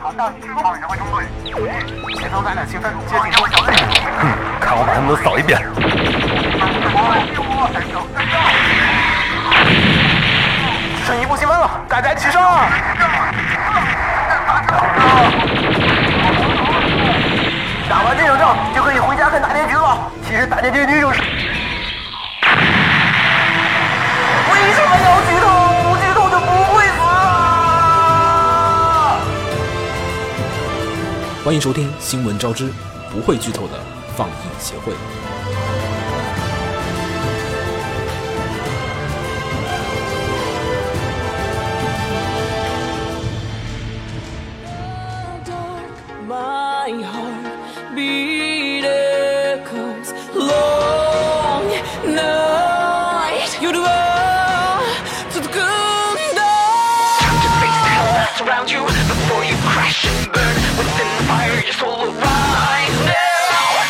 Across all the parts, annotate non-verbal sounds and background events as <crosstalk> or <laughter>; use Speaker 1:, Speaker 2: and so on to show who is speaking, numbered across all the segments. Speaker 1: 好，到你后指挥中队。前头咱俩兴奋，接近我小队。
Speaker 2: 看我把他们都扫一遍。
Speaker 1: 剩一步积分了，大家齐上！打完这场仗就可以回家看大结局了。其实大结局就是……为什么要剧透？不剧透就不会死啊！
Speaker 3: 欢迎收听《新闻招之》，不会剧透的放映协会。
Speaker 4: My heart beat echoes long night. You're the one to the good night.
Speaker 5: around you before you crash and burn within the fire your soul will rise now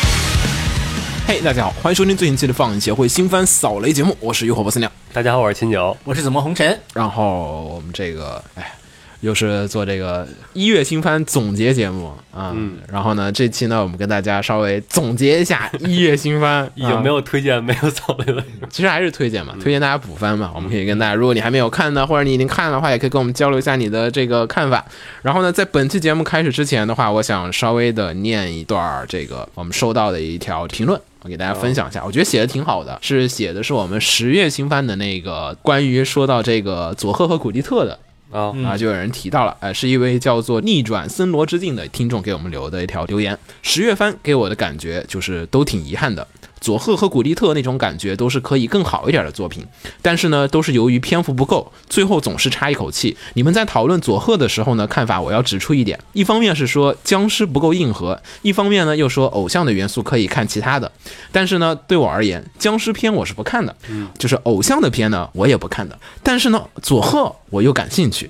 Speaker 3: 嘿、大家好，欢迎收听最新期的放映协会新番扫雷节目，我是浴火不死鸟。
Speaker 2: 大家好，我是秦九。
Speaker 6: 我是怎么红尘？
Speaker 3: 然后我们这个，哎，又是做这个一月新番总结节目啊。嗯。然后呢，这期呢，我们跟大家稍微总结一下一月新 <laughs> 番，
Speaker 2: 已经没
Speaker 3: 啊、
Speaker 2: 有推荐，没有扫雷了。
Speaker 3: 其实还是推荐嘛，推荐大家补番嘛。我们可以跟大家，如果你还没有看呢，或者你已经看了的话，也可以跟我们交流一下你的这个看法。然后呢，在本期节目开始之前的话，我想稍微的念一段儿这个我们收到的一条评论。我给大家分享一下，我觉得写的挺好的，是写的是我们十月新番的那个关于说到这个佐贺和古蒂特的
Speaker 2: 啊、
Speaker 3: 啊，就有人提到了，呃，是一位叫做逆转森罗之境的听众给我们留的一条留言。十月番给我的感觉就是都挺遗憾的，佐贺和古丽特那种感觉都是可以更好一点的作品，但是呢，都是由于篇幅不够，最后总是差一口气。你们在讨论佐贺的时候呢，看法我要指出一点，一方面是说僵尸不够硬核，一方面呢又说偶像的元素可以看其他的，但是呢，对我而言，僵尸片我是不看的，就是偶像的片呢我也不看的，但是呢，佐贺我又感兴趣。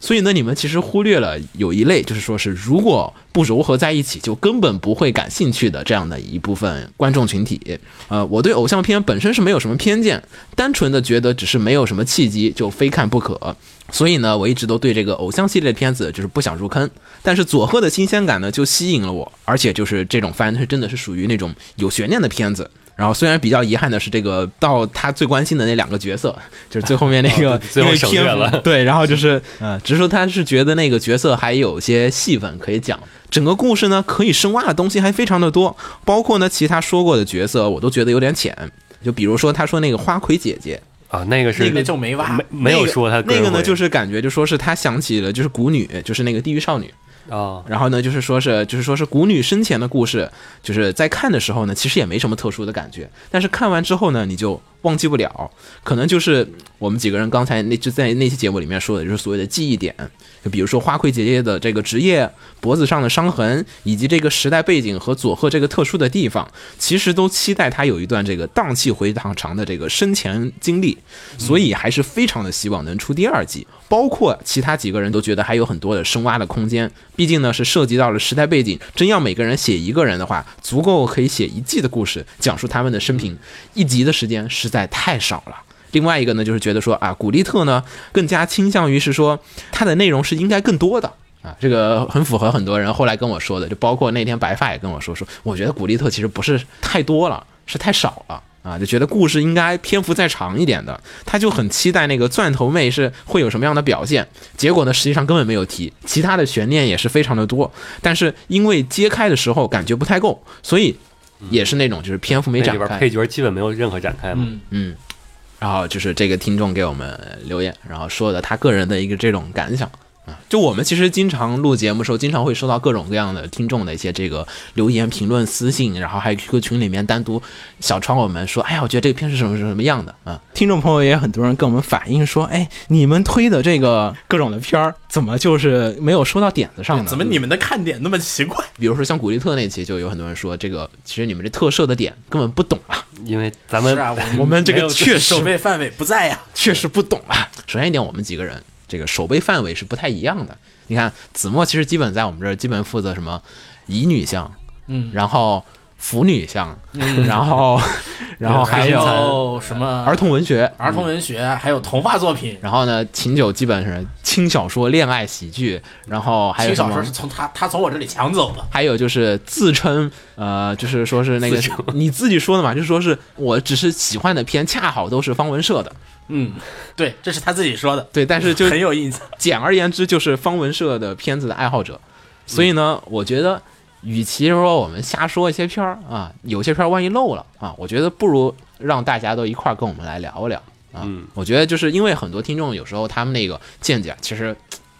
Speaker 3: 所以呢，你们其实忽略了有一类，就是说是如果不柔合在一起，就根本不会感兴趣的这样的一部分观众群体。呃，我对偶像片本身是没有什么偏见，单纯的觉得只是没有什么契机就非看不可。所以呢，我一直都对这个偶像系列的片子就是不想入坑。但是佐贺的新鲜感呢，就吸引了我，而且就是这种番是真的是属于那种有悬念的片子。然后虽然比较遗憾的是，这个到他最关心的那两个角色，就是最后面那
Speaker 2: <laughs>
Speaker 3: 个
Speaker 2: 啊最后
Speaker 3: 因为
Speaker 2: 省略
Speaker 3: 篇幅
Speaker 2: 了
Speaker 3: 对，然后就是，嗯，只是说他是觉得那个角色还有些戏份可以讲，整个故事呢可以深挖的东西还非常的多，包括呢其他说过的角色我都觉得有点浅，就比如说他说那个花魁姐姐，
Speaker 2: 啊，那个是
Speaker 6: 那个就没挖
Speaker 2: 没没有说他
Speaker 3: 那个那个呢就是是感觉就说是他想起了就是古女，就是那个地狱少女。
Speaker 2: 啊，
Speaker 3: 然后呢，就是说是，就是说是古女生前的故事，就是在看的时候呢，其实也没什么特殊的感觉，但是看完之后呢，你就忘记不了，可能就是我们几个人刚才那就在那期节目里面说的，就是所谓的记忆点，就比如说花魁姐姐的这个职业、脖子上的伤痕，以及这个时代背景和佐贺这个特殊的地方，其实都期待她有一段这个荡气回肠长的这个生前经历，所以还是非常的希望能出第二季。包括其他几个人都觉得还有很多的深挖的空间，毕竟呢是涉及到了时代背景。真要每个人写一个人的话，足够可以写一季的故事，讲述他们的生平。一集的时间实在太少了。另外一个呢，就是觉得说啊，古力特呢更加倾向于是说它的内容是应该更多的。啊，这个很符合很多人后来跟我说的，就包括那天白发也跟我说说，我觉得古力特其实不是太多了，是太少了啊，就觉得故事应该篇幅再长一点的，他就很期待那个钻头妹是会有什么样的表现，结果呢，实际上根本没有提，其他的悬念也是非常的多，但是因为揭开的时候感觉不太够，所以也是那种就是篇幅没
Speaker 2: 那
Speaker 3: 展
Speaker 2: 里边
Speaker 3: 开
Speaker 2: 配，角基本没有任何展开嘛。
Speaker 3: 嗯，然后就是这个听众给我们留言，然后说的他个人的一个这种感想啊，就我们其实经常录节目的时候，经常会收到各种各样的听众的一些这个留言、评论、私信，然后还有 QQ 群里面单独小窗我们说，哎呀，我觉得这个片是什么什么什么样的啊。听众朋友也很多人跟我们反映说，哎，你们推的这个各种的片儿，怎么就是没有说到点子上呢？
Speaker 6: 怎么你们的看点那么奇怪？
Speaker 3: 比如说像古力特那期，就有很多人说，这个其实你们这特摄的点根本不懂啊，
Speaker 2: 因为咱们
Speaker 6: 是啊，
Speaker 3: 我们这
Speaker 2: 没
Speaker 3: 个
Speaker 2: 有
Speaker 3: 确实
Speaker 6: 守备范围不在呀。
Speaker 3: 确实不懂啊。首先一点，我们几个人这个守备范围是不太一样的。你看，子墨其实基本在我们这儿基本负责什么乙女向，嗯，然后腐女向，然后然后还
Speaker 2: 对
Speaker 3: 有
Speaker 6: 有什么
Speaker 3: 儿童文学，
Speaker 6: 儿童文学，还有童话作品。
Speaker 3: 然后呢，秦九基本是轻小说、恋爱喜剧，然后还有
Speaker 6: 轻
Speaker 3: 什
Speaker 6: 小
Speaker 3: 么
Speaker 6: 说是？从他他从我这里抢走的，
Speaker 3: 还有就是自称，呃，就是说是那个
Speaker 2: 自称
Speaker 3: 你自己说的嘛，就是说是我只是喜欢的片，恰好都是方文社的，
Speaker 6: 嗯，对，这是他自己说的，
Speaker 3: 对，但是就
Speaker 6: 很有印象。
Speaker 3: 简而言之，就是方文社的片子的爱好者。所以呢，我觉得，与其说我们瞎说一些片儿啊，有些片儿万一漏了啊，我觉得不如让大家都一块儿跟我们来聊一聊啊。
Speaker 2: 嗯
Speaker 3: 我觉得就是因为很多听众有时候他们那个见解啊，其实。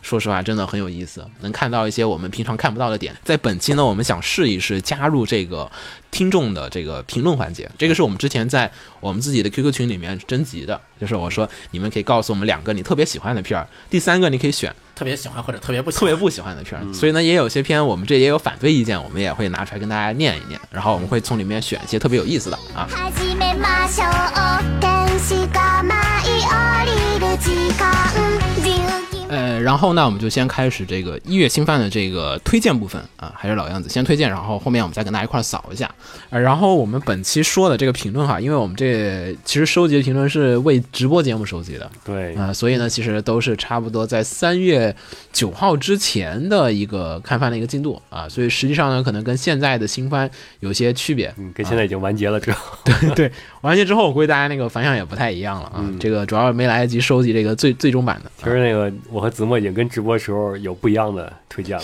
Speaker 3: 说实话，真的很有意思，能看到一些我们平常看不到的点。在本期呢，我们想试一试加入这个听众的这个评论环节，这个是我们之前在我们自己的 QQ 群里面征集的，就是我说你们可以告诉我们两个你特别喜欢的片儿，第三个你可以选
Speaker 6: 特别喜欢或者特别不喜
Speaker 3: 特
Speaker 6: 欢
Speaker 3: 别不喜欢的片儿。所以呢，也有些片我们这也有反对意见，我们也会拿出来跟大家念一念，然后我们会从里面选一些特别有意思的啊。
Speaker 7: 始めましょう天使が舞い降りる時間自由気
Speaker 3: 呃，然后呢，我们就先开始这个一月新番的这个推荐部分啊，还是老样子，先推荐，然后后面我们再跟大家一块儿扫一下。呃，然后我们本期说的这个评论哈，因为我们这其实收集的评论是为直播节目收集的，
Speaker 2: 对，
Speaker 3: 啊、所以呢，其实都是差不多在三月九号之前的一个看番的一个进度啊，所以实际上呢，可能跟现在的新番有些区别。 <laughs>
Speaker 2: 嗯，跟现在已经完结了之
Speaker 3: 啊
Speaker 2: 后，
Speaker 3: 对，完结之后，我估计大家那个反响也不太一样了啊。这个主要没来得及收集这个最最终版的，
Speaker 2: <laughs> 其实那个我和子墨已经跟直播时候有不一样的推
Speaker 3: <laughs>
Speaker 2: 荐了。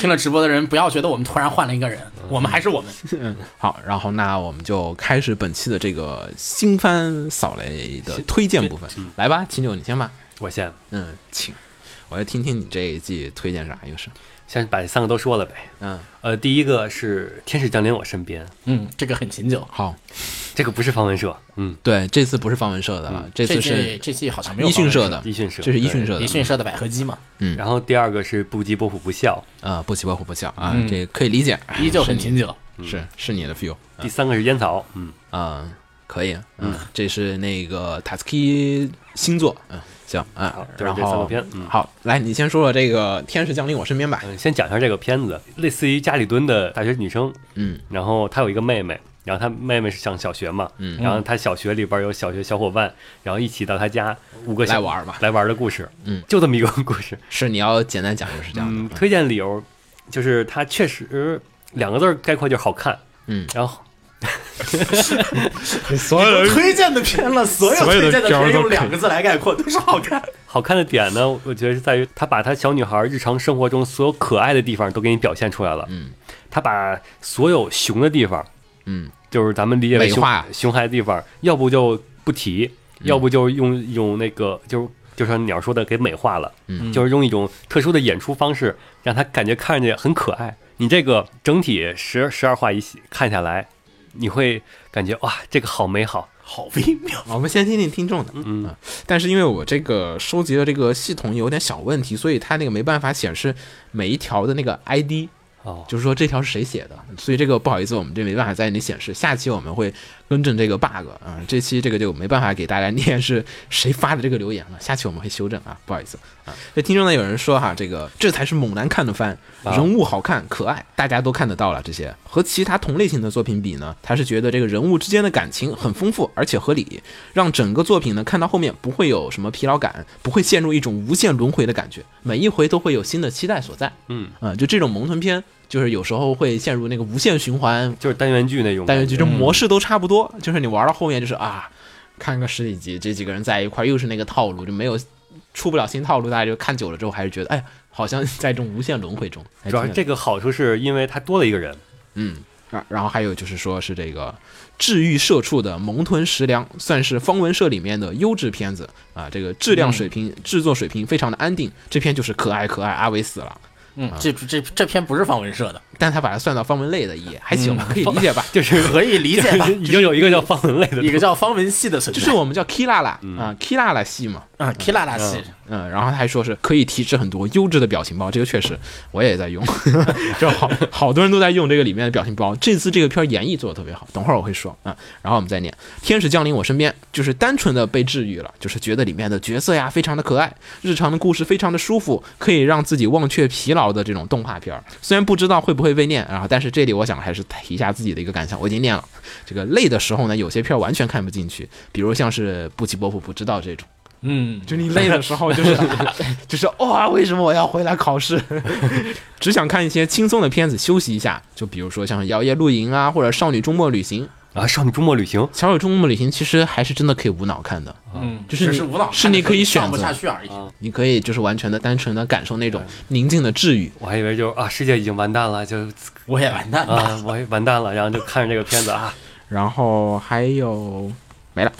Speaker 6: 听了直播的人，不要觉得我们突然换了一个人，
Speaker 3: 嗯
Speaker 6: 我们还是我们。
Speaker 3: 好，然后那我们就开始本期的这个新番扫雷的推荐部分，来吧，秦九你先吧。
Speaker 2: 我先
Speaker 3: 嗯，请，我要听听你这一季推荐啥，又是，
Speaker 2: 先把三个都说了呗。
Speaker 3: 嗯，
Speaker 2: 呃，第一个是《天使降临我身边》，
Speaker 6: 嗯，这个很秦九。
Speaker 3: 好，
Speaker 2: 这个不是方文社，嗯，
Speaker 3: 对，这次不是方文社的了，这
Speaker 6: 这
Speaker 3: 次
Speaker 6: 季
Speaker 3: 是
Speaker 6: 这季好像没有
Speaker 3: 一
Speaker 6: 放
Speaker 3: 迅
Speaker 6: 人
Speaker 3: 社的，
Speaker 2: 一迅社
Speaker 3: 这是一迅
Speaker 2: 对
Speaker 3: 社的，
Speaker 6: 一迅社的百合姬嘛，
Speaker 3: 嗯
Speaker 2: 然后第二个是不羁不虎不笑，
Speaker 3: 啊，不喜欢虎不笑啊，这可以理解，
Speaker 6: 依旧很
Speaker 3: 是
Speaker 6: 秦九。
Speaker 3: 你是是你的 feel
Speaker 2: 第三个是烟草，嗯，
Speaker 3: 啊，可以，嗯，这是那个塔斯基星座，嗯，行啊
Speaker 2: 好，就是
Speaker 3: 然
Speaker 2: 这三个
Speaker 3: 后
Speaker 2: 片嗯
Speaker 3: 好，来你先说说这个《天使降临我身边》吧，
Speaker 2: 嗯，先讲一下这个片子，类似于家里蹲的大学女生，
Speaker 3: 嗯，
Speaker 2: 然后她有一个妹妹，然后她妹妹是上小学嘛，嗯，然后她小学里边有小学小伙伴，然后一起到她家五个小
Speaker 3: 来玩儿吧
Speaker 2: 来玩儿的故事，
Speaker 3: 嗯，
Speaker 2: 就这么一个故事，
Speaker 3: 是你要简单讲就是这样
Speaker 2: 嗯，
Speaker 3: 的，
Speaker 2: 推荐理由就是它确实两个字儿概括就是好看，
Speaker 3: 嗯，
Speaker 2: 然后
Speaker 3: 所有
Speaker 6: 推荐的片了，所有
Speaker 3: 哎所有的
Speaker 6: 推荐的
Speaker 3: 片儿
Speaker 6: 片
Speaker 3: 都
Speaker 6: 用两个字来概括，都是好看。
Speaker 2: 好看的点呢，我觉得是在于她把她小女孩日常生活中所有可爱的地方都给你表现出来了，
Speaker 3: 嗯，
Speaker 2: 她把所有熊的地方，
Speaker 3: 嗯，
Speaker 2: 就是咱们理解为
Speaker 3: 美
Speaker 2: 熊
Speaker 3: 化嗯
Speaker 2: 熊孩子地方，要不就不提，要不就用一种那个就是。就像鸟说的，给美化了，
Speaker 3: 嗯
Speaker 2: 就是用一种特殊的演出方式，让他感觉看着很可爱。你这个整体十十二话一起看下来，你会感觉哇，这个好美好，
Speaker 6: 好微妙，
Speaker 3: 啊我们先听听听众的，嗯，但是因为我这个收集的这个系统有点小问题，所以它那个没办法显示每一条的那个 ID，
Speaker 2: 哦，
Speaker 3: 就是说这条是谁写的，所以这个不好意思，我们这没办法在那里显示。下期我们会更正这个 bug 啊、这期这个就没办法给大家念是谁发的这个留言了，下期我们会修正啊，不好意思啊。这听众呢有人说哈，这个这才是猛男看的番，
Speaker 2: 啊
Speaker 3: 人物好看可爱，大家都看得到了。这些和其他同类型的作品比呢，他是觉得这个人物之间的感情很丰富而且合理，让整个作品呢看到后面不会有什么疲劳感，不会陷入一种无限轮回的感觉，每一回都会有新的期待所在。
Speaker 2: 嗯
Speaker 3: 啊、就这种萌豚片，就是有时候会陷入那个无限循环
Speaker 2: 就是单元剧那种
Speaker 3: 单元
Speaker 2: 感觉
Speaker 3: 剧，这模式都差不多，就是你玩到后面就是啊，看个十几集，这几个人在一块儿又是那个套路，就没有出不了新套路，大家就看久了之后还是觉得，哎呀，好像在这种无限轮回中。还
Speaker 2: 主要
Speaker 3: 挺
Speaker 2: 是
Speaker 3: 有
Speaker 2: 这个好处是因为它多了一个人，
Speaker 3: 嗯，啊，然后还有就是说是这个治愈社畜的《萌豚食粮》，算是方文社里面的优质片子啊，这个质量水平、制作水平非常的安定。这篇就是可爱可爱，阿伟死了，
Speaker 6: 嗯，这这这篇不是方文社的，
Speaker 3: 但他把它算到方文类的也还行，可以理解吧？
Speaker 2: 就是
Speaker 6: 可以理解吧？
Speaker 2: 已经有一个叫方文类的
Speaker 6: 一个叫方文系的存
Speaker 3: 就是
Speaker 6: 在。
Speaker 3: 我们叫 Kilala 啊，Kilala 系嘛，
Speaker 6: 啊，Kila 拉西，
Speaker 3: 嗯，然后他还说是可以提示很多优质的表情包，这个确实我也在用， <laughs> 就好好多人都在用这个里面的表情包。这次这个片儿演绎做的特别好，等会儿我会说啊、然后我们再念《天使降临我身边》，就是单纯的被治愈了，就是觉得里面的角色呀非常的可爱，日常的故事非常的舒服，可以让自己忘却疲劳的这种动画片儿。虽然不知道会不会被念，然后但是这里我想还是提一下自己的一个感想，我已经念了。这个累的时候呢，有些片儿完全看不进去，比如像是布奇波普不知道这种。
Speaker 6: 嗯，
Speaker 3: 就你累的时候，就是 <laughs> 就是哇、为什么我要回来考试？ <laughs> 只想看一些轻松的片子休息一下，就比如说像《摇曳露营》啊，或者《少女周末旅行》。
Speaker 2: 啊，少女周末旅行
Speaker 3: 《少女周末旅行》其实还是真的可以无脑看的，
Speaker 6: 嗯，
Speaker 3: 就是
Speaker 6: 只
Speaker 3: 你
Speaker 6: 是无脑，
Speaker 3: 是你可以选
Speaker 6: 上不
Speaker 3: 择啊
Speaker 6: 下去而已。
Speaker 3: 你可以就是完全的、单纯的感受那种宁静的治愈。
Speaker 2: 我还以为就是啊，世界已经完蛋了，就
Speaker 6: 我也完蛋了，
Speaker 2: 啊，我也完蛋了，然后就看着这个片子啊，
Speaker 3: 然后还有没了，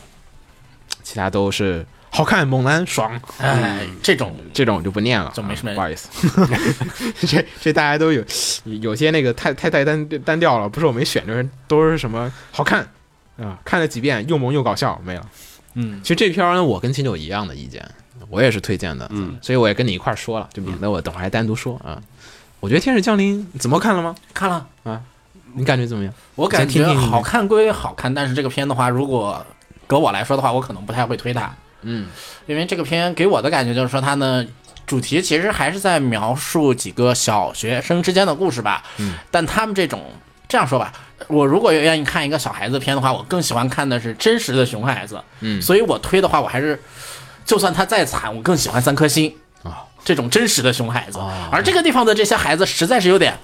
Speaker 3: 其他都是好看、猛男、爽。
Speaker 6: 哎，这种
Speaker 3: 这种我就不念了，
Speaker 6: 就没什么
Speaker 3: 啊不好意思， <laughs> 这这大家都有有些那个太太太单单调了，不是我没选，就是都是什么好看啊，看了几遍又萌又搞笑，没了。
Speaker 6: 嗯
Speaker 3: 其实这片儿呢，我跟秦九一样的意见，我也是推荐的，
Speaker 2: 嗯，
Speaker 3: 所以我也跟你一块儿说了，就免得我等会儿还单独说啊。我觉得《天使降临》怎么看了吗？
Speaker 6: 看了。
Speaker 3: 你感觉怎么样？
Speaker 6: 我感
Speaker 3: 先听
Speaker 6: 觉
Speaker 3: 听你
Speaker 6: 好看归好看，但是这个片的话，如果搁我来说的话，我可能不太会推它。
Speaker 3: 嗯，
Speaker 6: 因为这个片给我的感觉就是说，它呢主题其实还是在描述几个小学生之间的故事吧。嗯，但他们这种这样说吧，我如果愿意看一个小孩子片的话，我更喜欢看的是真实的熊孩子。
Speaker 3: 嗯
Speaker 6: 所以我推的话，我还是就算他再惨，我更喜欢三颗星
Speaker 3: 啊
Speaker 6: 这种真实的熊孩子。而这个地方的这些孩子实在是有点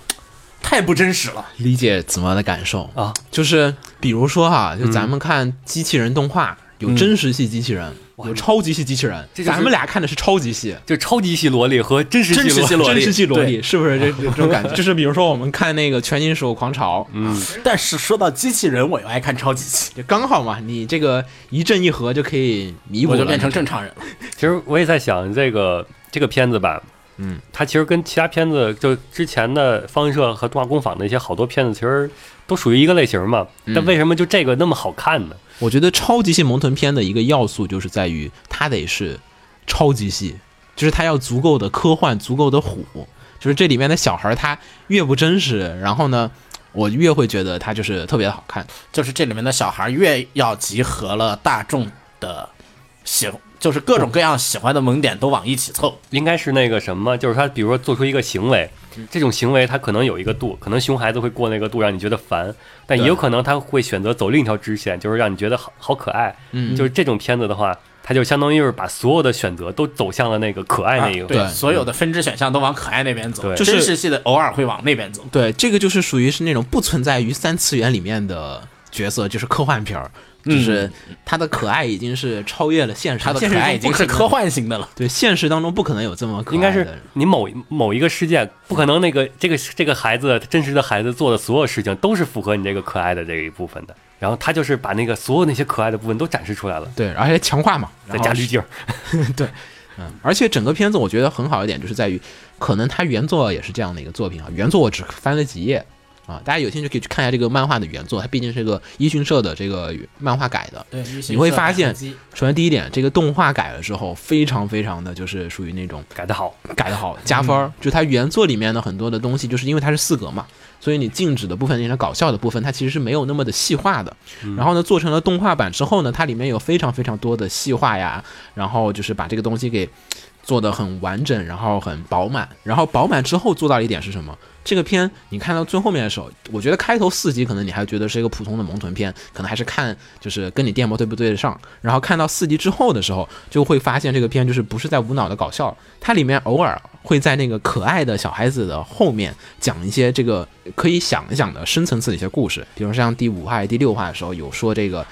Speaker 6: 太不真实了。
Speaker 3: 理解子墨的感受
Speaker 2: 啊，嗯
Speaker 3: 就是比如说哈、就咱们看机器人动画，有真实系机器人，有超级系机器人，
Speaker 2: 这就是
Speaker 3: 咱们俩看的是超级系。
Speaker 2: 就超级系萝莉和真实
Speaker 6: 真实
Speaker 2: 系
Speaker 6: 系萝
Speaker 2: 莉
Speaker 3: <laughs> 真
Speaker 6: 莉，
Speaker 3: 实系萝莉
Speaker 6: 对
Speaker 3: 是不是这这种感
Speaker 2: <laughs>
Speaker 3: 觉？就是比如说我们看那个《全金属狂潮》，
Speaker 2: 嗯
Speaker 6: 但是说到机器人，我又爱看超级器，
Speaker 3: 就刚好嘛，你这个一正一合就可以弥补
Speaker 6: 我
Speaker 3: 了，
Speaker 6: 就变成正常人了。
Speaker 2: 其实我也在想这个这个片子吧，
Speaker 3: 嗯，
Speaker 2: 它其实跟其他片子就之前的放映社和动画工坊那些好多片子其实都属于一个类型嘛，但为什么就这个那么好看呢？
Speaker 3: 我觉得超级系萌豚片的一个要素就是在于它得是超级系，就是它要足够的科幻，足够的虎，就是这里面的小孩儿他越不真实，然后呢，我越会觉得他就是特别的好看。
Speaker 6: 就是这里面的小孩越要集合了大众的喜，就是各种各样喜欢的萌点都往一起凑。
Speaker 2: 应该是那个什么，就是他，比如说做出一个行为，
Speaker 3: 嗯
Speaker 2: 这种行为他可能有一个度，可能熊孩子会过那个度，让你觉得烦，但也有可能他会选择走另一条支线，就是让你觉得好好可爱。嗯，就是这种片子的话，它就相当于是把所有的选择都走向了那个可爱那一个。
Speaker 3: 对
Speaker 6: 所有的分支选项都往可爱那边走，
Speaker 2: 对
Speaker 3: 就是
Speaker 6: 真实系的偶尔会往那边走。
Speaker 3: 对，这个就是属于是那种不存在于三次元里面的角色，就是科幻片儿，就是他的可爱已经是超越了现实，
Speaker 6: 他的
Speaker 3: 现
Speaker 6: 可
Speaker 3: 实
Speaker 6: 爱
Speaker 3: 中
Speaker 6: 已经
Speaker 3: 不
Speaker 6: 是
Speaker 3: 嗯可能
Speaker 6: 科幻型的了，
Speaker 3: 对，现实当中不可能有这么可爱
Speaker 2: 应该是
Speaker 3: 的人
Speaker 2: 你某某一个事件，不可能那个这个这个孩子真实的孩子做的所有事情都是符合你这个可爱的这一部分的。然后他就是把那个所有那些可爱的部分都展示出来了，
Speaker 3: 对，而且强化嘛，
Speaker 2: 再
Speaker 3: 然后
Speaker 2: 加滤镜儿。
Speaker 3: 而且整个片子我觉得很好一点，就是在于，可能它原作也是这样的一个作品啊。原作我只翻了几页啊，大家有兴趣可以去看一下这个漫画的原作，它毕竟是个一迅社的这个漫画改的。
Speaker 6: 对，
Speaker 3: 你会发现，首先第一点，这个动画改了之后，非常非常的就是属于那种
Speaker 2: 改得好，
Speaker 3: 改的好，加分儿。就它原作里面的很多的东西，就是因为它是四格嘛，所以你静止的部分、那些搞笑的部分，它其实是没有那么的细化的。然后呢，做成了动画版之后呢，它里面有非常非常多的细化呀，然后就是把这个东西给做的很完整，然后很饱满。然后饱满之后做到一点是什么？这个片你看到最后面的时候，我觉得开头四集可能你还觉得是一个普通的萌豚片，可能还是看就是跟你电波对不对得上。然后看到四集之后的时候，就会发现这个片就是不是在无脑的搞笑，它里面偶尔会在那个可爱的小孩子的后面讲一些这个可以想一想的深层次的一些故事，比如像第五话、第六话的时候有说这个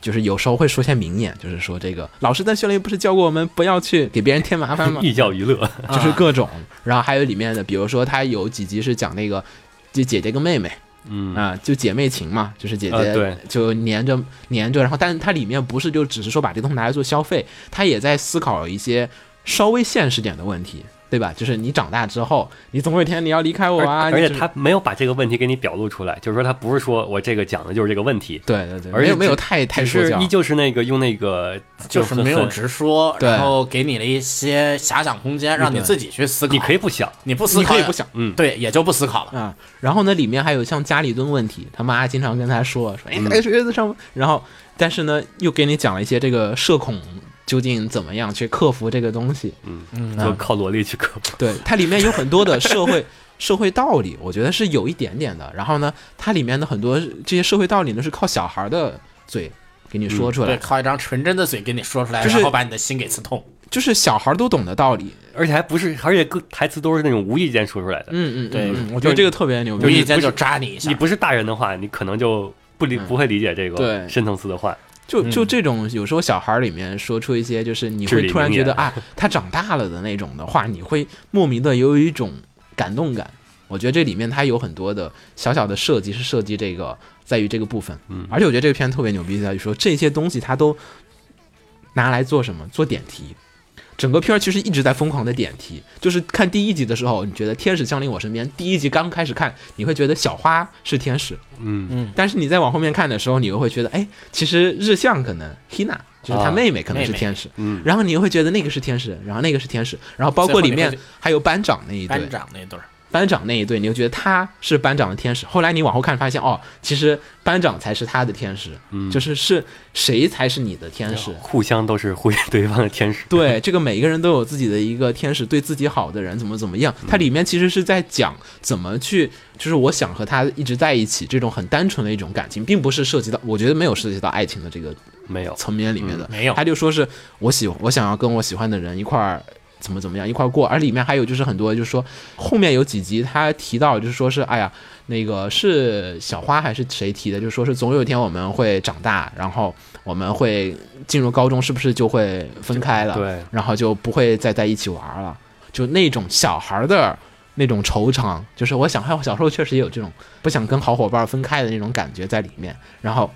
Speaker 3: 就是有时候会说些名言，就是说这个老师在训练不是教过我们不要去给别人添麻烦吗？
Speaker 2: 寓教于乐。
Speaker 3: 就是各种，然后还有里面的，比如说他有几集是讲那个就姐姐跟妹妹。嗯啊，就姐妹情嘛，就是姐
Speaker 2: 呃
Speaker 3: 姐
Speaker 2: 对
Speaker 3: 就黏着黏着，然后，但是它里面不是就只是说把这东西拿来做消费，它也在思考一些稍微现实点的问题，对吧？就是你长大之后，你总有一天你要离开我
Speaker 2: 而
Speaker 3: 啊！
Speaker 2: 而
Speaker 3: 你
Speaker 2: 且
Speaker 3: 这
Speaker 2: 他没有把这个问题给你表露出来，就是说他不是说我这个讲的就是这个问题，
Speaker 3: 对对对，
Speaker 2: 而
Speaker 3: 没
Speaker 2: 且
Speaker 3: 有没有
Speaker 2: 只
Speaker 3: 太太
Speaker 2: 只
Speaker 3: 说
Speaker 2: 是
Speaker 3: 教
Speaker 2: 依，旧是那个用那个
Speaker 6: 就是
Speaker 2: 很
Speaker 6: 没有
Speaker 2: 很
Speaker 6: 直说，
Speaker 3: 对
Speaker 6: 然后给你了一些遐想空间，让你自己去思考。
Speaker 2: 你可以不想，
Speaker 6: 你不思考，
Speaker 3: 你可以不想
Speaker 2: 嗯
Speaker 6: 对，也就不思考了。
Speaker 3: 啊，然后呢，里面还有像家里蹲问题，他妈经常跟他说说，哎，那个学子上，然后但是呢，又给你讲了一些这个社恐究竟怎么样去克服这个东西。
Speaker 2: 嗯
Speaker 3: 嗯
Speaker 2: 就靠萝莉去克服。
Speaker 3: 对，它里面有很 <laughs> 多的社会社会道理，我觉得是有一点点的。然后呢，它里面的很多这些社会道理呢，是靠小孩的嘴给你说出来，
Speaker 6: 对，靠一张纯真的嘴给你说出来，
Speaker 3: 就是
Speaker 6: 然后把你的心给刺痛。
Speaker 3: 就是小孩都懂的道理。
Speaker 2: 而且还不是，而且歌台词都是那种无意间说出来的。
Speaker 3: 嗯嗯，
Speaker 6: 对
Speaker 3: 嗯我觉得这个特别牛
Speaker 6: 无
Speaker 3: 逼。
Speaker 6: 意间就扎你一下
Speaker 2: 你。不是大人的话，你可能就不理不会理解这
Speaker 3: 嗯对
Speaker 2: 个深层次的话。
Speaker 3: 就就这种，有时候小孩里面说出一些，就是你
Speaker 2: 嗯至
Speaker 3: 会
Speaker 2: 理
Speaker 3: 突然
Speaker 2: 名
Speaker 3: 觉得
Speaker 2: 言
Speaker 3: 啊，他长大了的那种的话，你会莫名的有一种感动感。我觉得这里面它有很多的小小的设计，是设计这个在于这个部分。嗯，而且我觉得这个片特别牛逼，在于说这些东西它都拿来做什么？做点题。整个片儿其实一直在疯狂的点题，就是看第一集的时候，你觉得天使降临我身边，第一集刚开始看，你会觉得小花是天使，
Speaker 2: 嗯，
Speaker 3: 但是你再往后面看的时候，你又会觉得，哎，其实日向可能 Hina 就是他
Speaker 2: 啊
Speaker 3: 妹妹可能是
Speaker 6: 妹妹
Speaker 3: 天使，
Speaker 2: 嗯
Speaker 3: 然后你又会觉得那个是天使，然后那个是天使，然后包括里
Speaker 6: 最后你
Speaker 3: 面
Speaker 6: 会
Speaker 3: 还有班长那一对，
Speaker 6: 班长那对儿，
Speaker 3: 班长那一对，你就觉得他是班长的天使。后来你往后看，发现哦，其实班长才是他的天使，就是是谁才是你的天使？
Speaker 2: 互相都是呼应对方的天使。
Speaker 3: 对，这个每一个人都有自己的一个天使，对自己好的人怎么怎么样。它里面其实是在讲怎么去，就是我想和他一直在一起这种很单纯的一种感情，并不是涉及到，我觉得没有涉及到爱情的这个
Speaker 2: 没有，
Speaker 3: 层面里面的，
Speaker 6: 没有
Speaker 3: 他就说是我喜我想要跟我喜欢的人一块儿。怎么怎么样一块儿过，而里面还有就是很多，就是说后面有几集他提到，就是说是哎呀，那个是小花还是谁提的，就是说是总有一天我们会长大，然后我们会进入高中，是不是就会分开了？
Speaker 2: 对
Speaker 3: 然后就不会再在一起玩了，就那种小孩的那种惆怅，就是我想，哎，我小时候确实也有这种不想跟好伙伴分开的那种感觉在里面，然后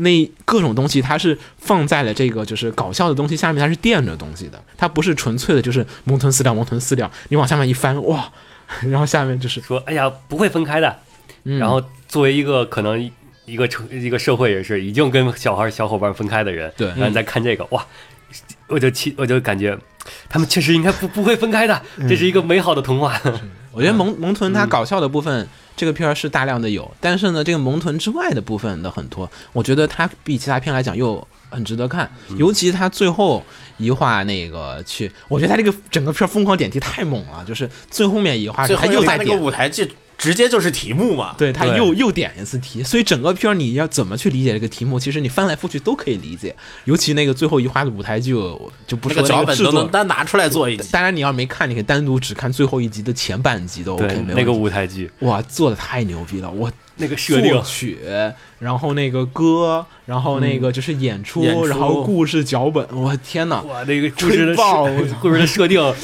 Speaker 3: 那各种东西，它是放在了这个就是搞笑的东西下面，它是垫着东西的，它不是纯粹的，就是蒙豚饲料，蒙豚饲料，你往下面一翻，哇， <laughs> 然后下面就是，
Speaker 2: 说哎呀不会分开的。
Speaker 3: 嗯
Speaker 2: 然后作为一个可能一个成一个社会也是已经跟小孩小伙伴分开的人，
Speaker 3: 对
Speaker 2: 然后你再看这个哇。我就气，我就感觉，他们确实应该不不会分开的，这是一个美好的童话。
Speaker 3: 我觉得萌萌豚它搞笑的部分，这个片儿是大量的有，但是呢，这个萌豚之外的部分的很多，我觉得它比其他片来讲又很值得看，尤其它最后一话那个去，我觉得它这个整个片儿疯狂点题太猛了，就是最后面一话
Speaker 6: 最
Speaker 3: 它
Speaker 6: 后
Speaker 3: 又
Speaker 6: 在
Speaker 3: 在
Speaker 6: 那个
Speaker 3: 点。
Speaker 6: 舞台剧直接就是题目嘛。
Speaker 3: 对他
Speaker 2: 对
Speaker 3: 又又点一次题，所以整个片儿你要怎么去理解这个题目，其实你翻来覆去都可以理解。尤其那个最后一话的舞台剧，我就不
Speaker 6: 那
Speaker 3: 说
Speaker 6: 个脚
Speaker 3: 那个
Speaker 6: 本
Speaker 3: 制
Speaker 6: 都能
Speaker 3: 作，
Speaker 6: 单拿出来做一集，
Speaker 3: 当然你要没看，你可以单独只看最后一集的前半集都 OK 没
Speaker 2: 对，
Speaker 3: 问题。
Speaker 2: 那个舞台剧，
Speaker 3: 哇，做的太牛逼了！我
Speaker 2: 那个设定
Speaker 3: 作曲，然后那个歌，然后那个就是演出，
Speaker 6: 嗯演出
Speaker 3: 然后故事脚本，我天哪！
Speaker 2: 哇，那个故事的
Speaker 3: 吹爆我
Speaker 2: 设 <laughs> 故事的设定，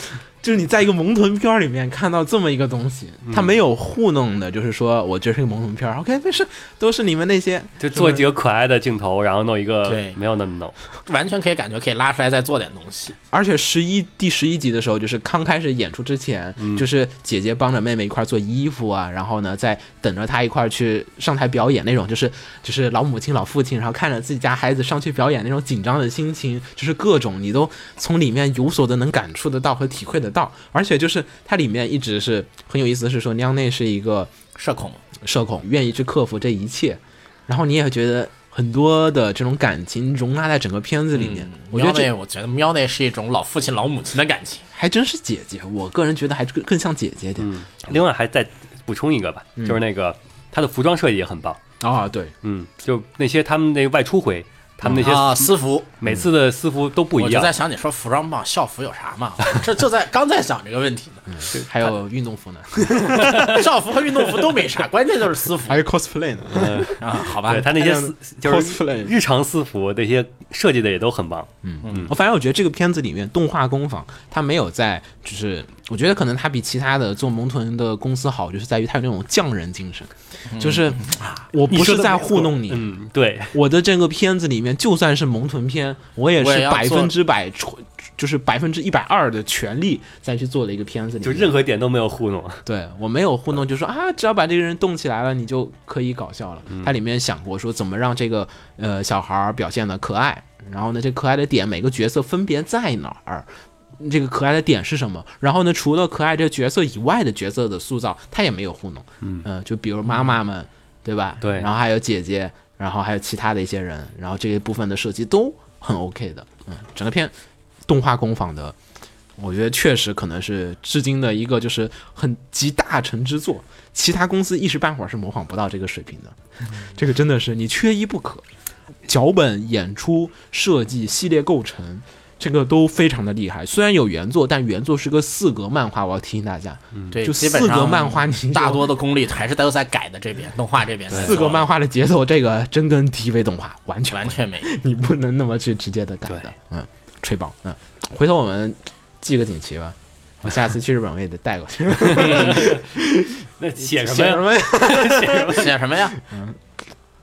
Speaker 3: 就是你在一个萌豚片儿里面看到这么一个东西，它
Speaker 6: 嗯
Speaker 3: 没有糊弄的，就是说我这是个萌豚片儿，OK，没事，都是你们那些
Speaker 2: 就做几个可爱的镜头，然后弄一个
Speaker 6: 对
Speaker 2: 没有那么弄，
Speaker 6: 完全可以感觉可以拉出来再做点东西。
Speaker 3: 而且十一第十一集的时候，就是刚开始演出之前，就是姐姐帮着妹妹一块儿做衣服啊，然后呢，再等着她一块儿去上台表演那种，就是就是老母亲老父亲，然后看着自己家孩子上去表演那种紧张的心情，就是各种你都从里面有所的能感触得到和体会得到，而且就是它里面一直是很有意思的是说，娘内是一个
Speaker 6: 社恐，
Speaker 3: 社恐，愿意去克服这一切，然后你也觉得很多的这种感情容纳在整个片子里面，我觉得
Speaker 6: 喵内
Speaker 3: 这
Speaker 6: 我觉得喵内是一种老父亲老母亲的感情。
Speaker 3: 还真是姐姐，我个人觉得还更更像姐姐点。
Speaker 2: 另外还再补充一个吧，
Speaker 3: 嗯
Speaker 2: 就是那个他的服装设计也很棒，
Speaker 3: 啊，对，
Speaker 2: 嗯，就那些他们那个外出回，他们那些
Speaker 6: 啊，私服，
Speaker 2: 每次的私服都不
Speaker 6: 我
Speaker 2: 一
Speaker 6: 就
Speaker 2: 样
Speaker 6: 在，想你说服装棒，校服有啥嘛？我这就在刚在想这个问题呢。
Speaker 3: 还有运动服呢，
Speaker 6: 校服和运动服都没啥，关键就是私服
Speaker 3: 还有 cosplay 呢。
Speaker 6: 啊。好吧
Speaker 2: 对，他那些私就是
Speaker 3: cosplay
Speaker 2: 日常私服那些设计的也都很棒，
Speaker 3: 我反正我觉得这个片子里面动画工坊，它没有在就是我觉得可能它比其他的做萌豚的公司好，就是在于它有那种匠人精神，就是我不是在糊弄你，
Speaker 2: 嗯，对，
Speaker 3: 我的这个片子里面，就算是萌豚片，我也
Speaker 6: 我
Speaker 3: 是
Speaker 6: 也要
Speaker 3: 百
Speaker 6: 做
Speaker 3: 分之百纯，就是百分之一百二的全力再去做的一个片子里
Speaker 2: 就
Speaker 3: 面。
Speaker 2: 任何一点都没有糊弄。
Speaker 3: <laughs> 对我没有糊弄，就说啊，只要把这个人动起来了，你就可以搞笑了。它里面想过说怎么让这个呃小孩儿表现的可爱，然后呢，这可爱的点每个角色分别在哪儿。这个可爱的点是什么？然后呢，除了可爱这个角色以外的角色的塑造，他也没有糊弄。嗯、就比如妈妈们，对吧？
Speaker 2: 对
Speaker 3: 然后还有姐姐，然后还有其他的一些人，然后这一部分的设计都很 OK 的。嗯，整个片动画工坊的我觉得确实可能是至今的一个就是很集大成之作，其他公司一时半会儿是模仿不到这个水平的。这个真的是你缺一不可，脚本、演出、设计、系列构成，这个都非常的厉害。虽然有原作，但原作是个四格漫画，我要提醒大家，
Speaker 6: 对，
Speaker 3: 就
Speaker 6: 基本
Speaker 3: 四格
Speaker 6: 上
Speaker 3: 漫画你就
Speaker 6: 大多的功力还是都在改的这边，动画这边
Speaker 3: 四格漫画的节奏，这个真跟 TV 动画完
Speaker 6: <laughs>
Speaker 3: 全
Speaker 6: 完全没有。
Speaker 3: 你不能那么去直接的改的
Speaker 2: 对。
Speaker 3: 嗯，吹爆。嗯，回头我们记个锦旗吧。我下次去日本我也得带过去。 <laughs>
Speaker 2: 那写什
Speaker 3: 写什
Speaker 2: 么呀？
Speaker 3: 么呀？
Speaker 6: 写什么呀？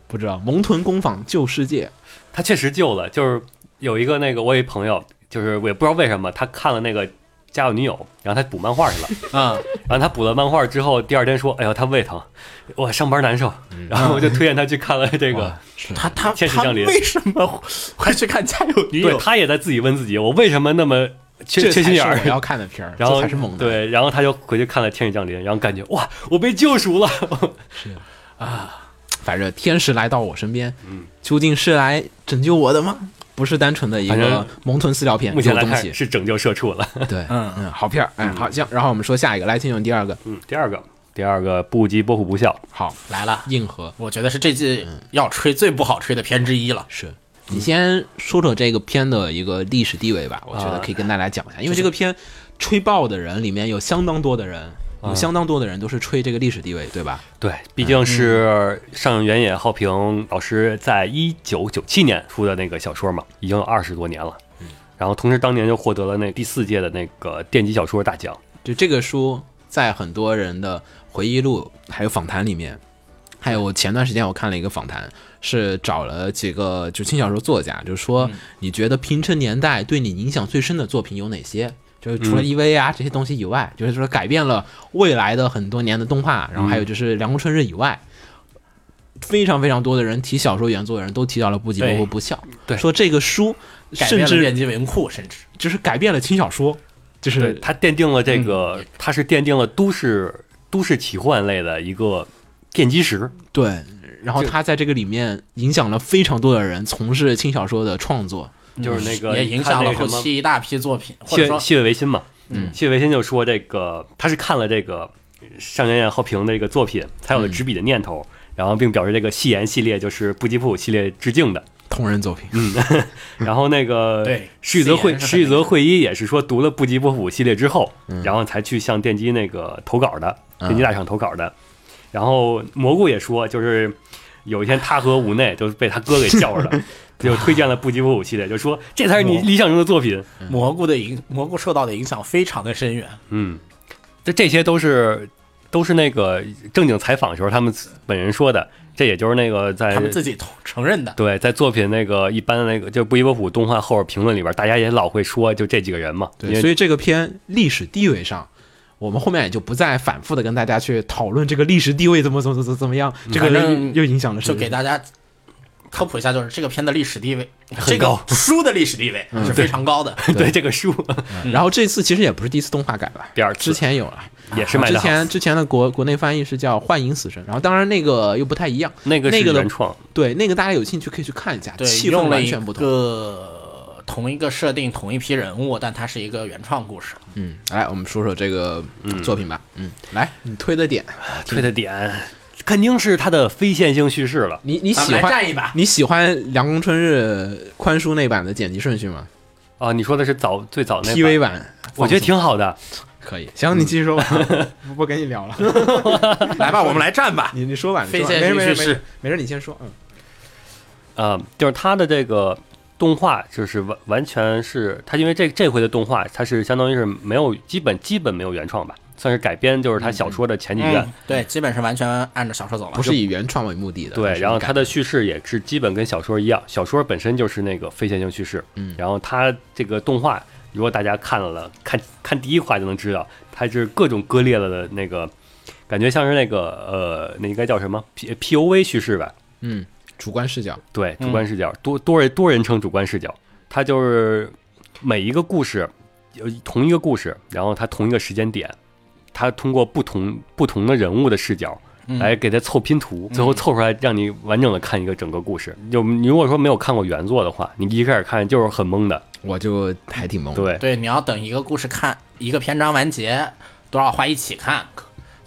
Speaker 3: 不知道。萌豚工坊救世界。
Speaker 2: 他确实救了，就是有一个那个我有一朋友，就是我也不知道为什么他看了那个《家有女友》，然后他补漫画去了。
Speaker 6: 啊，
Speaker 2: 然后他补了漫画之后，第二天说：“哎呦，他胃疼，我上班难受。”然后我就推荐他去看了这个。
Speaker 6: 他他
Speaker 2: 现实
Speaker 6: 他
Speaker 2: 降临
Speaker 6: 为什么会去看《家有女
Speaker 2: 对
Speaker 6: 友》？
Speaker 2: 他也在自己问自己：“我为什么那么缺
Speaker 3: 这才
Speaker 2: 缺心
Speaker 3: 是
Speaker 2: 眼
Speaker 3: 我
Speaker 2: 儿
Speaker 3: 要看的片儿？”，
Speaker 2: <laughs> 然后
Speaker 3: 这才是猛的。，
Speaker 2: 对，然后他就回去看了《天使降临》，然后感觉哇，我被救赎了。 <laughs>
Speaker 3: 反正天使来到我身边，嗯，究竟是来拯救我的吗？不是单纯的一
Speaker 2: 反
Speaker 3: 个
Speaker 2: 正
Speaker 3: 萌豚饲料片，
Speaker 2: 目前
Speaker 3: 有
Speaker 2: 来
Speaker 3: 东
Speaker 2: 看
Speaker 3: 西。
Speaker 2: 是拯救社畜了。
Speaker 3: 对，嗯嗯，好片儿。哎，好像。然后我们说下一个，来，请用第二个。
Speaker 2: 嗯，第二个，第二个不羁波普不笑，
Speaker 3: 好，
Speaker 6: 来了，
Speaker 3: 硬核
Speaker 6: 我觉得是这季要吹最不好吹的片之一了。
Speaker 3: 是。
Speaker 2: 嗯
Speaker 3: 你先说说这个片的一个历史地位吧，我觉得
Speaker 2: 啊
Speaker 3: 可以跟大家讲一下，因为这个片吹爆的人里面有相当多的人，
Speaker 2: 啊
Speaker 3: 有相当多的人都是吹这个历史地位，对吧？
Speaker 2: 对，毕竟是上原野浩平老师在一九九七年出的那个小说嘛，已经有二十多年了。然后同时当年就获得了那第四届的那个电击小说大奖。
Speaker 3: 就这个书，在很多人的回忆录还有访谈里面，还有我前段时间我看了一个访谈，是找了几个就轻小说作家，就是说你觉得平成年代对你影响最深的作品有哪些？就是除了 EVA 啊这些东西以外，就是说改变了未来的很多年的动画，然后还有就是《凉宫春日》以外。非常非常多的人提小说原作的人都提到了不吉波
Speaker 2: 对
Speaker 3: 波不笑，
Speaker 2: 对
Speaker 3: 说这个书
Speaker 6: 改变
Speaker 3: 甚
Speaker 6: 了
Speaker 3: 至
Speaker 6: 编辑文库，甚至
Speaker 3: 就是改变了轻小说，就
Speaker 2: 对嗯
Speaker 3: 是，
Speaker 2: 他奠定了这个，他是奠定了都市都市奇幻类的一个奠基石。
Speaker 3: 对，然后他在这个里面影响了非常多的人从事轻小说的创作。
Speaker 2: 就是那个
Speaker 6: 也影响
Speaker 2: 看
Speaker 6: 了
Speaker 2: 那
Speaker 6: 后
Speaker 2: 个什么
Speaker 6: 期一大批作品，或者
Speaker 2: 谢
Speaker 6: 说
Speaker 2: 谢伟维新嘛，嗯，谢伟维新就说这个他是看了这个上原彦浩平的这个作品，才
Speaker 6: 嗯
Speaker 2: 有了执笔的念头，然后并表示这个戏言系列就是不吉普系列致敬的。
Speaker 3: 同人作品，
Speaker 2: 嗯 <laughs> 然后那个
Speaker 6: 嗯对
Speaker 2: 石宇泽
Speaker 6: 戏
Speaker 2: 会
Speaker 6: 言是很嗯
Speaker 2: 石宇泽会一也是说读了不吉波普系列之后，然后才去向电机那个投稿的，电机大厂投稿的。然后蘑菇也说，就是有一天他和无内就是被他哥给叫着
Speaker 6: <laughs>
Speaker 2: 了，就推荐了不吉波普系列，就说这才是你理想中的作品。
Speaker 6: 蘑菇的影蘑菇受到的影响非常的深远。
Speaker 2: 嗯，这这些都是都是那个正经采访的时候他们本人说的，这也就是那个在
Speaker 6: 他们自己同承认的。
Speaker 2: 对在作品那个一般的那个就不依波普动画后边评论里边，大家也老会说就这几个人嘛，因
Speaker 3: 对，
Speaker 2: 为
Speaker 3: 所以这个片历史地位上，我们后面也就不再反复的跟大家去讨论这个历史地位怎么怎么怎么怎么样，
Speaker 2: 嗯
Speaker 3: 这个
Speaker 6: 反
Speaker 3: 又
Speaker 6: 正
Speaker 3: 又影响了谁
Speaker 6: 就给大家科普一下，就是这个片的历史地位，这
Speaker 2: 很
Speaker 6: 个
Speaker 2: 高
Speaker 6: 书的历史地位是非常高的。
Speaker 2: <laughs> 对这个书
Speaker 3: 然后这次其实也不是第一次动画改了，
Speaker 2: 嗯第二次
Speaker 3: 之前有了，
Speaker 2: 也是麦
Speaker 3: 之
Speaker 2: 当
Speaker 3: 前之前的国国内翻译是叫《幻影死神》，然后当然那个又不太一样，
Speaker 2: 那个
Speaker 3: 那
Speaker 2: 是
Speaker 3: 个的
Speaker 2: 原创，
Speaker 3: 对那个大家有兴趣可以去看一下，
Speaker 6: 对，
Speaker 3: 气氛
Speaker 6: 用了
Speaker 3: 完
Speaker 6: 一
Speaker 3: 全不同。
Speaker 6: 个同一个设定、同一批人物，但它是一个原创故事。
Speaker 3: 嗯，来我们说说这个作品吧，嗯，来你推的点，
Speaker 2: 推的点肯定是它的非线性叙事了。
Speaker 3: 你你
Speaker 6: 咱
Speaker 3: 喜
Speaker 6: 们来
Speaker 3: 欢
Speaker 6: 战
Speaker 3: <laughs>
Speaker 6: 一把
Speaker 3: 你喜欢《凉宫春日》宽叔那版的剪辑顺序吗
Speaker 2: 啊，你说的是早最早那
Speaker 3: ？TV
Speaker 2: 版，
Speaker 3: 版，
Speaker 2: 我觉得挺好的。
Speaker 3: 可以。行，你继续说吧， <laughs> 不不跟你聊了，
Speaker 6: 来吧，我们来战吧。
Speaker 3: 你你说吧，你
Speaker 6: 非
Speaker 3: 说吧
Speaker 6: 线
Speaker 3: 没事
Speaker 6: 性
Speaker 3: 没事
Speaker 6: 叙
Speaker 3: 没事
Speaker 6: 事，
Speaker 3: 没事，你先说。嗯，
Speaker 2: 呃，就是它的这个动画就是完完全是它，因为这这回的动画它是相当于是没有基本基本没有原创吧，算是改编，就是他小说的前几卷。
Speaker 6: 嗯， <laughs> 对，基本是完全按照小说走了，
Speaker 3: 不是以原创为目的的。
Speaker 2: 对，然后它
Speaker 3: 他
Speaker 2: 的叙事也是基本跟小说一样，小说本身就是那个非线性叙事。嗯，然后它这个动画，如果大家看了看看第一话就能知道，它是各种割裂了的那个，感觉像是那个呃，那应该叫什么 P P O V 叙事吧？
Speaker 3: 嗯主观视角，
Speaker 2: 对，主观视角，多多人多人称主观视角，它就是每一个故事，有同一个故事，然后它同一个时间点，它通过不同不同的人物的视角来给它凑拼图，最后凑出来让你完整的看一个整个故事。就你如果说没有看过原作的话，你一开始看就是很懵的，
Speaker 3: 我就还挺懵。，
Speaker 2: 对，
Speaker 6: 对，你要等一个故事看一个篇章完结，多少话一起看，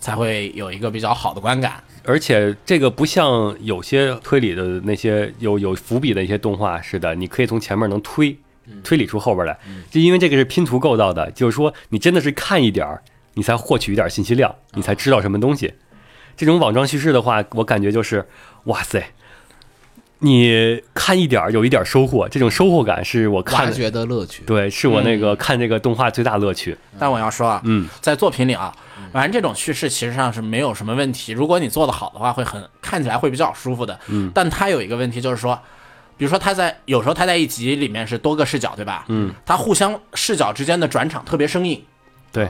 Speaker 6: 才会有一个比较好的观感。
Speaker 2: 而且这个不像有些推理的那些有有伏笔的一些动画似的，你可以从前面能推
Speaker 3: 嗯
Speaker 2: 推理出后边来，就因为这个是拼图构造的，就是说你真的是看一点儿，你才获取一点儿信息量，你才知道什么东西。这种网状叙事的话，我感觉就是哇塞，你看一点儿有一点儿收获，这种收获感是
Speaker 3: 挖
Speaker 2: 我看
Speaker 3: 掘的乐趣。
Speaker 2: 对，是我那
Speaker 3: 嗯
Speaker 2: 个看这个动画最大乐趣。
Speaker 6: 但我要说啊，
Speaker 2: 嗯，
Speaker 6: 在作品里啊，玩这种叙事其实上是没有什么问题。如果你做得好的话，会很看起来会比较舒服的。嗯，但它有一个问题就是说，比如说它在有时候它在一集里面是多个视角，对吧？嗯，它互相视角之间的转场特别生硬，
Speaker 2: 对，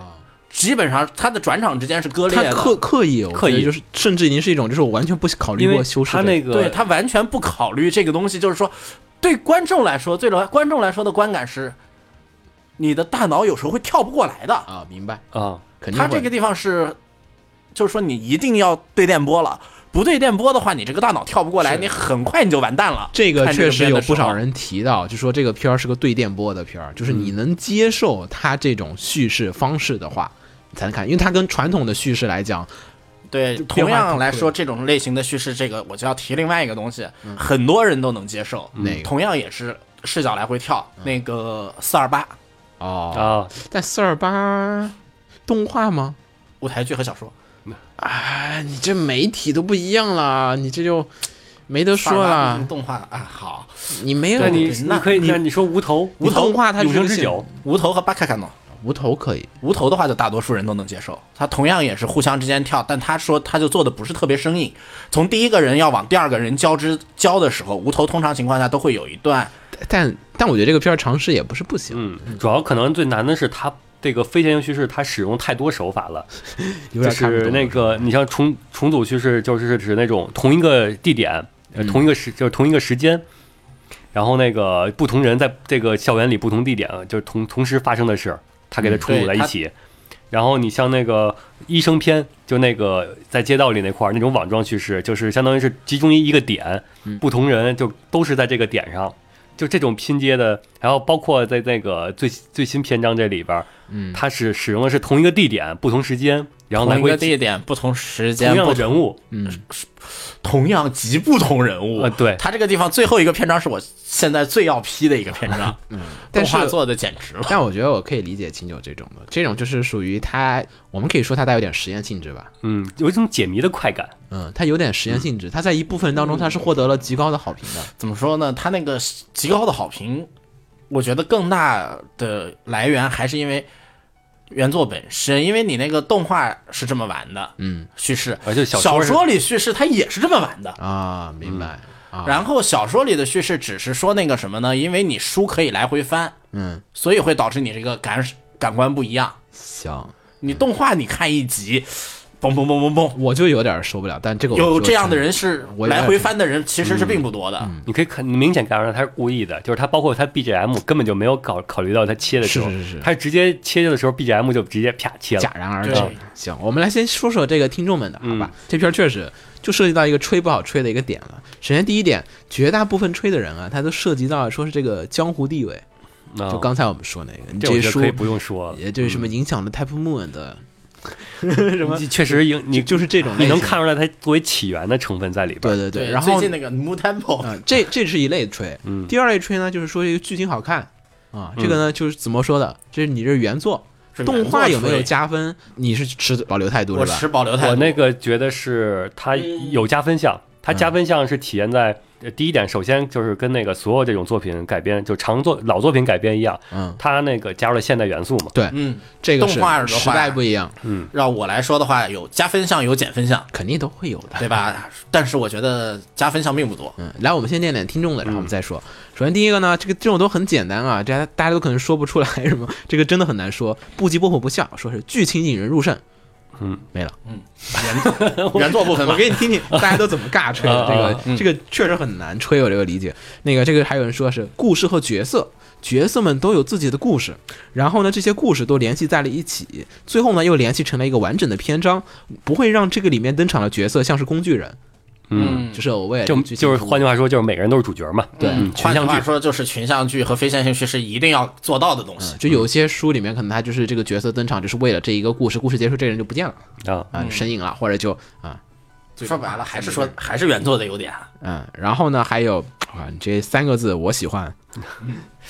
Speaker 6: 基本上它的转场之间是割裂
Speaker 3: 他
Speaker 6: 的。
Speaker 3: 刻刻意，我觉得
Speaker 2: 刻意
Speaker 3: 就是甚至已经是一种，就是我完全不考虑
Speaker 2: 因为
Speaker 3: 过修饰
Speaker 2: 他
Speaker 3: 的。
Speaker 2: 那个
Speaker 6: 对他完全不考虑这个东西，就是说，对观众来说，对观众来说的观感是，你的大脑有时候会跳不过来的。
Speaker 3: 啊，明白，
Speaker 2: 啊，
Speaker 3: 肯定
Speaker 6: 他
Speaker 3: 会。
Speaker 6: 这个地方是，就是说你一定要对电波了，不对电波的话，你这个大脑跳不过来，你很快你就完蛋了。
Speaker 3: 这个
Speaker 6: 看
Speaker 3: 确实
Speaker 6: 片
Speaker 3: 有
Speaker 6: 的时
Speaker 3: 不
Speaker 6: 候
Speaker 3: 少。人提到，就说这个片儿是个对电波的片儿，就是你能接受它这种叙事方式的话，你才能看，因为它跟传统的叙事来讲，
Speaker 6: 对，
Speaker 3: 变
Speaker 6: 同
Speaker 3: 化
Speaker 6: 样
Speaker 3: 很
Speaker 6: 来
Speaker 3: 快
Speaker 6: 说，这种类型的叙事，这个我就要提另外一个东西，很多人都能接受。
Speaker 3: 嗯哪个嗯
Speaker 6: 同样也是视角来回跳，那个四二八
Speaker 3: 哦，
Speaker 2: 啊，
Speaker 3: 但四二八动画吗？
Speaker 6: 舞台剧和小说，
Speaker 3: 哎，你这媒体都不一样了，你这就没得说
Speaker 6: 428
Speaker 3: 了，
Speaker 6: 动画啊，好，
Speaker 3: 你没有
Speaker 2: 那你
Speaker 6: 那
Speaker 2: 你可以，那你说无头，
Speaker 3: 无头的话它是
Speaker 2: 永
Speaker 3: 个
Speaker 2: 生之
Speaker 3: 性
Speaker 2: 酒，
Speaker 6: 无头和巴卡卡诺。
Speaker 3: 无头可以，
Speaker 6: 无头的话，就大多数人都能接受。他同样也是互相之间跳，但他说他就做的不是特别生硬。从第一个人要往第二个人交织交的时候，无头通常情况下都会有一段
Speaker 3: 但但我觉得这个片儿尝试也不是不行，
Speaker 2: 嗯，主要可能最难的是它这个非线性叙事，它使用太多手法了。
Speaker 3: 有
Speaker 2: 就
Speaker 3: 点看不
Speaker 2: 是啊
Speaker 3: 懂
Speaker 2: 那个，你像重重组叙事，就是指那种同一个地点、呃同一个时，就是同一个时间，然后那个不同人在这个校园里不同地点，就是同同时发生的事儿，他嗯给它重组在一起。然后你像那个医生片，就那个在街道里那块儿那种网状叙事，就是相当于是集中于一个点，不同人就都是在这个点上，就这种拼接的，然后包括在那个最最新篇章这里边，嗯，它是使用的是同一个地点、不同时间，然后来
Speaker 6: 同一
Speaker 2: 回
Speaker 6: 个地点、不同时间、
Speaker 2: 同样
Speaker 6: 不
Speaker 2: 的
Speaker 6: 同
Speaker 2: 人物，
Speaker 6: 同样极不同人物。
Speaker 2: 呃对
Speaker 6: 他这个地方最后一个篇章是我现在最要批的一个篇章，嗯，
Speaker 3: 但
Speaker 6: 动
Speaker 3: 是
Speaker 6: 画做的简直了。
Speaker 3: 但我觉得我可以理解秦九这种的，这种就是属于它，我们可以说它带有点实验性质吧。
Speaker 2: 嗯，有一种解谜的快感。
Speaker 3: 嗯，它有点实验性质，它在一部分当中它是获得了极高的好评的。
Speaker 6: 怎么说呢？他那个极高的好评，我觉得更大的来源还是因为原作本身，因为你那个动画是这么玩的，嗯，叙事，
Speaker 2: 而且小
Speaker 6: 小
Speaker 2: 说是
Speaker 6: 说里叙事它也是这么玩的。
Speaker 3: 啊，明白、啊，
Speaker 6: 然后小说里的叙事只是说那个什么呢？因为你书可以来回翻，
Speaker 3: 嗯，
Speaker 6: 所以会导致你这个感感官不一样。
Speaker 3: 行，
Speaker 6: 你动画你看一集，嘣嘣嘣嘣嘣，
Speaker 3: 我就有点受不了，但这个我
Speaker 6: 有
Speaker 3: 说
Speaker 6: 这样的
Speaker 3: 出
Speaker 6: 人是
Speaker 3: 我有点
Speaker 6: 来回翻的人其
Speaker 3: 嗯
Speaker 6: 实是并不多的。
Speaker 2: 你可以看，你明显感受到他是故意的，就是他包括他 BGM 根本就没有考考虑到他切的时候，
Speaker 3: 是是是
Speaker 2: 他直接切的时候 BGM 就直接啪切
Speaker 3: 戛
Speaker 2: 了。
Speaker 3: 然而
Speaker 6: 对
Speaker 3: 止。行，我们来先说说这个听众们的，好吧？这片儿确实就涉及到一个吹不好吹的一个点了。首先第一点，绝大部分吹的人啊，他都涉及到说是这个江湖地位，
Speaker 2: 嗯
Speaker 3: 就刚才我们说那个，你
Speaker 2: 这我觉得
Speaker 3: 书
Speaker 2: 可以不用说了，
Speaker 3: 也就是什么影响了 Type Moon 的，
Speaker 2: 你确实影你
Speaker 3: 就是这种类
Speaker 2: 你能
Speaker 3: 型
Speaker 2: 看出来它作为起源的成分在里边。
Speaker 3: 对对对，然
Speaker 6: 最
Speaker 3: 后
Speaker 6: 近那个 Mu Temple，、
Speaker 3: 嗯，这这是一类吹。
Speaker 6: 嗯
Speaker 3: 第二类吹呢，就是说这个剧情好看啊，这个呢就是怎么说的？这是你这是原作，
Speaker 6: 是原作
Speaker 3: 动画有没有
Speaker 6: 吹
Speaker 3: 加分？你是持保留态度
Speaker 6: 我
Speaker 3: 是吧
Speaker 6: 持？保留态度。
Speaker 2: 我那个觉得是它有加分项，它加分项是体现在呃第一点，首先就是跟那个所有这种作品改编，就长作老作品改编一样，
Speaker 3: 嗯
Speaker 2: 它那个加入了现代元素嘛，
Speaker 3: 对，
Speaker 6: 嗯，
Speaker 3: 这个是
Speaker 6: 动画的话
Speaker 3: 时代不一样，
Speaker 6: 让我来说的话，有加分项，有减分项，
Speaker 3: 肯定都会有的。
Speaker 6: 对吧？但是我觉得加分项并不多。
Speaker 3: 嗯，来，我们先念念听众的，然
Speaker 6: 嗯
Speaker 3: 后我们再说。首先第一个呢，这个这种都很简单啊，大家大家都可能说不出来什么，这个真的很难说。不急不火不笑，说是剧情引人入胜。嗯，没了。
Speaker 6: <laughs> 原作部分
Speaker 3: 我
Speaker 6: 吧，
Speaker 3: 给你听听，大家都怎么尬吹的。这
Speaker 2: 啊
Speaker 3: 个、这个确实很难吹，我这个理解。那个这个还有人说是故事和角色，角色们都有自己的故事，然后呢这些故事都联系在了一起，最后呢又联系成了一个完整的篇章，不会让这个里面登场的角色像是工具人。
Speaker 2: 嗯，
Speaker 3: 就是我为了
Speaker 2: 就
Speaker 3: 这个剧情
Speaker 2: 就是
Speaker 3: 服务
Speaker 2: 换句话说，就是每个人都是主角嘛，对嗯，群
Speaker 6: 换句
Speaker 2: 像
Speaker 6: 话
Speaker 2: 剧，
Speaker 6: 说，就是群像剧和非线性叙事一定要做到的东西。
Speaker 3: 就有些书里面可能他就是这个角色登场，就是为了这一个故事，故事结束这人就不见了
Speaker 2: 啊，
Speaker 3: 啊，身影了，或者就啊
Speaker 6: 说白了，还是说还是原作的优点啊。
Speaker 3: 嗯，然后呢还有啊这三个字我喜欢， <laughs>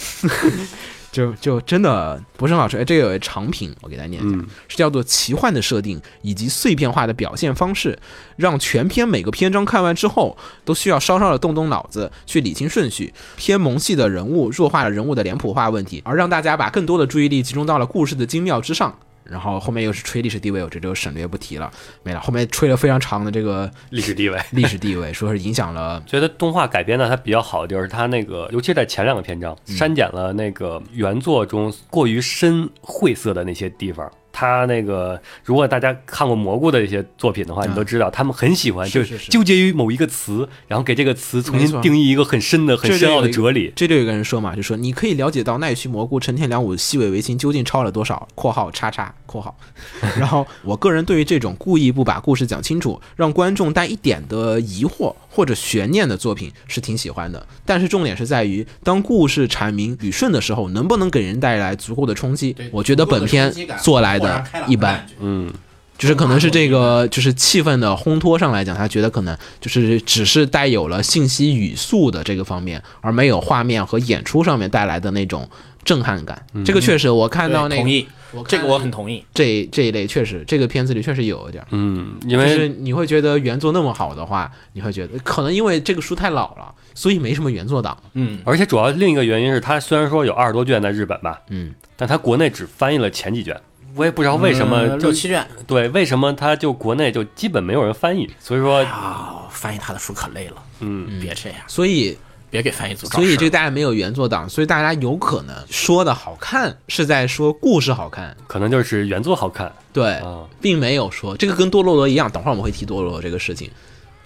Speaker 3: 就就真的不是很好吃。哎，这个有一长评，我给大家念
Speaker 2: 嗯
Speaker 3: 一下，是叫做奇幻的设定以及碎片化的表现方式，让全篇每个篇章看完之后都需要稍稍的动动脑子去理清顺序。偏萌系的人物弱化了人物的脸谱化问题，而让大家把更多的注意力集中到了故事的精妙之上。然后后面又是吹历史地位，我这就省略不提了，没了。后面吹了非常长的这个
Speaker 2: 历史地位。
Speaker 3: 历史地位，说是影响了
Speaker 2: 觉得动画改编的它比较好的就是它那个，尤其是在前两个篇章，删减了那个原作中过于深晦涩的那些地方。它那个，如果大家看过蘑菇的一些作品的话，你都知道他们很喜欢，就是
Speaker 3: 是
Speaker 2: 纠结于某一个词，然后给这个词重
Speaker 3: 没错
Speaker 2: 新定义一个很深的、很
Speaker 3: 这就
Speaker 2: 深奥
Speaker 3: 有
Speaker 2: 的
Speaker 3: 一个
Speaker 2: 哲理。
Speaker 3: 这就有一个人说嘛，就说你可以了解到奈须蘑菇、成田良武、西尾维新究竟抄了多 <laughs> 少（括号叉叉括号）。然后我个人对于这种故意不把故事讲清楚，让观众带一点的疑惑或者悬念的作品是挺喜欢的。但是重点是在于，当故事阐明捋顺的时候，能不能给人带来足够的冲击？我觉得本片做来的一般。，
Speaker 2: 嗯，
Speaker 3: 就是可能是这个，就是气氛的烘托上来讲，他觉得可能就是只是带有了信息语速的这个方面，而没有画面和演出上面带来的那种震撼感。这个确实，我看到那
Speaker 6: 同
Speaker 3: 个
Speaker 6: 意，这个我很同意。
Speaker 3: 这这一类确实，这个片子里确实有一点儿，
Speaker 2: 嗯，因
Speaker 3: 就
Speaker 2: 为
Speaker 3: 是你会觉得原作那么好的话，你会觉得可能因为这个书太老了，所以没什么原作党。
Speaker 2: 而且主要另一个原因是，它虽然说有二十多卷在日本吧，
Speaker 3: 嗯，
Speaker 2: 但它国内只翻译了前几卷，我也不知道为什么
Speaker 6: 嗯
Speaker 2: 就
Speaker 6: 六七卷
Speaker 2: 对为什么它就国内就基本没有人翻译，所以说
Speaker 6: 啊，翻译他的书可累了。嗯，别这样，
Speaker 3: 所以
Speaker 6: 别给翻译组找
Speaker 3: 所以
Speaker 6: 事
Speaker 3: 这个大家没有原作党，所以大家有可能说的好看是在说故事好看，
Speaker 2: 可能就是原作好看，
Speaker 3: 对
Speaker 2: 啊，
Speaker 3: 并没有说这个跟多罗罗一样。等会儿我们会提多罗罗这个事情，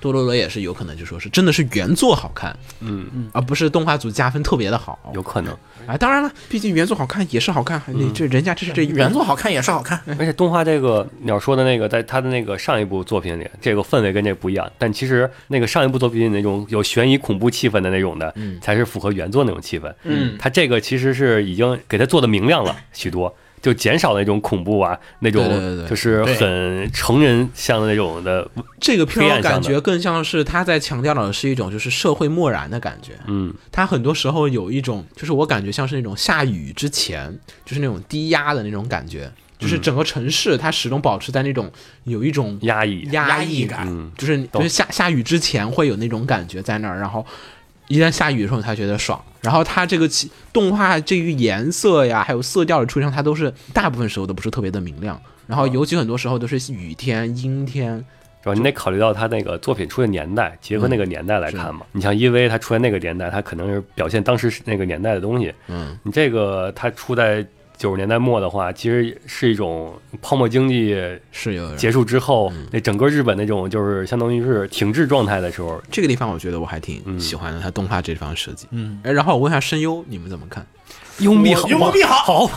Speaker 3: 多罗罗也是有可能就说是真的是原作好看，嗯，而不是动画组加分特别的好。
Speaker 2: 有可能。嗯
Speaker 3: 啊，当然了，毕竟原作好看也是好看，你这人家这是这一
Speaker 2: <laughs>
Speaker 6: 原作好看也是好看，
Speaker 2: 而且动画这个鸟说的那个，在他的那个上一部作品里，这个氛围跟这不一样。但其实那个上一部作品里那种有悬疑恐怖气氛的那种的，
Speaker 3: 嗯
Speaker 2: 才是符合原作那种气氛。嗯，他这个其实是已经给他做的明亮了许多，就减少了那种恐怖啊，那
Speaker 3: 对对对
Speaker 2: 种
Speaker 3: 对
Speaker 2: 就是
Speaker 6: 对
Speaker 2: 很成人像的那种的。
Speaker 3: 这个片
Speaker 2: 黑
Speaker 3: 儿
Speaker 2: 暗
Speaker 3: 我
Speaker 2: 向
Speaker 3: 感
Speaker 2: 的
Speaker 3: 觉更像是他在强调的是一种就是社会漠然的感觉，
Speaker 2: 嗯，
Speaker 3: 他很多时候有一种就是我感觉像是那种下雨之前就是那种低压的那种感觉，就是整个城市它始终保持在那种有一种
Speaker 2: 压抑，
Speaker 3: 压
Speaker 6: 压抑感
Speaker 3: 嗯就是就
Speaker 2: 懂
Speaker 3: 是下下雨之前会有那种感觉在那儿，然后一旦下雨的时候你才觉得爽。然后它这个其动画这个颜色呀，还有色调的出现，它都是大部分时候都不是特别的明亮，然后尤其很多时候都是雨天、阴天，
Speaker 2: 主要你得考虑到他那个作品出现年代，结合那个年代
Speaker 3: 嗯
Speaker 2: 来看嘛。你像 E.V. 它出现那个年代，它可能是表现当时那个年代的东西。
Speaker 3: 嗯，
Speaker 2: 你这个它出在九十年代末的话，其实是一种泡沫经济
Speaker 3: 是有
Speaker 2: 结束之后，
Speaker 3: 嗯
Speaker 2: 那整个日本那种就是相当于是停滞状态的时候。
Speaker 3: 这个地方，我觉得我还挺喜欢的，它动画这地方设计。嗯，然后我问一下声优，你们怎么看？
Speaker 2: 幽闭好，
Speaker 6: 幽默必好，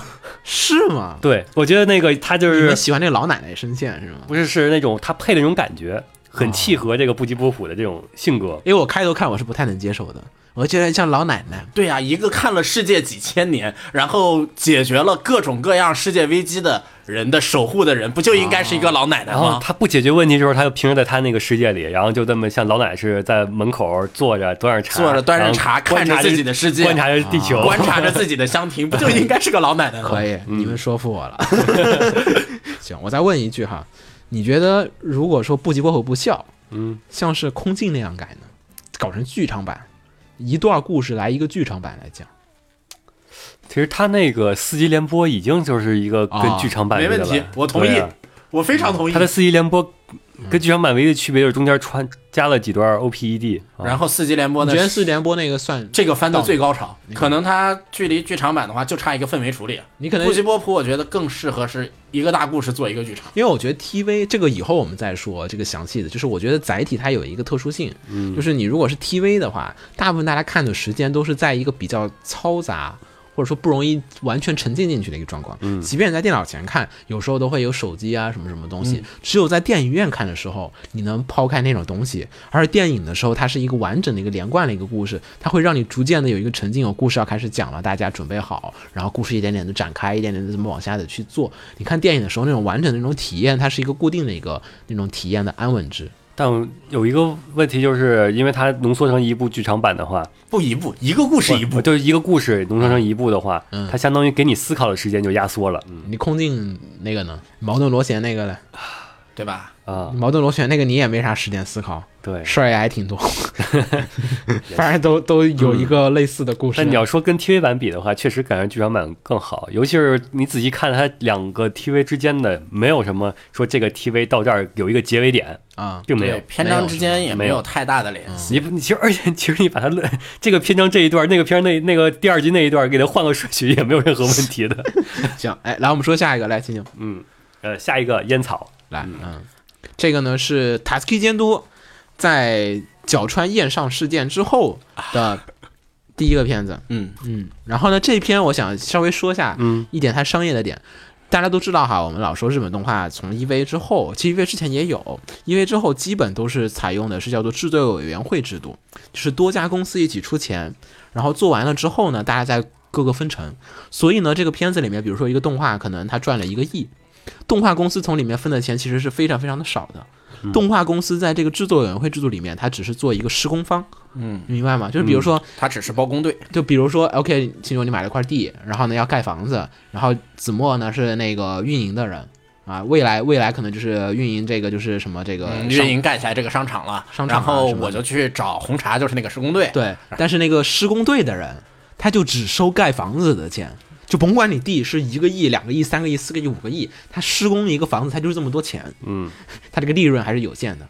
Speaker 3: 是吗？
Speaker 2: 对我觉得那个他就
Speaker 3: 你
Speaker 2: 是
Speaker 3: 们喜欢那个老奶奶声线是吗？
Speaker 2: 不是是那种他配的那种感觉，很
Speaker 3: 哦
Speaker 2: 契合这个不吉波普的这种性格。
Speaker 3: 因为我开头看我是不太能接受的，我觉得像老奶奶，
Speaker 6: 对呀、一个看了世界几千年，然后解决了各种各样世界危机的人的守护的人，不就应该是一个老奶奶
Speaker 2: 然后
Speaker 6: 吗？
Speaker 2: 他不解决问题的时候，他就平时在他那个世界里，然后就这么像老奶似的在门口坐着端着茶，
Speaker 6: 坐着端着茶
Speaker 2: 然后观察
Speaker 6: 看着自己的世界啊
Speaker 2: 观察着地球。
Speaker 6: 观察着自己的
Speaker 2: <laughs>
Speaker 6: 香亭，不就应该是个老奶奶吗
Speaker 3: 可？以，你们说服我了。 <laughs> 行，我再问一句哈，你觉得如果说不急不吼不笑，
Speaker 2: 嗯，
Speaker 3: 像是空镜那样改呢？搞成剧场版，一段故事来一个剧场版来讲。
Speaker 2: 其实他那个四级联播已经就是一个跟
Speaker 3: 啊
Speaker 2: 剧场版
Speaker 6: 没
Speaker 2: 似的
Speaker 6: 问
Speaker 2: 了
Speaker 6: 题，我同意嗯
Speaker 2: 对啊，
Speaker 6: 我非常同意
Speaker 2: 他。的四级联播跟剧场版唯一的区别就是中间穿加了几段 OPED，啊
Speaker 6: 然后四级联播
Speaker 3: 我
Speaker 6: 呢
Speaker 3: 觉，得四联播那个算
Speaker 6: 这个番的最高潮，可能它距离剧场版的话就差一个氛围处理。
Speaker 3: 你可能
Speaker 6: 布吉波普，我觉得更适合是一个大故事做一个剧场。
Speaker 3: 因为我觉得 TV 这个以后我们再说这个详细的，就是我觉得载体它有一个特殊性，就是你如果是 TV 的话，大部分大家看的时间都是在一个比较嘈杂。或者说不容易完全沉浸进去的一个状况，嗯，即便你在电脑前看，有时候都会有手机啊什么什么东西。只有在电影院看的时候，你能抛开那种东西，而电影的时候，它是一个完整的一个连贯的一个故事，它会让你逐渐的有一个沉浸，有故事要开始讲了，大家准备好，然后故事一点点的展开，一点点的怎么往下的去做。你看电影的时候，那种完整的那种体验，它是一个固定的一个那种体验的安稳值。
Speaker 2: 但有一个问题就是，因为它浓缩成一部剧场版的话，
Speaker 6: 不一步，一个故事一步。
Speaker 2: 就是一个故事浓缩成一部的话，
Speaker 3: 嗯
Speaker 2: 它相当于给你思考的时间就压缩了。嗯
Speaker 3: 你空镜那个呢？矛盾螺旋那个呢？
Speaker 6: 对吧？
Speaker 2: 啊，
Speaker 3: 矛盾螺旋那个你也没啥时间思考，
Speaker 2: 对。
Speaker 3: 事儿也还挺 <laughs> 多，反正都都有一个类似的故事。
Speaker 2: 但你要说跟 TV 版比的话，确实感觉剧场版更好，尤其是你仔细看它两个 TV 之间的，没有什么说这个 TV 到这儿有一个结尾点，
Speaker 3: 啊，
Speaker 2: 并没有
Speaker 6: 对，。篇章之间也
Speaker 2: 没
Speaker 6: 没
Speaker 2: 有
Speaker 6: 有太大的联系。
Speaker 2: 你不你其实而且其实你把它论这个篇章这一段，那个篇那那个第二集那一段，给它换个顺序也没有任何问题的。 <laughs>
Speaker 3: 行，哎，来我们说下一个，来，青青。
Speaker 2: 嗯，呃，下一个烟草，
Speaker 3: 来，嗯，这个呢是塔斯基监督在角川宴上事件之后的第一个片子，
Speaker 6: 嗯
Speaker 3: 嗯，然后呢这篇我想稍微说下，
Speaker 2: 嗯，
Speaker 3: 一点它商业的点。大家都知道哈，我们老说日本动画从 EV 之后，其实 EV 之前也有，EV 之后基本都是采用的是叫做制作委员会制度，就是多家公司一起出钱，然后做完了之后呢，大家再各个分成。所以呢，这个片子里面，比如说一个动画，可能它赚了一个亿，动画公司从里面分的钱其实是非常非常的少的。
Speaker 6: 嗯
Speaker 3: 动画公司在这个制作委员会制度里面，它只是做一个施工方，
Speaker 6: 嗯，
Speaker 3: 你明白吗？就是比如说，
Speaker 6: 它只是包工队，
Speaker 3: 就比如说，OK，秦九你买了块地，然后呢要盖房子，然后子墨呢是那个运营的人啊，未来未来可能就是运营这个就是什么这个
Speaker 6: 嗯
Speaker 3: 呃商
Speaker 6: 运营盖起来这个商场了，
Speaker 3: 商场啊
Speaker 6: 然后
Speaker 3: 什么的
Speaker 6: 我就去找红茶，就是那个施工队。
Speaker 3: 对，但是那个施工队的人，他就只收盖房子的钱，就甭管你地是一个亿、两个亿、三个亿、四个亿、五个亿，他施工一个房子，他就是这么多钱，
Speaker 2: 嗯，
Speaker 3: 他这个利润还是有限的。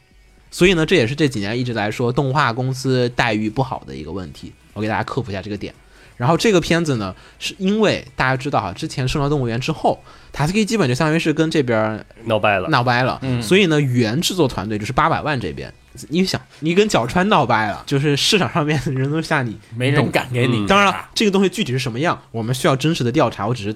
Speaker 3: 所以呢，这也是这几年一直来说动画公司待遇不好的一个问题。我给大家科普一下这个点。然后这个片子呢，是因为大家知道哈，之前《圣狼动物园》之后，塔斯基基本就相当于是跟这边儿
Speaker 2: 闹掰了。
Speaker 3: 闹掰了。
Speaker 6: 嗯
Speaker 3: 所以呢，原制作团队就是八百万这边，你想，你跟角川闹掰了，就是市场上面的人都吓你，
Speaker 6: 没人
Speaker 3: 懂。
Speaker 6: 敢给你。
Speaker 3: 嗯当然了，这个东西具体是什么样，我们需要真实的调查，我只是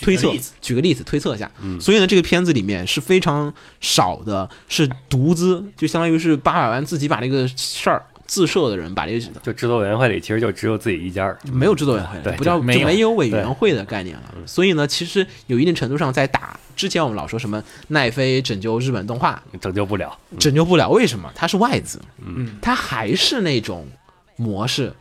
Speaker 3: 推测
Speaker 6: 举个例子，嗯
Speaker 3: 举个例子推测一下。所以呢，这个片子里面是非常少的，是独资，就相当于是八百万自己把这个事儿自设的人把这个
Speaker 6: 嗯
Speaker 2: 就制作委员会里其实就只有自己一家儿。
Speaker 3: 没有制作委员会，
Speaker 2: 对
Speaker 3: 不叫
Speaker 6: 就没有嗯
Speaker 3: 就没有委员会的概念了。所以呢，其实有一定程度上在打之前我们老说什么奈飞拯救日本动画，
Speaker 2: 拯救不了。
Speaker 3: 拯救不了。为什么？它是外资，嗯，它还是那种模式，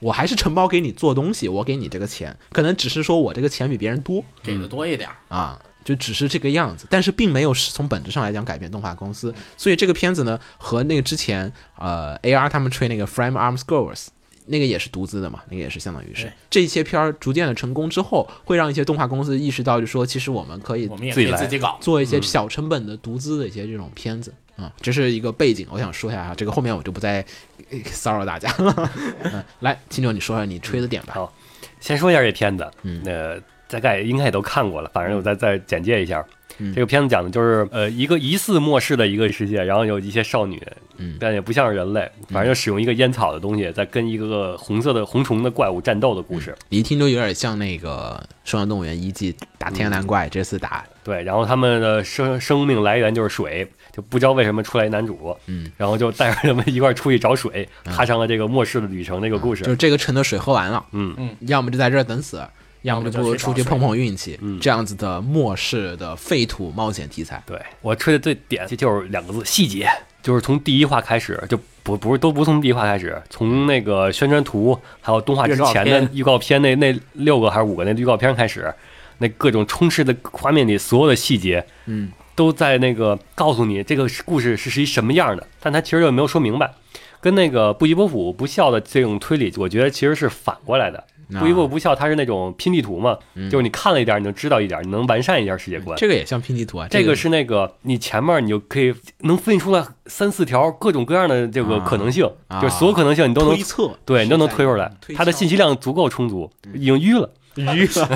Speaker 3: 我还是承包给你做东西，我给你这个钱，可能只是说我这个钱比别人多
Speaker 6: 给的多一点儿，
Speaker 3: 啊。就只是这个样子，但是并没有是从本质上来讲改变动画公司，所以这个片子呢和那个之前呃 AR 他们吹那个 Frame Arms Girls 那个也是独资的嘛，那个也是相当于是
Speaker 6: 对
Speaker 3: 这一些片儿逐渐的成功之后，会让一些动画公司意识到，就说其实我们可以
Speaker 6: 我们也
Speaker 2: 自
Speaker 6: 可
Speaker 2: 己
Speaker 6: 以
Speaker 2: 来
Speaker 6: 自己搞。
Speaker 3: 做一些
Speaker 2: 嗯
Speaker 3: 小成本的独资的一些这种片子啊、嗯这是一个背景，我想说一下啊，这个后面我就不再 <laughs> 呃骚扰大家了。 <laughs> 嗯、来，秦九，你说说你吹的点吧。
Speaker 2: 好先说一下这片子，嗯，呃，大概应该也都看过了，反正我
Speaker 3: 嗯
Speaker 2: 再再简介一下。这个片子讲的就是，呃，一个疑似末世的一个世界，然后有一些少女，
Speaker 3: 嗯
Speaker 2: 但也不像是人类，反正就使用一个烟草的东西，在跟一个红色的红虫的怪物战斗的故事。
Speaker 3: 你一听就有点像那个《生化动物园》一季打天蓝
Speaker 2: 嗯
Speaker 3: 怪，这次打
Speaker 2: 对，然后他们的生生命来源就是水，就不知道为什么出来一男主，
Speaker 3: 嗯，
Speaker 2: 然后就带着他们一块儿出去找水，踏上了这个末世的旅程。这
Speaker 3: 嗯
Speaker 2: 个故事
Speaker 3: 就是这个城的水喝完了，
Speaker 2: 嗯
Speaker 6: 嗯
Speaker 3: 要么就在这儿等死，要么就不如出去碰碰运气，
Speaker 2: 嗯
Speaker 3: 这样子的末世的废土冒险题材。
Speaker 2: 对我吹的最点就就是两个字细节，就是从第一话开始就不不是都不从第一话开始，从那个宣传图还有动画之前
Speaker 6: 预告
Speaker 2: 的
Speaker 6: 片
Speaker 2: 预告片那那六个还是五个那预告片开始，那各种充斥的画面里所有的细节，
Speaker 3: 嗯，
Speaker 2: 都在那个告诉你这个故事是是一什么样的，但它其实又没有说明白。跟那个不依不服不孝的这种推理，我觉得其实是反过来的。
Speaker 6: 啊
Speaker 2: 不依不服不孝，它是那种拼地图嘛，
Speaker 6: 嗯
Speaker 2: 就是你看了一点，你能知道一点，你能完善一下世界观。
Speaker 3: 这个也像拼地图啊，
Speaker 2: 这个是那个你前面你就可以能分析出来三四条各种各样的这个可能性，
Speaker 3: 啊
Speaker 2: 就是所有可能性你都能
Speaker 3: 推测嗯
Speaker 2: 对，你都能推出来
Speaker 3: 推。敲嗯
Speaker 2: 它的信息量足够充足，已经淤了。淤 <laughs> 了，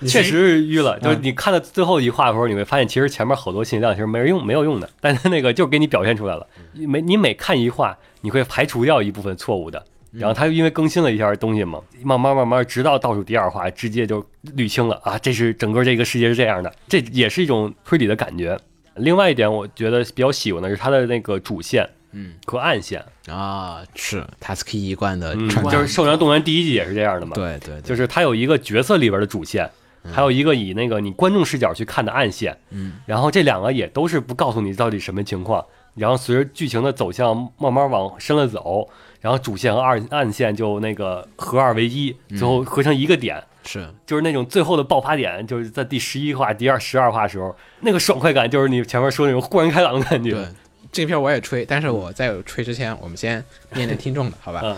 Speaker 2: 嗯确实是淤了。就是你看到最后一话的时候，你会发现其实前面好多信息量其实没人用，没有用的，但是那个就给你表现出来了。
Speaker 3: 嗯
Speaker 2: 每你每看一话，你会排除掉一部分错误的。
Speaker 3: 嗯
Speaker 2: 然后他因为更新了一下东西嘛，慢慢慢慢，直到倒数第二话，直接就捋清了啊，这是整个这个世界是这样的，这也是一种推理的感觉。另外一点，我觉得比较喜欢的是它的那个主线，嗯，和暗线，
Speaker 3: 啊，是 Task 一贯的
Speaker 2: 嗯，
Speaker 3: 传
Speaker 2: 就是《兽娘动员》第一季也是这样的嘛，，
Speaker 3: 对对
Speaker 2: 就
Speaker 3: 对，
Speaker 2: 是它有一个角色里边的主线，还有一个以那个你观众视角去看的暗线，嗯，然后这两个也都是不告诉你到底什么情况，然后随着剧情的走向慢慢往深了走，然后主线和二暗线就那个合二为一，最后合成一个点。
Speaker 3: 是
Speaker 2: 就是那种最后的爆发点，就是在第十一话、第二十二话的时候，那个爽快感，就是你前面说那种豁然开朗的感觉。
Speaker 3: 对。这篇我也吹，但是我在吹之前，我们先念念听众的，好吧？啊、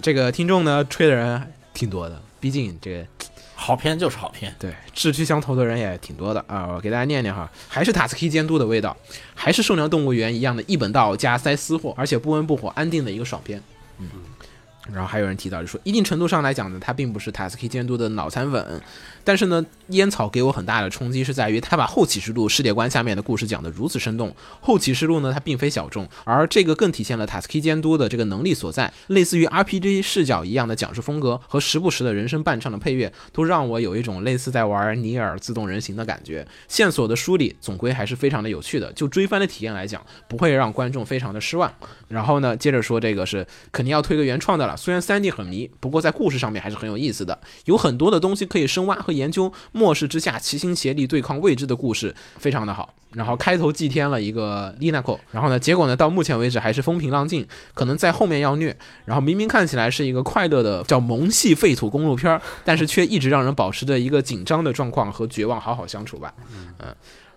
Speaker 3: 这个听众呢，吹的人挺多的，毕竟这个
Speaker 6: 好片就是好片，
Speaker 3: 对，志趣相投的人也挺多的啊、我给大家念念哈，还是塔斯基监督的味道，还是《兽娘动物园》一样的一本道加塞私货，而且不温不火，安定的一个爽片。嗯，然后还有人提到就说，一定程度上来讲呢，他并不是塔斯基监督的脑残粉，但是呢，烟草给我很大的冲击是在于他把后启示录世界观下面的故事讲得如此生动。后启示录呢，它并非小众，而这个更体现了塔斯基监督的这个能力所在，类似于 RPG 视角一样的讲述风格和时不时的人声伴唱的配乐，都让我有一种类似在玩尼尔自动人形的感觉。线索的梳理总归还是非常的有趣的，就追番的体验来讲，不会让观众非常的失望。然后呢，接着说这个是肯定要推个原创的了，虽然 3D 很迷，不过在故事上面还是很有意思的，有很多的东西可以深挖和研究。末世之下，齐心协力对抗未知的故事非常的好。然后开头祭天了一个 l i n a c o 然后呢，结果呢，到目前为止还是风平浪静，可能在后面要虐。然后明明看起来是一个快乐的叫萌系废土公路片儿，但是却一直让人保持着一个紧张的状况和绝望，好好相处吧。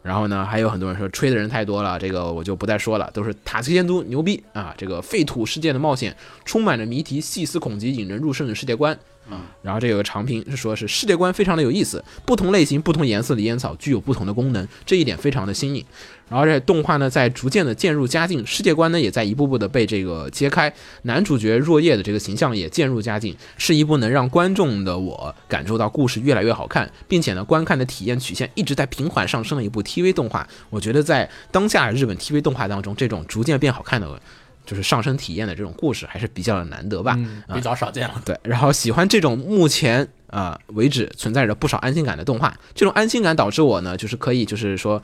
Speaker 3: 然后呢，还有很多人说吹的人太多了，这个我就不再说了，都是塔斯监督牛逼啊！这个废土世界的冒险充满着谜题、细思恐极、引人入胜的世界观。然后这有个长评是说是世界观非常的有意思，不同类型、不同颜色的烟草具有不同的功能，这一点非常的新颖。然后这动画呢在逐渐的渐入佳境，世界观呢也在一步步的被这个揭开，男主角若叶的这个形象也渐入佳境，是一部能让观众的我感受到故事越来越好看，并且呢观看的体验曲线一直在平缓上升的一部 TV 动画。我觉得在当下日本 TV 动画当中，这种逐渐变好看的。就是上升体验的这种故事还是比较的难得吧，啊
Speaker 6: 嗯比较少见了。
Speaker 3: 对，然后喜欢这种目前啊、呃为止存在着不少安心感的动画，这种安心感导致我呢，就是可以就是说。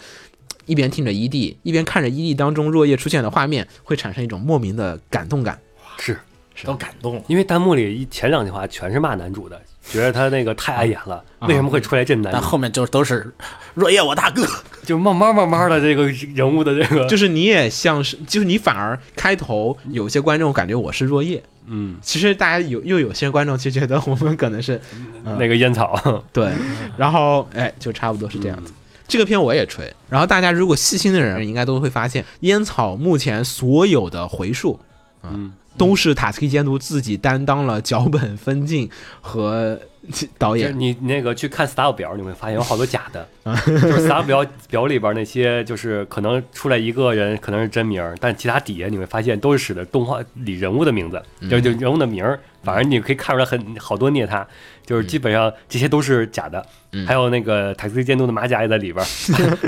Speaker 3: 一边听着 ED，一边看着 ED 当中落叶出现的画面，会产生一种莫名的感动感。
Speaker 2: 是，
Speaker 6: 都感动了。
Speaker 2: 因为弹幕里一前两句话全是骂男主的，觉得他那个太碍眼了，为什么会出来这么男
Speaker 6: 但
Speaker 2: 主？
Speaker 6: 后面就都是若叶我大哥，
Speaker 2: 就慢慢慢慢的这个人物的这个，
Speaker 3: 就是你也像是，就是你反而开头有些观众感觉我是落叶，
Speaker 2: 嗯，
Speaker 3: 其实大家有又有些观众其实觉得我们可能是
Speaker 2: 那个烟草，
Speaker 3: <laughs> 对，然后哎，就差不多是这样子。这个片我也吹，然后大家如果细心的人应该都会发现，烟草目前所有的回溯，
Speaker 2: 嗯，
Speaker 3: 都是塔斯基监督自己担当了脚本分镜和 <laughs> 导
Speaker 2: 就是
Speaker 3: 演。
Speaker 2: 你你那个去看 style 表，你会发现有好多假的，就是 style 表表里边那些，就是可能出来一个人可能是真名儿，但其他底下你会发现都是使的动画里人物的名字，就就人物的名儿，反正你可以看出来很好多虐他，就是基本上这些都是假的，还有那个台词监督的马甲也在里边儿，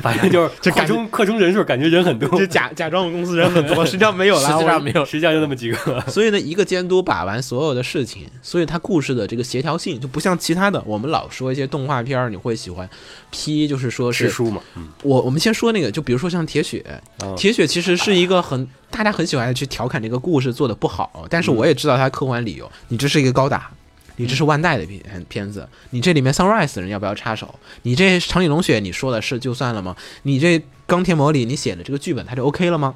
Speaker 2: 反正就是
Speaker 3: 这
Speaker 2: 扩
Speaker 3: 感觉
Speaker 2: 充扩充人数，感觉人很多，
Speaker 3: 就假假装我们公司人很多，实际上没有了。
Speaker 6: 实际上没有
Speaker 2: 实际上就那么几个。
Speaker 3: <laughs> 所以呢，一个监督把玩所有的事情，所以他故事的这个协调性就不像其他的。我们老说一些动画片儿，你会喜欢 P，就是说是
Speaker 2: 吃书嘛，嗯
Speaker 3: 我我们先说那个，就比如说像铁血，
Speaker 6: 嗯
Speaker 3: 铁血其实是一个很大家很喜欢去调侃这个故事做的不好，但是我也知道它客观理由，你这是一个高达。你这是万代的片片子，你这里面 Sunrise 人要不要插手？你这长井龙雪你说的是就算了吗？你这钢铁魔里你写的这个剧本它就 OK 了吗？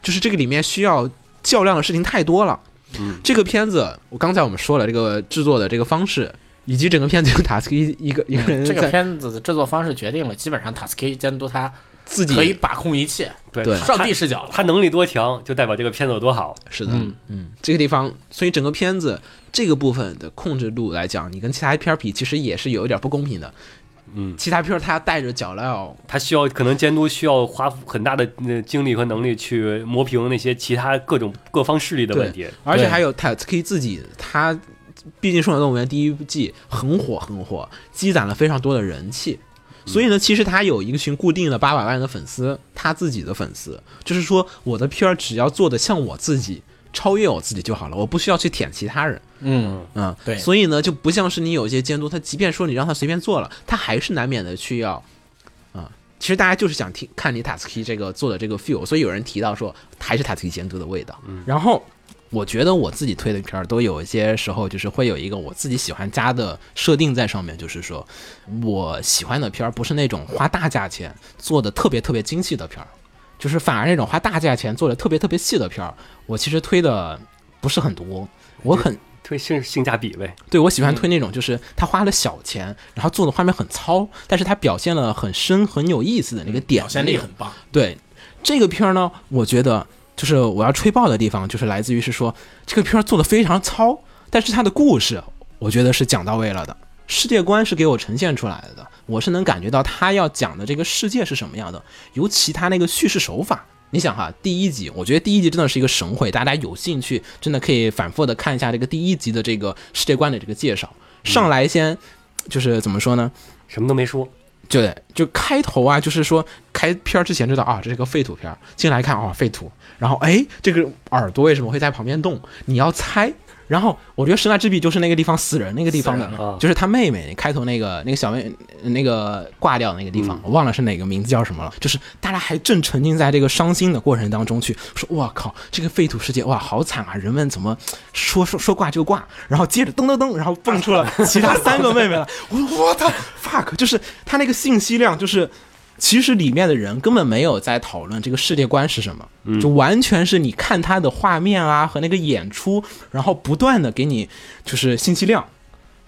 Speaker 3: 就是这个里面需要较量的事情太多了。
Speaker 6: 嗯
Speaker 3: 这个片子我刚才我们说了这个制作的这个方式，以及整个片子由塔斯基一个一个人
Speaker 6: 嗯这个
Speaker 3: 在
Speaker 6: 片子的制作方式决定了，基本上塔斯基监督他
Speaker 3: 自己
Speaker 6: 可以把控一切，
Speaker 2: 对
Speaker 3: 对
Speaker 6: 上帝视角了。
Speaker 2: 他能力多强，就代表这个片子有多好。
Speaker 3: 是的，嗯这个地方，所以整个片子这个部分的控制度来讲，你跟其他片儿比，其实也是有一点不公平的。
Speaker 2: 嗯
Speaker 3: 其他片儿他带着脚镣，
Speaker 2: 他需要可能监督需要花很大的呃精力和能力去磨平那些其他各种各方势力的问题。
Speaker 3: 而且
Speaker 6: 对
Speaker 3: 还有塔斯基自己，他毕竟《兽小动物园》第一季很火很火，积攒了非常多的人气。
Speaker 2: 嗯
Speaker 3: 所以呢，其实他有一群固定的八百万的粉丝，他自己的粉丝，就是说我的片儿只要做的像我自己，超越我自己就好了，我不需要去舔其他人。
Speaker 6: 嗯，
Speaker 3: 嗯，
Speaker 6: 对
Speaker 3: 所以呢，就不像是你有一些监督，他即便说你让他随便做了，他还是难免的去要，啊、其实大家就是想听看你塔斯基这个做的这个 feel，所以有人提到说还是塔斯基监督的味道。
Speaker 2: 嗯
Speaker 3: 然后我觉得我自己推的片儿都有一些时候就是会有一个我自己喜欢加的设定在上面，就是说我喜欢的片儿不是那种花大价钱做的特别特别精细的片儿，就是反而那种花大价钱做的特别特别细的片儿，我其实推的不是很多，我很。
Speaker 2: 推性性价比呗，
Speaker 3: 对我喜欢推那种，就是他花了小钱，然后做的画面很糙，但是他表现了很深、很有意思的那个点，
Speaker 6: 嗯表现力很。棒。
Speaker 3: 对这个片儿呢，我觉得就是我要吹爆的地方，就是来自于是说这个片儿做的非常糙，但是它的故事，我觉得是讲到位了的。世界观是给我呈现出来的，我是能感觉到他要讲的这个世界是什么样的，尤其他那个叙事手法。你想哈，第一集，我觉得第一集真的是一个神回，大家有兴趣真的可以反复的看一下这个第一集的这个世界观的这个介绍。上来先就是怎么说呢？
Speaker 2: 什么都没说，
Speaker 3: 就就开头啊，就是说开篇儿之前知道啊，这是个废土片儿，进来看啊废土，然后哎，这个耳朵为什么会在旁边动？你要猜。然后我觉得神来之笔就是那个地方死人那个地方的，
Speaker 2: 死人啊
Speaker 3: 就是他妹妹开头那个那个小妹那个挂掉那个地方，我忘了是哪个名字叫什么了。就是大家还正沉浸在这个伤心的过程当中去说，哇靠，这个废土世界哇好惨啊，人们怎么说说说挂就挂，然后接着噔噔噔，然后蹦出了其他三个妹妹来， <laughs> 我说我操 fuck，就是他那个信息量就是。其实里面的人根本没有在讨论这个世界观是什么，就完全是你看他的画面啊和那个演出，然后不断的给你就是信息量，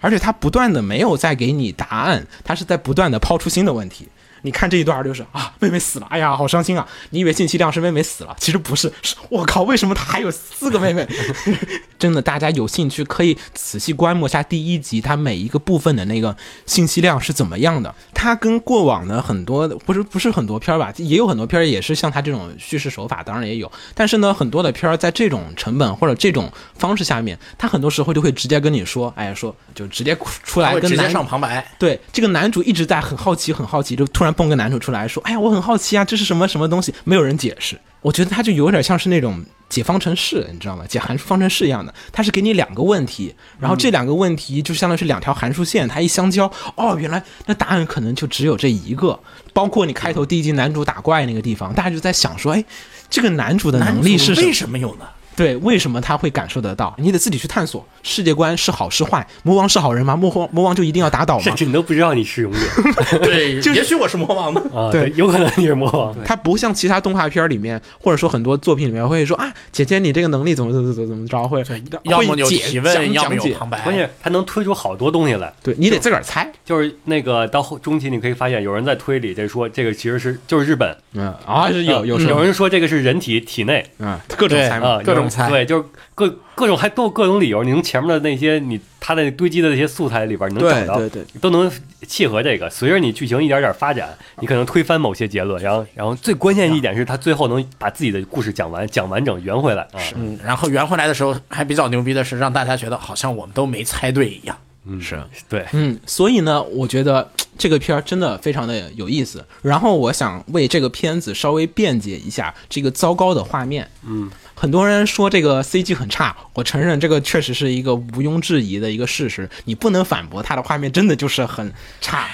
Speaker 3: 而且他不断的没有在给你答案，他是在不断的抛出新的问题。你看这一段就是啊，妹妹死了，哎呀，好伤心啊！你以为信息量是妹妹死了，其实不是，是我靠，为什么她还有四个妹妹？ <laughs> 真的，大家有兴趣可以仔细观摩一下第一集它每一个部分的那个信息量是怎么样的。它跟过往的很多不是不是很多片儿吧，也有很多片儿也是像它这种叙事手法，当然也有。但是呢，很多的片儿在这种成本或者这种方式下面，它很多时候就会直接跟你说，哎，说就直接出
Speaker 6: 他
Speaker 3: 来
Speaker 6: 会
Speaker 3: 跟
Speaker 6: 直接
Speaker 3: 男
Speaker 6: 上旁白，
Speaker 3: 对，这个男主一直在很好奇，很好奇，就突然蹦个男主出来说：“哎呀，我很好奇啊，这是什么什么东西？”没有人解释。我觉得他就有点像是那种解方程式，你知道吗？解函数方程式一样的，他是给你两个问题，然后这两个问题就相当于是两条函数线，它一相交，哦，原来那答案可能就只有这一个。 <laughs> 包括你开头第一集男主打怪那个地方，大家就在想说：“哎，这个男主的能力是
Speaker 6: 男
Speaker 3: 什么
Speaker 6: 主为？”什么有呢？
Speaker 3: 对，为什么他会感受得到？你得自己去探索。世界观是好是坏？魔王是好人吗？魔王魔王就一定要打倒吗
Speaker 2: 甚？至你都不知道你是永远
Speaker 3: <laughs>
Speaker 6: 对，也许我是魔王呢。
Speaker 2: 啊，
Speaker 3: 对，
Speaker 2: 有可能你是魔王。
Speaker 3: 它不像其他动画片儿里面，或者说很多作品里面会说啊，姐姐你这个能力怎么怎么怎么怎么着，会
Speaker 6: 对，
Speaker 3: 会
Speaker 6: 要么有
Speaker 3: 解
Speaker 6: 提问，
Speaker 3: 讲
Speaker 6: 要么
Speaker 3: 讲
Speaker 6: 有
Speaker 3: 解，
Speaker 6: 旁白。
Speaker 2: 关键他能推出好多东西来，
Speaker 3: 对你得自个儿猜，
Speaker 2: 就是那个到后中期你可以发现，有人在推理，这说这个其实是就是日本，
Speaker 3: 嗯啊是有有
Speaker 2: 有
Speaker 3: 时候
Speaker 2: 有人说这个是人体体内
Speaker 3: 嗯各种
Speaker 6: 对
Speaker 3: 猜嘛
Speaker 2: 啊，，
Speaker 6: 各种
Speaker 2: 有人
Speaker 6: 猜
Speaker 2: 对，就是各各种还都有各种理由，你从前面的那些你他的堆积的那些素材里边，你能找到，
Speaker 3: 对对
Speaker 2: 都能契合这个。随着你剧情一点点发展，你可能推翻某些结论，然后然后最关键一点是他最后能把自己的故事讲完，讲完整圆回来啊。
Speaker 6: 嗯，然后圆回来的时候还比较牛逼的是，让大家觉得好像我们都没猜对一样。
Speaker 3: 是
Speaker 2: 对，
Speaker 3: 嗯，所以呢，我觉得这个片儿真的非常的有意思。然后我想为这个片子稍微辩解一下这个糟糕的画面。嗯，很多人说这个 CG 很差，我承认这个确实是一个毋庸置疑的一个事实，你不能反驳它的画面真的就是很差。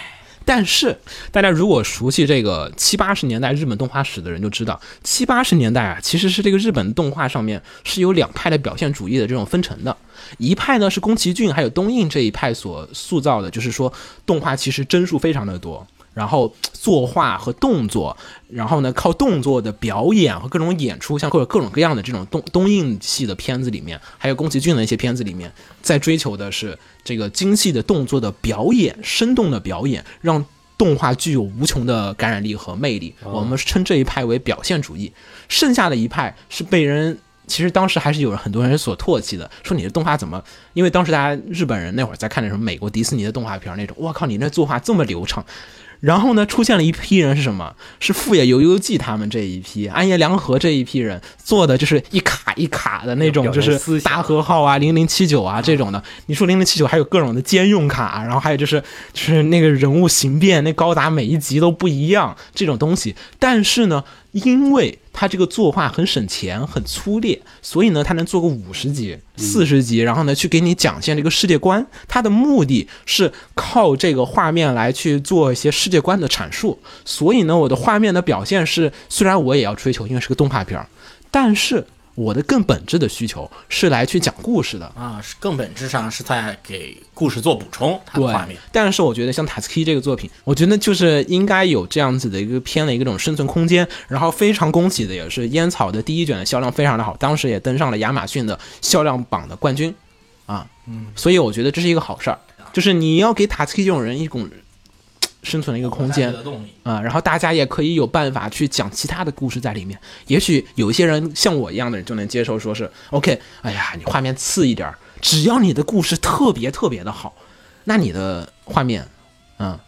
Speaker 3: 但是大家如果熟悉这个七八十年代日本动画史的人就知道，七八十年代啊，其实是这个日本动画上面是有两派的表现主义的这种分成的。一派呢是宫崎骏还有东映这一派所塑造的，就是说动画其实帧数非常的多，然后作画和动作，然后呢靠动作的表演和各种演出，像各种各种各样的这种东东映系的片子里面，还有宫崎骏的一些片子里面，在追求的是这个精细的动作的表演，生动的表演，让动画具有无穷的感染力和魅力，我们称这一派为表现主义。剩下的一派是被人。其实当时还是有人很多人所唾弃的，说你的动画怎么？因为当时大家日本人那会儿在看那什么美国迪士尼的动画片儿那种，我靠，你那作画这么流畅。然后呢，出现了一批人是什么？是富野由悠季他们这一批，安野良和这一批人做的就是一卡一卡的那种，
Speaker 2: 表
Speaker 3: 就
Speaker 2: 现
Speaker 3: 是
Speaker 2: 思想
Speaker 3: 大和号啊、零零七九啊这种的。你说零零七九还有各种的兼用卡，然后还有就是就是那个人物形变，那高达每一集都不一样这种东西。但是呢，因为它这个作画很省钱、很粗劣，所以呢，它能做个五十集、四十集，然后呢，去给你讲现这个世界观。它的目的是靠这个画面来去做一些世界观的阐述。所以呢，我的画面的表现是，虽然我也要追求，因为是个动画片儿，但是我的更本质的需求是来去讲故事的。
Speaker 6: 啊，是更本质上是在给故事做补充，它的
Speaker 3: 对
Speaker 6: 画面，
Speaker 3: 但是我觉得像《塔斯基》这个作品，我觉得就是应该有这样子的一个片的一个这种生存空间。然后非常恭喜的也是烟草的第一卷的销量非常的好，当时也登上了亚马逊的销量榜的冠军，啊，所以我觉得这是一个好事儿，就是你要给塔斯基这种人一种嘖生存的一个空间
Speaker 6: 的。动力。
Speaker 3: 啊、然后大家也可以有办法去讲其他的故事在里面。也许有一些人像我一样的人就能接受，说是 OK，哎呀，你画面次一点儿，只要你的故事特别特别的好，那你的画面，嗯，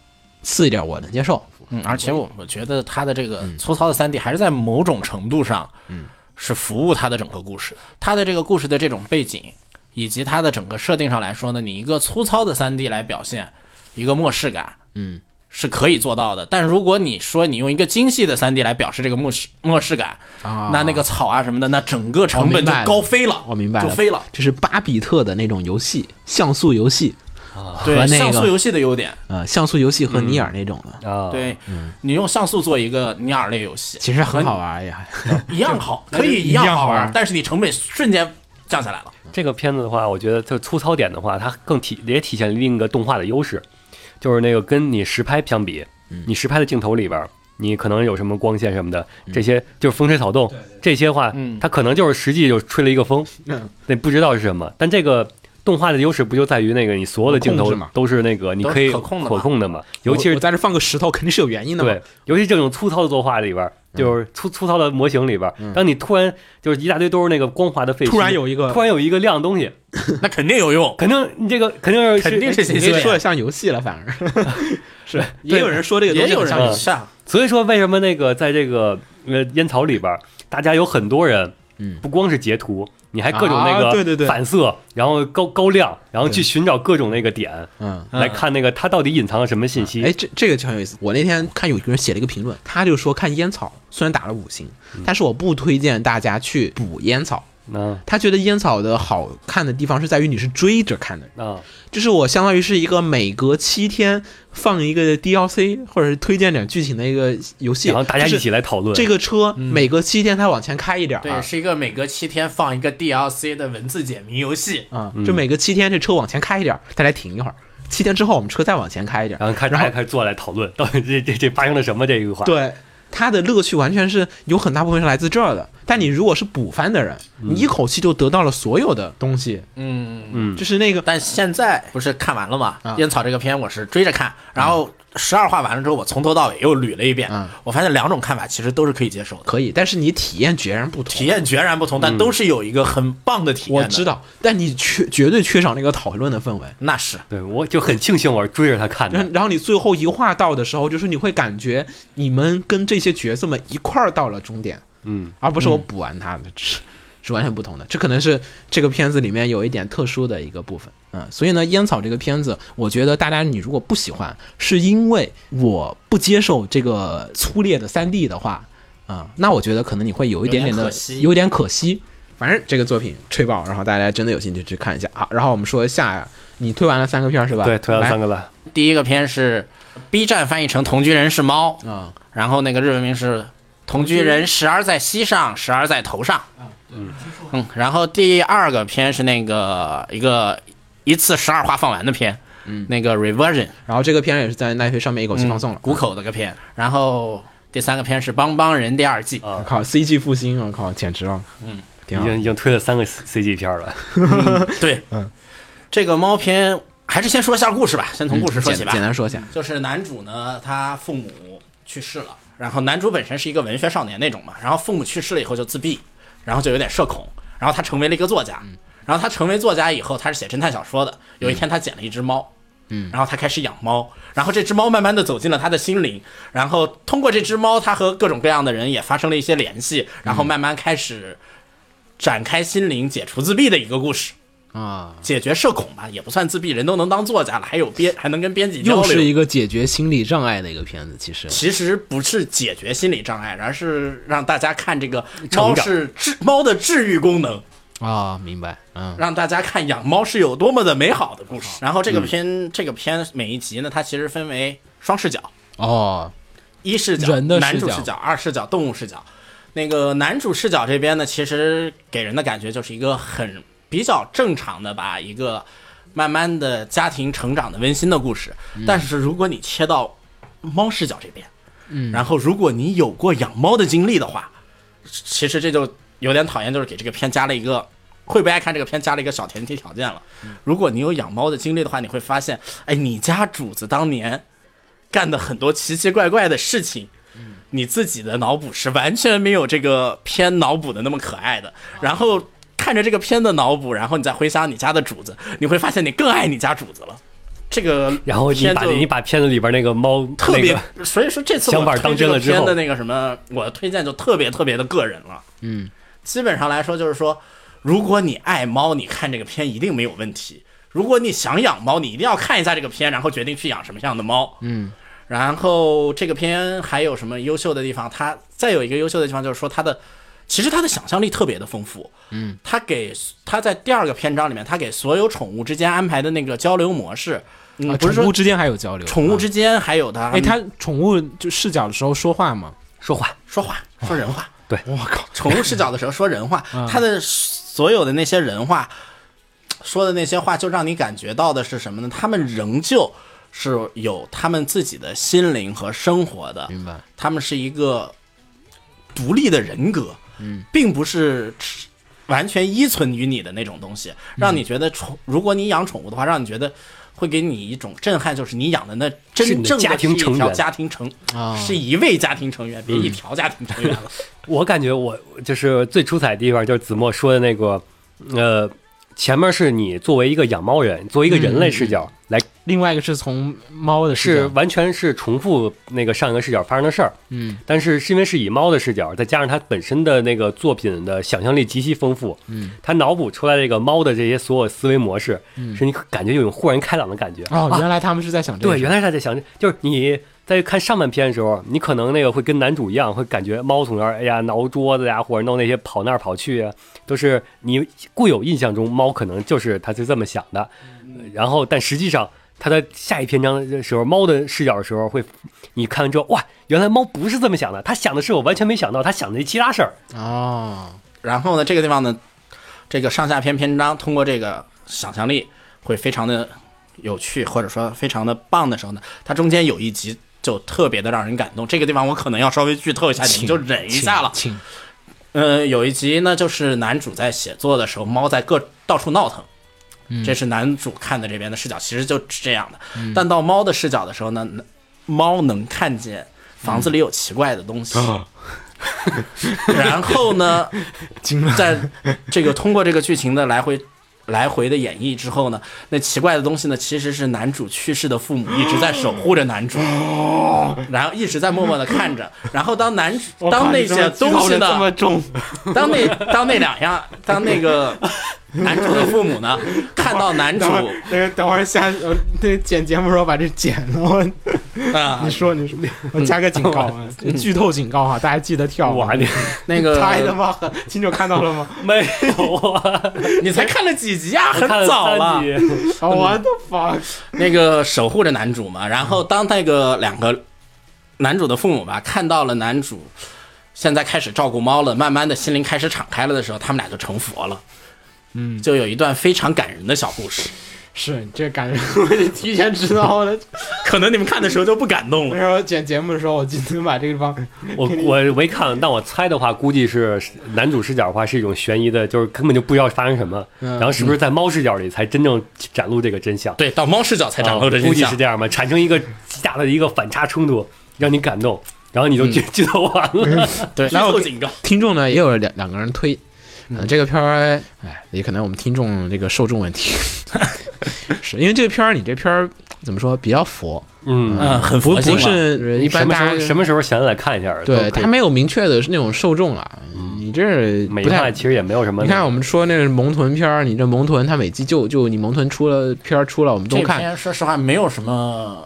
Speaker 3: 次一点儿我能接受。
Speaker 6: 嗯，而且我我觉得它的这个粗糙的三 D 还是在某种程度上，嗯，是服务它的整个故事，它的这个故事的这种背景以及它的整个设定上来说呢，你一个粗糙的三 D 来表现一个漠视感，
Speaker 3: 嗯，
Speaker 6: 是可以做到的。但如果你说你用一个精细的三 D 来表示这个漠视漠视感，
Speaker 3: 啊
Speaker 6: 那那个草啊什么的，那整个成本就高飞了，
Speaker 3: 我明白了，
Speaker 6: 就飞了。
Speaker 3: 就是巴比特的那种游戏，像素游戏，
Speaker 6: 对，
Speaker 3: 和那
Speaker 6: 像素
Speaker 3: 个
Speaker 6: 游戏的优点，
Speaker 3: 呃，像素游戏和尼尔那种的，
Speaker 2: 啊，，
Speaker 6: 对、你用像素做一个尼尔类游戏，
Speaker 3: 嗯其实很好玩 <laughs> 呀。
Speaker 6: 一样好，可以
Speaker 3: 一样
Speaker 6: 好
Speaker 3: 好玩
Speaker 6: 但是你成本瞬间降下来了。
Speaker 2: 这个片子的话，我觉得就粗糙点的话，它更体也体现另一个动画的优势，就是那个跟你实拍相比，
Speaker 6: 嗯
Speaker 2: 你实拍的镜头里边儿，你可能有什么光线什么的，
Speaker 6: 嗯
Speaker 2: 这些就是风吹草动，这些话，它可能就是实际就吹了一个风，
Speaker 6: 嗯
Speaker 2: 那不知道是什么。但这个动画的优势不就在于那个你所有的镜
Speaker 3: 控
Speaker 2: 头
Speaker 3: 制嘛
Speaker 2: 都是那个你
Speaker 6: 都是
Speaker 2: 可以
Speaker 6: 可控的嘛
Speaker 2: 可控的嘛，尤其
Speaker 3: 我
Speaker 2: 是
Speaker 3: 我在这放个石头，肯定是有原因的嘛。
Speaker 2: 对，尤其这种粗糙的作画里边儿，
Speaker 6: 嗯
Speaker 2: 就是粗粗糙的模型里边儿，当你突然就是一大堆都是那个光滑的废墟，
Speaker 3: 突然有一个
Speaker 2: 突然有一个亮的东西，
Speaker 6: 那肯定有用。
Speaker 2: 肯定你这个肯定哎是
Speaker 6: 肯定是信
Speaker 3: 你
Speaker 6: 息
Speaker 3: 这
Speaker 6: 对
Speaker 3: 说的像游戏了，反而 <laughs> 是也有人说这个东
Speaker 6: 也
Speaker 3: 西
Speaker 6: 有
Speaker 3: 很像游
Speaker 6: 人
Speaker 3: 戏，
Speaker 6: 像
Speaker 2: 所以说，为什么那个在这个呃烟草里边儿，大家有很多人，
Speaker 3: 嗯
Speaker 2: 不光是截图，你还各种那
Speaker 3: 啊
Speaker 2: 个
Speaker 3: 对对对
Speaker 2: 反色，然后高高亮，然后去寻找各种那个点
Speaker 3: 嗯。
Speaker 2: 来看那个它到底隐藏了什么信息。
Speaker 3: 哎，这这个就很有意思。我那天看有一个人写了一个评论，他就说看烟草虽然打了五星，但是我不推荐大家去补烟草。
Speaker 2: 嗯，
Speaker 3: 他觉得烟草的好看的地方是在于你是追着看的，
Speaker 2: 啊啊，
Speaker 3: 就是我相当于是一个每隔七天放一个 DLC 或者是推荐点剧情的一个游戏，
Speaker 2: 然后大家
Speaker 3: 就
Speaker 2: 一
Speaker 3: 是
Speaker 2: 起来讨嗯论
Speaker 3: 这个车每隔七天它往前开一点儿，啊
Speaker 6: 对，是一个每隔七天放一个 DLC 的文字解谜游戏。
Speaker 3: 啊，
Speaker 2: 嗯
Speaker 3: 就每隔七天这车往前开一点儿，大家停一会儿，七天之后我们车再往前开一点儿，
Speaker 2: 然后开始
Speaker 3: 然
Speaker 2: 大
Speaker 3: 后
Speaker 2: 家开始坐下来讨论，到 <laughs> 底这这这发生了什么这一个话。
Speaker 3: 对，它的乐趣完全是有很大部分是来自这儿的。但你如果是补番的人，你一口气就得到了所有的东西，
Speaker 6: 嗯，
Speaker 2: 嗯
Speaker 3: 就是那个
Speaker 6: 但现在不是看完了吗？
Speaker 3: 啊
Speaker 6: 烟草》这个片我是追着看，然后十二话完了之后，我从头到尾又捋了一遍。
Speaker 3: 嗯
Speaker 6: 我发现两种看法其实都是可以接受的，
Speaker 3: 可以，但是你体验截然不同。
Speaker 6: 体验决然不同，但都是有一个很棒的体验
Speaker 3: 我
Speaker 6: 的。
Speaker 3: 知，道，但你缺绝对缺少那个讨论的氛围。
Speaker 6: 那是
Speaker 2: 对，我就很庆幸我是追着他看
Speaker 3: 然后
Speaker 2: 的，
Speaker 3: 然后你最后一话到的时候，就是你会感觉你们跟这些角色们一块儿到了终点，
Speaker 2: 嗯，
Speaker 3: 而不是我补完它的，是是完全不同的。这可能是这个片子里面有一点特殊的一个部分，嗯，所以呢，《烟草》这个片子，我觉得大家你如果不喜欢，是因为我不接受这个粗劣的三 D 的话，啊、那我觉得可能你会有一点点的
Speaker 6: 有点可惜
Speaker 3: 有点可惜。反正这个作品吹爆，然后大家真的有兴趣去看一下啊。然后我们说下，你推完了三个片儿是吧？
Speaker 2: 对，推了
Speaker 3: 来
Speaker 2: 三个了，
Speaker 6: 第一个片是 B 站翻译成《同居人是猫》，
Speaker 3: 啊、
Speaker 6: 然后那个日文名是《同居人时而在膝上，时而在头上》。啊嗯，然后第二个片是那个一个一次十二话放完的片，嗯，那个 Reversion
Speaker 3: 然后这个片儿也是在奈飞上面一口气放送了。
Speaker 6: 谷口的个片，然后第三个片是《帮帮人》第二季。
Speaker 2: 啊
Speaker 3: 我靠，CG 复兴，我靠，简直了，嗯，挺
Speaker 2: 已
Speaker 3: 好。
Speaker 2: 经已经推了三个 C G 片了，
Speaker 6: 对，嗯，这个猫片还是先说一下故事吧，先从故事说起吧。
Speaker 3: 简简单说一下，
Speaker 6: 就是男主呢，他父母去世了，然后男主本身是一个文学少年那种嘛，然后父母去世了以后就自闭，然后就有点社恐，然后他成为了一个作家，
Speaker 3: 嗯
Speaker 6: 然后他成为作家以后，他是写侦探小说的。有一天他捡了一只猫，嗯，然后他开始养猫，然后这只猫慢慢的走进了他的心灵，然后通过这只猫，他和各种各样的人也发生了一些联系，然
Speaker 3: 嗯
Speaker 6: 后慢慢开始展开心灵解除自闭的一个故事。
Speaker 8: 嗯
Speaker 3: 啊，
Speaker 6: 解决社恐吧，也不算自闭，人都能当作家了，还有编，还能跟编辑交
Speaker 3: 又
Speaker 6: 流。
Speaker 3: 是一个解决心理障碍的一个片子，其实
Speaker 6: 其实不是解决心理障碍，而是让大家看这个
Speaker 2: 成
Speaker 6: 猫
Speaker 2: 长
Speaker 6: 是治猫的治愈功能，
Speaker 3: 啊，明白，嗯
Speaker 6: 让大家看养猫是有多么的美好的故事。然后这
Speaker 2: 嗯
Speaker 6: 个片、这个片每一集呢，它其实分为双视角，
Speaker 3: 哦，
Speaker 6: 一视角
Speaker 3: 人的
Speaker 6: 男主
Speaker 3: 视角
Speaker 6: 视角，二视角动物视角。那个男主视角这边呢，其实给人的感觉就是一个很比较正常的吧，一个慢慢的家庭成长的温馨的故事。
Speaker 3: 嗯
Speaker 6: 但是如果你切到猫视角这边，嗯，然后如果你有过养猫的经历的话，其实这就有点讨厌，就是给这个片加了一个。会不会爱看这个片加了一个小前提条件了？如果你有养猫的经历的话，你会发现，哎，你家主子当年干的很多奇奇怪怪的事情，你自己的脑补是完全没有这个片脑补的那么可爱的。然后看着这个片的脑补，然后你再回想你家的主子，你会发现你更爱你家主子了。这个
Speaker 2: 然后你
Speaker 6: 片
Speaker 2: 把
Speaker 6: 就
Speaker 2: 你把片子里边那个猫
Speaker 6: 特别
Speaker 2: 那个，
Speaker 6: 所以说这次我
Speaker 2: 想法当真了
Speaker 6: 推这
Speaker 2: 之
Speaker 6: 个
Speaker 2: 后
Speaker 6: 片的那个什么，我推荐就特别特别的个人了。嗯，基本上来说就是说，如果你爱猫，你看这个片一定没有问题；如果你想养猫，你一定要看一下这个片，然后决定去养什么样的猫。嗯，然后这个片还有什么优秀的地方？它再有一个优秀的地方就是说它的。其实它的想象力特别的丰富，嗯，它给它在第二个篇章里面，它给所有宠物之间安排的那个交流模式，嗯，
Speaker 8: 啊
Speaker 6: 不是
Speaker 8: 宠物
Speaker 6: 说
Speaker 8: 之间还有交流，
Speaker 6: 宠物之
Speaker 8: 啊，
Speaker 6: 间还有它，
Speaker 8: 哎，他宠物就视角的时候说话嘛，
Speaker 2: 说话
Speaker 6: 说话，说人话。
Speaker 2: 对
Speaker 6: 我靠，哦 <laughs> 嗯宠物视角的时候说人话，他的所有的那些人话，说的那些话，就让你感觉到的是什么呢？他们仍旧是有他们自己的心灵和生活的，
Speaker 3: 明白，
Speaker 6: 他们是一个独立的人格，嗯，并不是吃完全依存于你的那种东
Speaker 2: 嗯
Speaker 6: 西，让你觉得宠，如果你养宠物的话，让你觉得。会给你一种震撼，就是你养的那
Speaker 2: 是
Speaker 6: 真
Speaker 2: 你的
Speaker 6: 正
Speaker 2: 家庭
Speaker 6: 是一
Speaker 2: 成
Speaker 6: 条
Speaker 2: 员嗯
Speaker 6: 家庭成
Speaker 3: 啊
Speaker 6: 是一位家庭成员，别一条家庭成员了。
Speaker 2: 我感觉我就是最出彩的地方，就是子墨说的那个，呃，前面是你作为一个养猫人，作为一个人类嗯视角、来，
Speaker 8: 另外一个是从猫的视
Speaker 2: 是
Speaker 8: 角，
Speaker 2: 完全是重复那个上一个视角发生的事儿。
Speaker 3: 嗯，
Speaker 2: 但是是因为是以猫的视角，再加上它本身的那个作品的想象力极其丰富，嗯，它脑补出来这个猫的这些所有思维模式，嗯，是你感觉有种豁然开朗的感觉。
Speaker 3: 啊
Speaker 8: 哦，原来他们是在想这个
Speaker 2: 对，
Speaker 8: 事，
Speaker 2: 原来是他在想，就是你在看上半篇的时候，你可能那个会跟男主一样，会感觉猫从那儿哎呀挠桌子呀，或者弄那些跑那儿跑去呀，都是你固有印象中猫可能就是它是这么想的，呃
Speaker 6: 嗯
Speaker 2: 然后但实际上。它在下一篇章的时候，猫的视角的时候会，你看完之后，哇，原来猫不是这么想的，它想的是我完全没想到，它想的一其他事儿。
Speaker 3: 哦，
Speaker 6: 然后呢，这个地方呢，这个上下篇篇章通过这个想象力会非常的有趣，或者说非常的棒的时候呢，它中间有一集就特别的让人感动。这个地方我可能要稍微剧透一下，你们就忍一下了。
Speaker 8: 请
Speaker 6: 呃，有一集呢，就是男主在写作的时候，猫在各到处闹腾。这是男主看的这边的视角，其实就是这样的。但到猫的视角的时候呢，猫能看见房子里有奇怪的东西。 <laughs> 然后呢，在这个通过这个剧情的来回来回的演绎之后呢，那奇怪的东西呢，其实是男主去世的父母一直在守护着男主，然后一直在默默的看着。然后当男主当那些东西呢，
Speaker 8: 重，
Speaker 6: 当那当那两样，当那个男主的父母呢，看到男
Speaker 3: <laughs>
Speaker 6: 主
Speaker 8: 等会儿，那个等会儿下，呃那剪节目时候把这剪了，我
Speaker 6: 啊
Speaker 8: 你， <laughs> 说你说，我加个警告 <laughs> 啊，剧透警告哈，大家记得
Speaker 6: 哦
Speaker 8: 跳啊。
Speaker 2: 我还得
Speaker 6: 那个
Speaker 8: 太他 <laughs> 妈狠，秦九看到了吗？
Speaker 2: 没有
Speaker 6: <laughs>
Speaker 2: 啊，
Speaker 6: 你才看了几集啊，
Speaker 2: 我
Speaker 6: 很
Speaker 2: 看了
Speaker 6: 早
Speaker 2: 三
Speaker 6: 了。
Speaker 2: 集，
Speaker 8: <laughs> 我的 fuck，
Speaker 6: 那个守护着男主嘛，然后当那个两个男主的父母吧，看到了男主现在开始照顾猫了，慢慢的心灵开始敞开了的时候，他们俩就成佛了。嗯，就有一段非常感人的小故事。
Speaker 8: 是这感觉， <laughs> 我得提前知道了。
Speaker 9: 可能你们看的时候就不感动
Speaker 8: 那
Speaker 9: 了。
Speaker 8: 时候剪节目的时候，我今天把这个地方
Speaker 2: 我我没看，但我猜的话，估计是男主视角的话是一种悬疑的，就是根本就不知道发生什么，
Speaker 3: 嗯
Speaker 2: 然后是不是在猫视角里才真正展露这个真相？
Speaker 9: 对，到猫视角才展露这
Speaker 2: 啊
Speaker 9: 真
Speaker 2: 估计
Speaker 9: 相
Speaker 2: 是。这样吧，产生一个极大的一个反差冲突，让你感动，然后你就剧剧透完了。
Speaker 9: 对，
Speaker 3: 然后
Speaker 9: 剧透警告。
Speaker 3: 听众呢也有两两个人推，嗯、这个片儿，哎，也可能我们听众这个受众
Speaker 8: <laughs>
Speaker 3: 问题，是因为这个片儿，你这片儿怎么说比较佛，
Speaker 2: 嗯，
Speaker 9: 嗯，很
Speaker 3: 不
Speaker 9: 佛性
Speaker 3: 不
Speaker 9: 了
Speaker 3: 是一
Speaker 2: 什
Speaker 3: 般
Speaker 2: 么
Speaker 3: 大
Speaker 2: 时
Speaker 3: 家
Speaker 2: 候什么时候想来看一下？
Speaker 3: 对
Speaker 2: 都可以
Speaker 3: 他没有明确的那种受众啊，
Speaker 8: 嗯
Speaker 3: 你这
Speaker 2: 美
Speaker 3: 不太
Speaker 2: 漫其实也没有什么。
Speaker 3: 你看，我们说那是萌豚片儿，你这萌豚，它每季就就你萌豚出了片儿出了，我们都
Speaker 6: 这
Speaker 3: 看。
Speaker 6: 篇说实话没有什么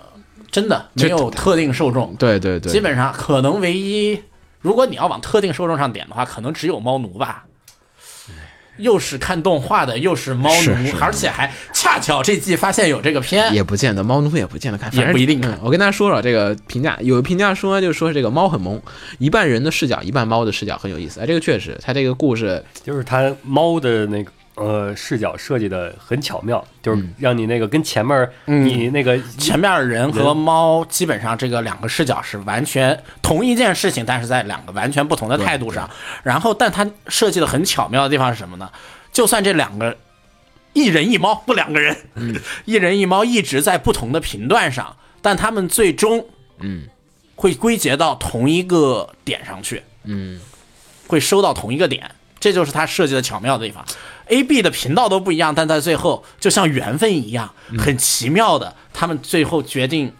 Speaker 6: 真的
Speaker 3: 这
Speaker 6: 没有特定受众，
Speaker 3: 对对对，
Speaker 6: 基本上可能唯一，如果你要往特定受众上点的话，可能只有猫奴吧。又是看动画的，又是猫奴，
Speaker 3: 是是
Speaker 6: 而且还恰巧这季发现有这个片，
Speaker 3: 也不见得，猫奴也不见得看，反
Speaker 6: 也
Speaker 3: 正
Speaker 6: 不一定看
Speaker 3: 嗯我跟大家说了，这个评价有评价说就说这个猫很萌，一半人的视角，一半猫的视角很有意思。哎，这个确实，它这个故事
Speaker 2: 就是它猫的那个呃视角设计的很巧妙，就是
Speaker 3: 嗯
Speaker 2: 让你那个跟前面儿你那个
Speaker 6: 前面人和猫基本上这个两个视角是完全同一件事情，但是在两个完全不同的态度上。然后，但它设计的很巧妙的地方是什么呢？就算这两个一人一猫不两个人， <laughs> 一人一猫一直在不同的频段上，但他们最终嗯会归结到同一个点上去，嗯，会收到同一个点。这就是它设计的巧妙的地方。A、B 的频道都不一样，但在最后就像缘分一样，
Speaker 2: 嗯
Speaker 6: 很奇妙的，他们最后决定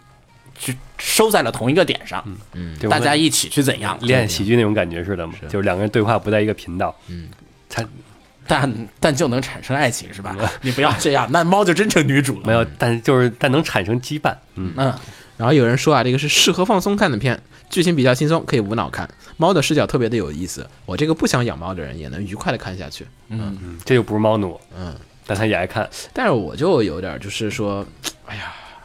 Speaker 6: 去收在了同一个点上，
Speaker 2: 嗯对
Speaker 6: 大
Speaker 2: 我
Speaker 6: 家一起去怎样？
Speaker 2: 练喜剧那种感觉似的嘛，就是两个人对话不在一个频道。嗯，他
Speaker 6: 但但就能产生爱情是吧？你不要这样，那猫就真成女主了。
Speaker 2: 嗯 <laughs> 没有，但是就是但能产生羁绊。嗯，
Speaker 6: 嗯，
Speaker 3: 然后有人说啊，这个是适合放松看的片，剧情比较轻松，可以无脑看。猫的视角特别的有意思，我这个不想养猫的人也能愉快的看下去。
Speaker 2: 这就不是猫奴。嗯，但他也爱看，
Speaker 3: 但是我就有点就是说，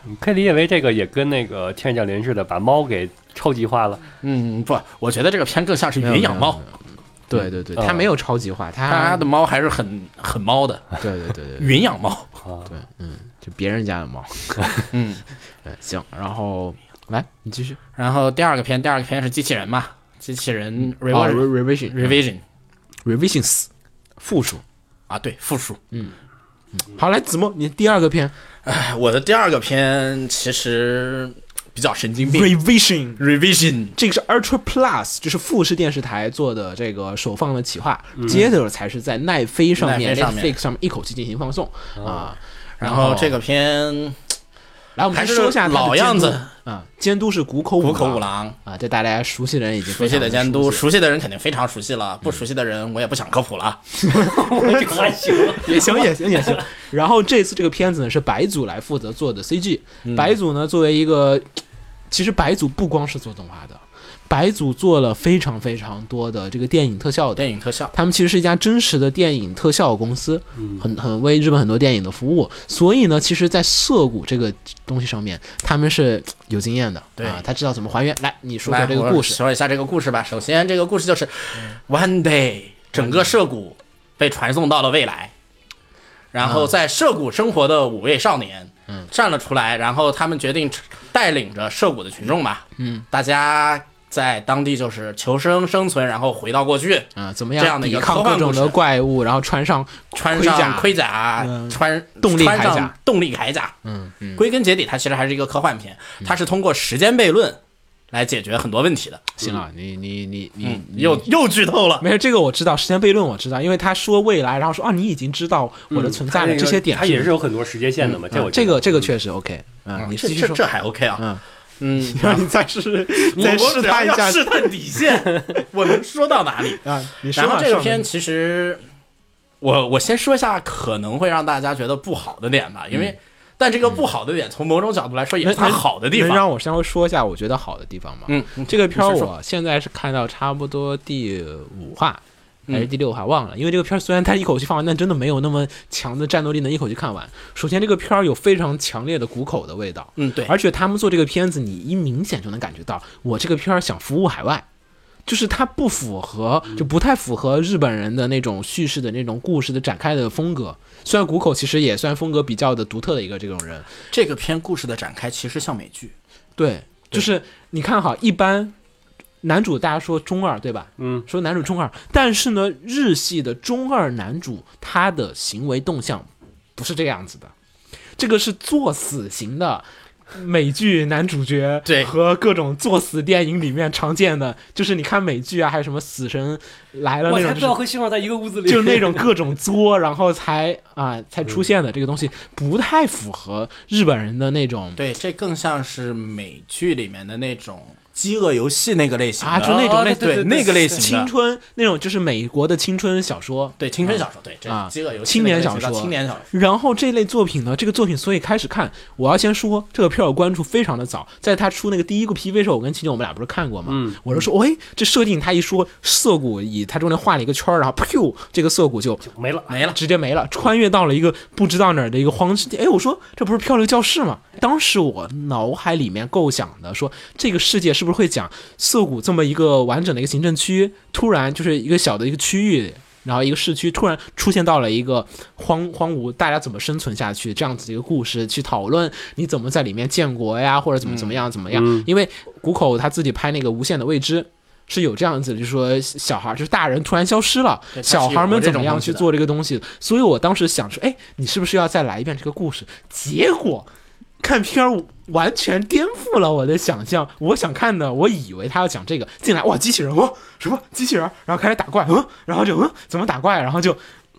Speaker 2: 你可以理解为这个也跟那个《天使降临》似的，把猫给超级化了。
Speaker 6: 嗯，不，我觉得这个片更像是云养
Speaker 2: 嗯
Speaker 6: 猫，
Speaker 3: 对对对，它没有超级化，它
Speaker 6: 嗯它的猫还是很很猫的，
Speaker 3: 对对对对，
Speaker 6: 云养猫。
Speaker 3: 就别人家
Speaker 9: <laughs>
Speaker 3: 的猫。嗯，行，然后来你继续。
Speaker 6: 然后第二个片，第二个片是机器人嘛，机器人
Speaker 3: 啊
Speaker 6: revision
Speaker 3: ，revision
Speaker 6: revision
Speaker 3: 嗯 revisions 复数。
Speaker 6: 啊，对，复数。
Speaker 3: 好，来子墨，你第二个片
Speaker 9: 哎我的第二个片其实比较神经病
Speaker 8: revision。
Speaker 9: ，revision。
Speaker 3: 这个是 Ultra Plus，就是富士电视台做的这个首放的企划，
Speaker 9: 嗯
Speaker 3: 接着才是在奈飞上面、
Speaker 6: 奈飞上面
Speaker 3: Netflix 上面一口气进行放送
Speaker 9: 哦
Speaker 3: 啊。
Speaker 9: 然后这个片
Speaker 3: 来，我们
Speaker 9: 还
Speaker 3: 先
Speaker 9: 是
Speaker 3: 说一下它的
Speaker 9: 老
Speaker 3: 监
Speaker 9: 样
Speaker 3: 督
Speaker 9: 子
Speaker 3: 啊，监督是谷口
Speaker 9: 苦口
Speaker 3: 五
Speaker 9: 五郎，
Speaker 3: 啊，这大家熟悉人已经
Speaker 9: 熟
Speaker 3: 非
Speaker 9: 悉
Speaker 3: 常
Speaker 9: 的
Speaker 3: 地
Speaker 9: 监督，
Speaker 3: 熟
Speaker 9: 熟悉的人肯定非常熟悉了，不熟悉的人我也不想科普了。
Speaker 2: 这个还行，
Speaker 6: <laughs>
Speaker 3: 悉也行也行也行。然后这次这个片子呢是白组来负责做的 CG，白
Speaker 6: 嗯
Speaker 3: 组呢作为一个，其实白组不光是做动画的，白组做了非常非常多的这个电影特效的
Speaker 6: 电影特效，
Speaker 3: 他们其实是一家真实的电影特效公司，
Speaker 6: 嗯
Speaker 3: 很很为日本很多电影的服务。所以呢，其实，在涩谷这个东西上面，他们是有经验的，
Speaker 6: 对
Speaker 3: 啊，他知道怎么还原。来，你说说
Speaker 6: 来
Speaker 3: 这个
Speaker 6: 我
Speaker 3: 故事，
Speaker 6: 说一下这个故事吧。首先，这个故事就是 One Day 整个涉谷被传送到了未来，然后在涉谷生活的五位少年站了出来，然后他们决定带领着涉谷的群众吧，嗯，大家在当地就是求生生存，然后回到过去，
Speaker 3: 啊，怎么
Speaker 6: 这样
Speaker 3: 样
Speaker 6: 的一
Speaker 3: 抵
Speaker 6: 个
Speaker 3: 抗
Speaker 6: 科幻
Speaker 3: 各种
Speaker 6: 故
Speaker 3: 的
Speaker 6: 事
Speaker 3: 怪物，然后穿上
Speaker 6: 穿
Speaker 3: 盔
Speaker 6: 上
Speaker 3: 甲
Speaker 6: 盔甲，穿
Speaker 3: 动力
Speaker 6: 穿
Speaker 3: 铠
Speaker 6: 上
Speaker 3: 甲
Speaker 6: 动力铠甲。嗯嗯，归根结底，它其实还是一个科幻片，它是通过时间悖论来解决很多问题的。
Speaker 3: 行了，你你你你、
Speaker 6: 嗯，又又剧透了。
Speaker 8: 没有这个我知道，时间悖论我知道，因为他说未来，然后说啊，你已经知道我的
Speaker 6: 嗯
Speaker 8: 存在了，这些点
Speaker 2: 它也是有很多时间线的嘛。这我
Speaker 3: 嗯这
Speaker 2: 觉
Speaker 3: 个
Speaker 2: 得
Speaker 3: 这个确实 OK，嗯，你
Speaker 6: 啊这
Speaker 3: 继续
Speaker 6: 这
Speaker 3: 说
Speaker 6: 这。还 OK 啊？嗯嗯，
Speaker 8: 让你再
Speaker 3: <laughs>
Speaker 8: 试再
Speaker 6: 我
Speaker 8: 试探一
Speaker 6: 我只要
Speaker 8: 下
Speaker 6: 要试探底线，我能说到哪里？
Speaker 8: 啊。你说
Speaker 6: 然后
Speaker 8: 吧
Speaker 6: 这个
Speaker 8: 上
Speaker 6: 片
Speaker 8: 面
Speaker 6: 其实，我我先说一下可能会让大家觉得不好的点吧，因为但这个不好的点从某种角度来说也是它
Speaker 8: 能
Speaker 6: 好的地
Speaker 8: 能
Speaker 6: 方。
Speaker 8: 让我稍微说一下我觉得好的地方吗？
Speaker 6: 嗯，
Speaker 3: 这个片儿
Speaker 6: 你先说
Speaker 3: 我现在是看到差不多第五话。
Speaker 6: 嗯
Speaker 3: 还是第六话忘了，因为这个片儿虽然它一口气放完，但真的没有那么强的战斗力能一口气看完。首先，这个片儿有非常强烈的谷口的味道，
Speaker 6: 嗯对
Speaker 3: 而且他们做这个片子，你一明显就能感觉到，我这个片儿想服务海外，就是它不符合，就不太符合日本人的那种叙事的那种故事的展开的风格。虽然谷口其实也算风格比较的独特的一个这种人，
Speaker 6: 这个片故事的展开其实像美剧，
Speaker 3: 对，就是你看哈，一般男主大家说中二对吧？
Speaker 2: 嗯，
Speaker 3: 说男主中二，但是呢，日系的中二男主他的行为动向不是这样子的，这个是作死型的。美剧男主角
Speaker 6: 对
Speaker 3: 和各种作死电影里面常见的，就是你看美剧啊，还有什么《死神来了》
Speaker 2: 我
Speaker 3: 那
Speaker 2: 才
Speaker 3: 种，就
Speaker 2: 不
Speaker 3: 是
Speaker 2: 要和新儿在一个屋子里，
Speaker 3: 就是那种各种作，然后才啊、才出现的这个东西，不太符合日本人的那种
Speaker 6: 对，这更像是美剧里面的那种饥饿游戏那个类型的
Speaker 3: 啊，就那
Speaker 6: 哦
Speaker 3: 种类啊
Speaker 2: 对对对
Speaker 6: 那个类型的
Speaker 3: 青春那种，就是美国的青春小说。
Speaker 6: 对青春小说，对这
Speaker 3: 啊
Speaker 6: 饥饿游戏
Speaker 3: 青
Speaker 6: 那个
Speaker 3: 年
Speaker 6: 类
Speaker 3: 小
Speaker 6: 型叫
Speaker 3: 说
Speaker 6: 青年小说，
Speaker 3: 然后这类作品呢，这个作品所以开始看，我要先说这个片儿我关注非常的早，在他出那个第一个 PV 的时候，我跟秦九我们俩不是看过吗？
Speaker 2: 嗯，
Speaker 3: 我就说，哎，这设定他一说涩谷以他中间画了一个圈儿，然后噗，这个涩谷就
Speaker 2: 没了。
Speaker 6: 没了。
Speaker 3: 直接 <laughs> 没了，穿越到了一个不知道哪儿的一个荒之地。哎，我说这不是漂流教室吗？当时我脑海里面构想的说，这个世界是不是会讲涩谷这么一个完整的一个行政区，突然就是一个小的一个区域。然后一个市区突然出现到了一个荒荒芜，大家怎么生存下去这样子的一个故事，去讨论你怎么在里面建国呀，或者怎么怎么样怎么样。
Speaker 6: 嗯
Speaker 3: 因为谷口他自己拍那个《无限的未知》，是有这样子，就是说小孩儿就是大人突然消失了，
Speaker 6: 对它是
Speaker 3: 小孩儿们怎么
Speaker 6: 有这种
Speaker 3: 样
Speaker 6: 东西
Speaker 3: 去
Speaker 6: 的
Speaker 3: 做这个东西？所以我当时想说，哎，你是不是要再来一遍这个故事？结果看片儿完全颠覆了我的想象。我想看的，我以为他要讲这个，进来哇，机器人哦，什么机器人？然后开始打怪，嗯，然后就嗯，怎么打怪？然后就。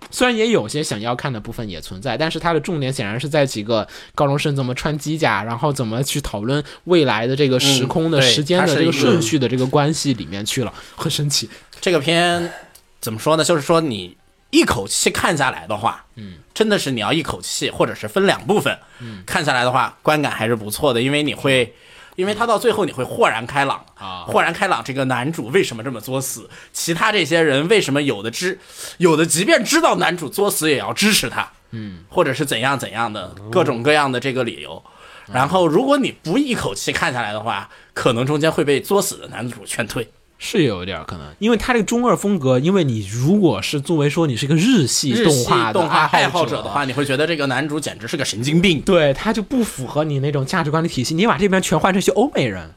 Speaker 3: 虽然也有些想要看的部分也存在，但是它的重点显然是在几个高中生怎么穿机甲，然后怎么去讨论未来的这个时空的、
Speaker 6: 对
Speaker 3: 时间的
Speaker 6: 它是
Speaker 3: 这个
Speaker 6: 一个
Speaker 3: 顺序的这个关系里面去了，很神奇。
Speaker 6: 这个片怎么说呢？就是说你一口气看下来的话，嗯，真的是你要一口气，或者是分两部分，嗯，看下来的话，观感还是不错的，因为你会。因为他到最后你会豁然开朗
Speaker 3: 啊
Speaker 6: 豁然开朗，这个男主为什么这么作死？其他这些人为什么有的知，有的即便知道男主作死也要支持他，嗯，或者是怎样怎样的各种各样的这个理由。然后如果你不一口气看下来的话，可能中间会被作死的男主劝退。
Speaker 3: 是有点儿可能，因为他这个中二风格，因为你如果是作为说你是一个日系
Speaker 6: 日
Speaker 3: 动
Speaker 6: 系
Speaker 3: 画的
Speaker 6: 动画
Speaker 3: 爱
Speaker 6: 爱
Speaker 3: 好
Speaker 6: 好者的，话，你会觉得这个男主简直是个神经病。
Speaker 3: 对他就不符合你那种价值观的体系。你把这边全换成去欧美人，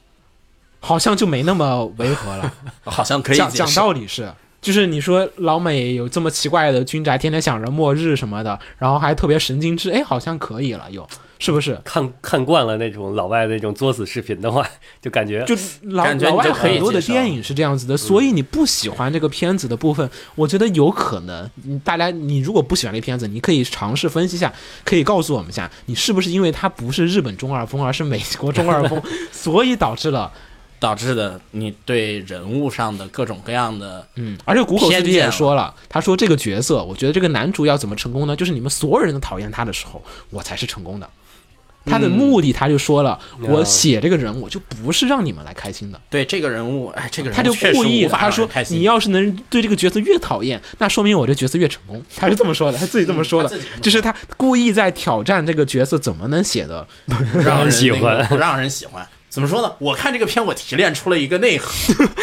Speaker 3: 好像就没那么违和了。
Speaker 6: 好像可以
Speaker 3: 讲
Speaker 6: 解
Speaker 3: 讲
Speaker 6: 释
Speaker 3: 道理是，就是你说老美有这么奇怪的军宅，天天想着末日什么的，然后还特别神经质，哎，好像可以了，又是不是？
Speaker 2: 看看惯了那种老外那种作死视频的话，就感觉
Speaker 3: 就老
Speaker 6: 感觉
Speaker 3: 老
Speaker 6: 你
Speaker 3: 外
Speaker 6: 就可以
Speaker 3: 很多的
Speaker 6: 接受嗯
Speaker 3: 电影是这样子的，所以你不喜欢这个片子的部分，我觉得有可能，你大家你如果不喜欢这片子，你可以尝试分析一下，可以告诉我们一下，你是不是因为它不是日本中二风，而是美国中二
Speaker 6: <laughs>
Speaker 3: 风，所以导致了，
Speaker 6: 导致的，你对人物上的各种各样的，
Speaker 3: 嗯，而且谷口自己
Speaker 6: 偏见
Speaker 3: 也
Speaker 6: 了
Speaker 3: 说了，他说这个角色，我觉得这个男主要怎么成功呢？就是你们所有人都讨厌他的时候，我才是成功的。
Speaker 6: 嗯
Speaker 3: 他的目的，他就说了，我写这个人，我就不是让你们来开心的。
Speaker 6: 对这个人物，哎，这个人
Speaker 3: 他就
Speaker 6: 嗯确实
Speaker 3: 故意的，
Speaker 6: 无法
Speaker 3: 他
Speaker 6: 让
Speaker 3: 说
Speaker 6: 人开心
Speaker 3: 你要是能对这个角色越讨厌，那说明我这角色越成
Speaker 6: <laughs>
Speaker 3: 功。他是这么说的，他自己这么
Speaker 6: 嗯
Speaker 3: 说的，就是他故意在挑战这个角色怎么能写的。
Speaker 6: 让人
Speaker 2: 喜欢
Speaker 6: 那个 <laughs> 让人喜欢。怎么说呢？我看这个片，我提炼出了一个内核，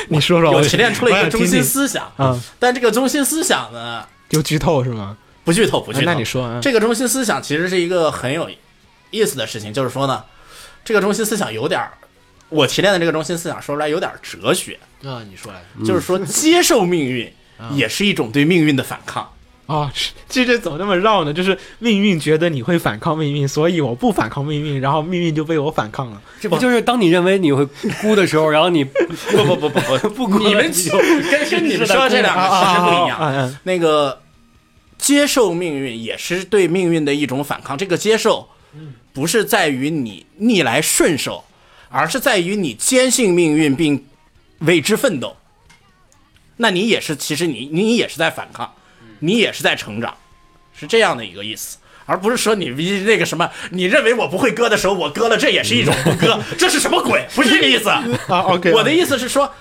Speaker 3: 你说说，
Speaker 6: 我
Speaker 3: 我
Speaker 6: 提炼出了一个中心思想。
Speaker 3: 嗯，
Speaker 6: 但这个中心思想呢，
Speaker 3: 有剧透是吗？
Speaker 6: 不剧透，不剧透。
Speaker 3: 那你说啊
Speaker 6: 这个中心思想其实是一个很有意思的事情，就是说呢，这个中心思想有点儿，我提炼的这个中心思想说出来有点儿哲学，
Speaker 3: 啊，你说来
Speaker 6: 就是说接受命运也是一种对命运的反抗。
Speaker 3: 啊，是这这怎么那么绕呢？就是命运觉得你会反抗命运，所以我不反抗命运，然后命运就被我反抗了。
Speaker 2: 这不就是当你认为你会估的时候，然后你
Speaker 6: 不不不不不，
Speaker 2: <laughs> 不估了
Speaker 6: 你们
Speaker 2: 就
Speaker 6: 跟 <laughs> 跟你们说的这两个
Speaker 3: 啊
Speaker 6: 事实不一
Speaker 3: 啊啊啊
Speaker 6: 样
Speaker 3: 啊。
Speaker 6: 那个接受命运也是对命运的一种反抗，这个接受不是在于你逆来顺受，而是在于你坚信命运并为之奋斗。那你也是，其实你你也是在反抗，你也是在成长，是这样的一个意思。而不是说你你那个什么，你认为我不会割的时候，我割了，这也是一种不
Speaker 3: <laughs>
Speaker 6: 割，这是什么鬼？不是这个意思。
Speaker 3: 啊，OK，
Speaker 6: 我的意思是说，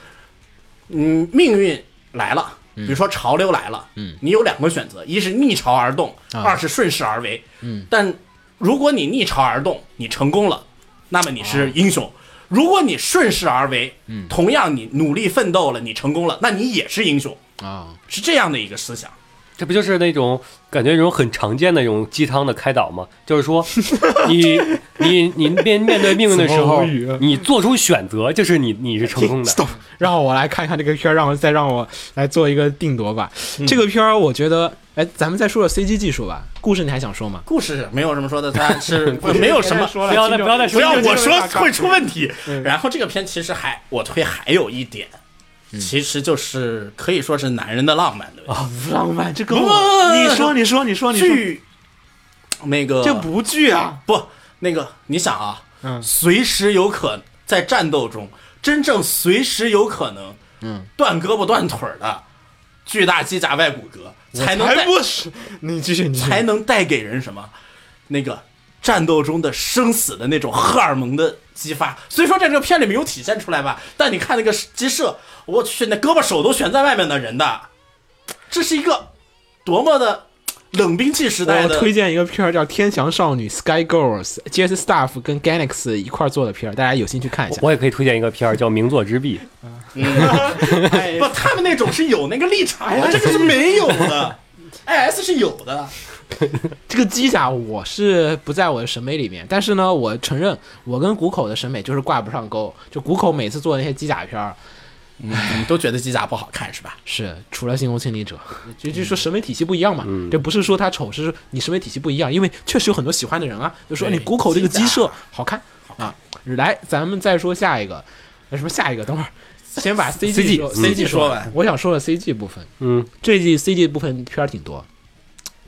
Speaker 6: 嗯，命运来了，
Speaker 3: 嗯
Speaker 6: 比如说潮流来了，嗯，你有两个选择，一是逆潮而动，
Speaker 3: 啊
Speaker 6: 二是顺势而
Speaker 3: 啊
Speaker 6: 为，嗯。但如果你逆潮而动，你成功了，那么你是英雄；如果你顺势而为，嗯，同样你努力奋斗了，你成功了，那你也是英雄，
Speaker 10: 啊，
Speaker 6: 是这样的一个思想。
Speaker 2: 这不就是那种感觉，那种很常见的那种鸡汤的开导吗？就是说，你你你面面对命运的时
Speaker 3: 怎么
Speaker 2: 候
Speaker 3: 无语啊，
Speaker 2: 你做出选择，就是你你是成功的。
Speaker 3: Stop，让我来看看这个片儿，让我再让我来做一个定夺吧。这个片儿我觉得，哎，咱们再说说 CG 技术吧。故事你还想说吗？
Speaker 6: 故事没有什么说的，咱是没有什么
Speaker 3: 说了
Speaker 2: 不要再
Speaker 3: 听众
Speaker 2: 不要再
Speaker 6: 不
Speaker 2: 说
Speaker 6: 要
Speaker 2: 这个
Speaker 6: 我说会出问题。然后这个片其实还我推还有一点，其实就是可以说是男人的浪漫的问题。
Speaker 3: 浪漫，这跟
Speaker 6: 不不不
Speaker 3: 你说，你说，你说，你说，
Speaker 6: 剧那个
Speaker 3: 这不剧啊，
Speaker 6: 不那个，你想啊，
Speaker 3: 嗯
Speaker 6: 随时有可在战斗中真正随时有可能，嗯，断胳膊断腿儿的巨大机甲外骨骼才能带
Speaker 3: 还不是你继续，你继续
Speaker 6: 才能带给人什么？那个战斗中的生死的那种荷尔蒙的激发。虽说在这个片里没有体现出来吧，但你看那个鸡舍，我去，那胳膊手都悬在外面的人的，这是一个多么的冷兵器时代
Speaker 3: 我
Speaker 6: 的。
Speaker 3: 推荐一个片儿叫《天翔少女》（Sky Girls），J.S. Staff 跟 Ganex 一块儿做的片儿，大家有兴趣看一下。
Speaker 2: 我也可以推荐一个片儿叫《名作之壁》，
Speaker 6: 嗯
Speaker 3: <laughs>
Speaker 6: 不，他们那种是有那个立场
Speaker 3: 哎
Speaker 6: 的，这个是没有的。IS 是有的，
Speaker 3: 这个机甲我是不在我的审美里面，但是呢，我承认我跟谷口的审美就是挂不上钩。就谷口每次做的那些机甲片儿，嗯
Speaker 6: 你都觉得机甲不好看是吧？
Speaker 3: 是除了《星空亲历者》，就就说审美体系不一样嘛。
Speaker 6: 嗯
Speaker 3: 这不是说它丑，是你审美体系不一样，因为确实有很多喜欢的人啊，就说
Speaker 6: 对
Speaker 3: 你谷口这个
Speaker 6: 机甲
Speaker 3: 鸡舍好看啊。来，咱们再说下一个，呃什么下一个？等会儿先
Speaker 6: <laughs>
Speaker 3: 把 CG 说
Speaker 6: CG 说完，
Speaker 3: 我想说的 CG 部分，
Speaker 2: 嗯，
Speaker 3: 这季 CG 部分片儿挺多。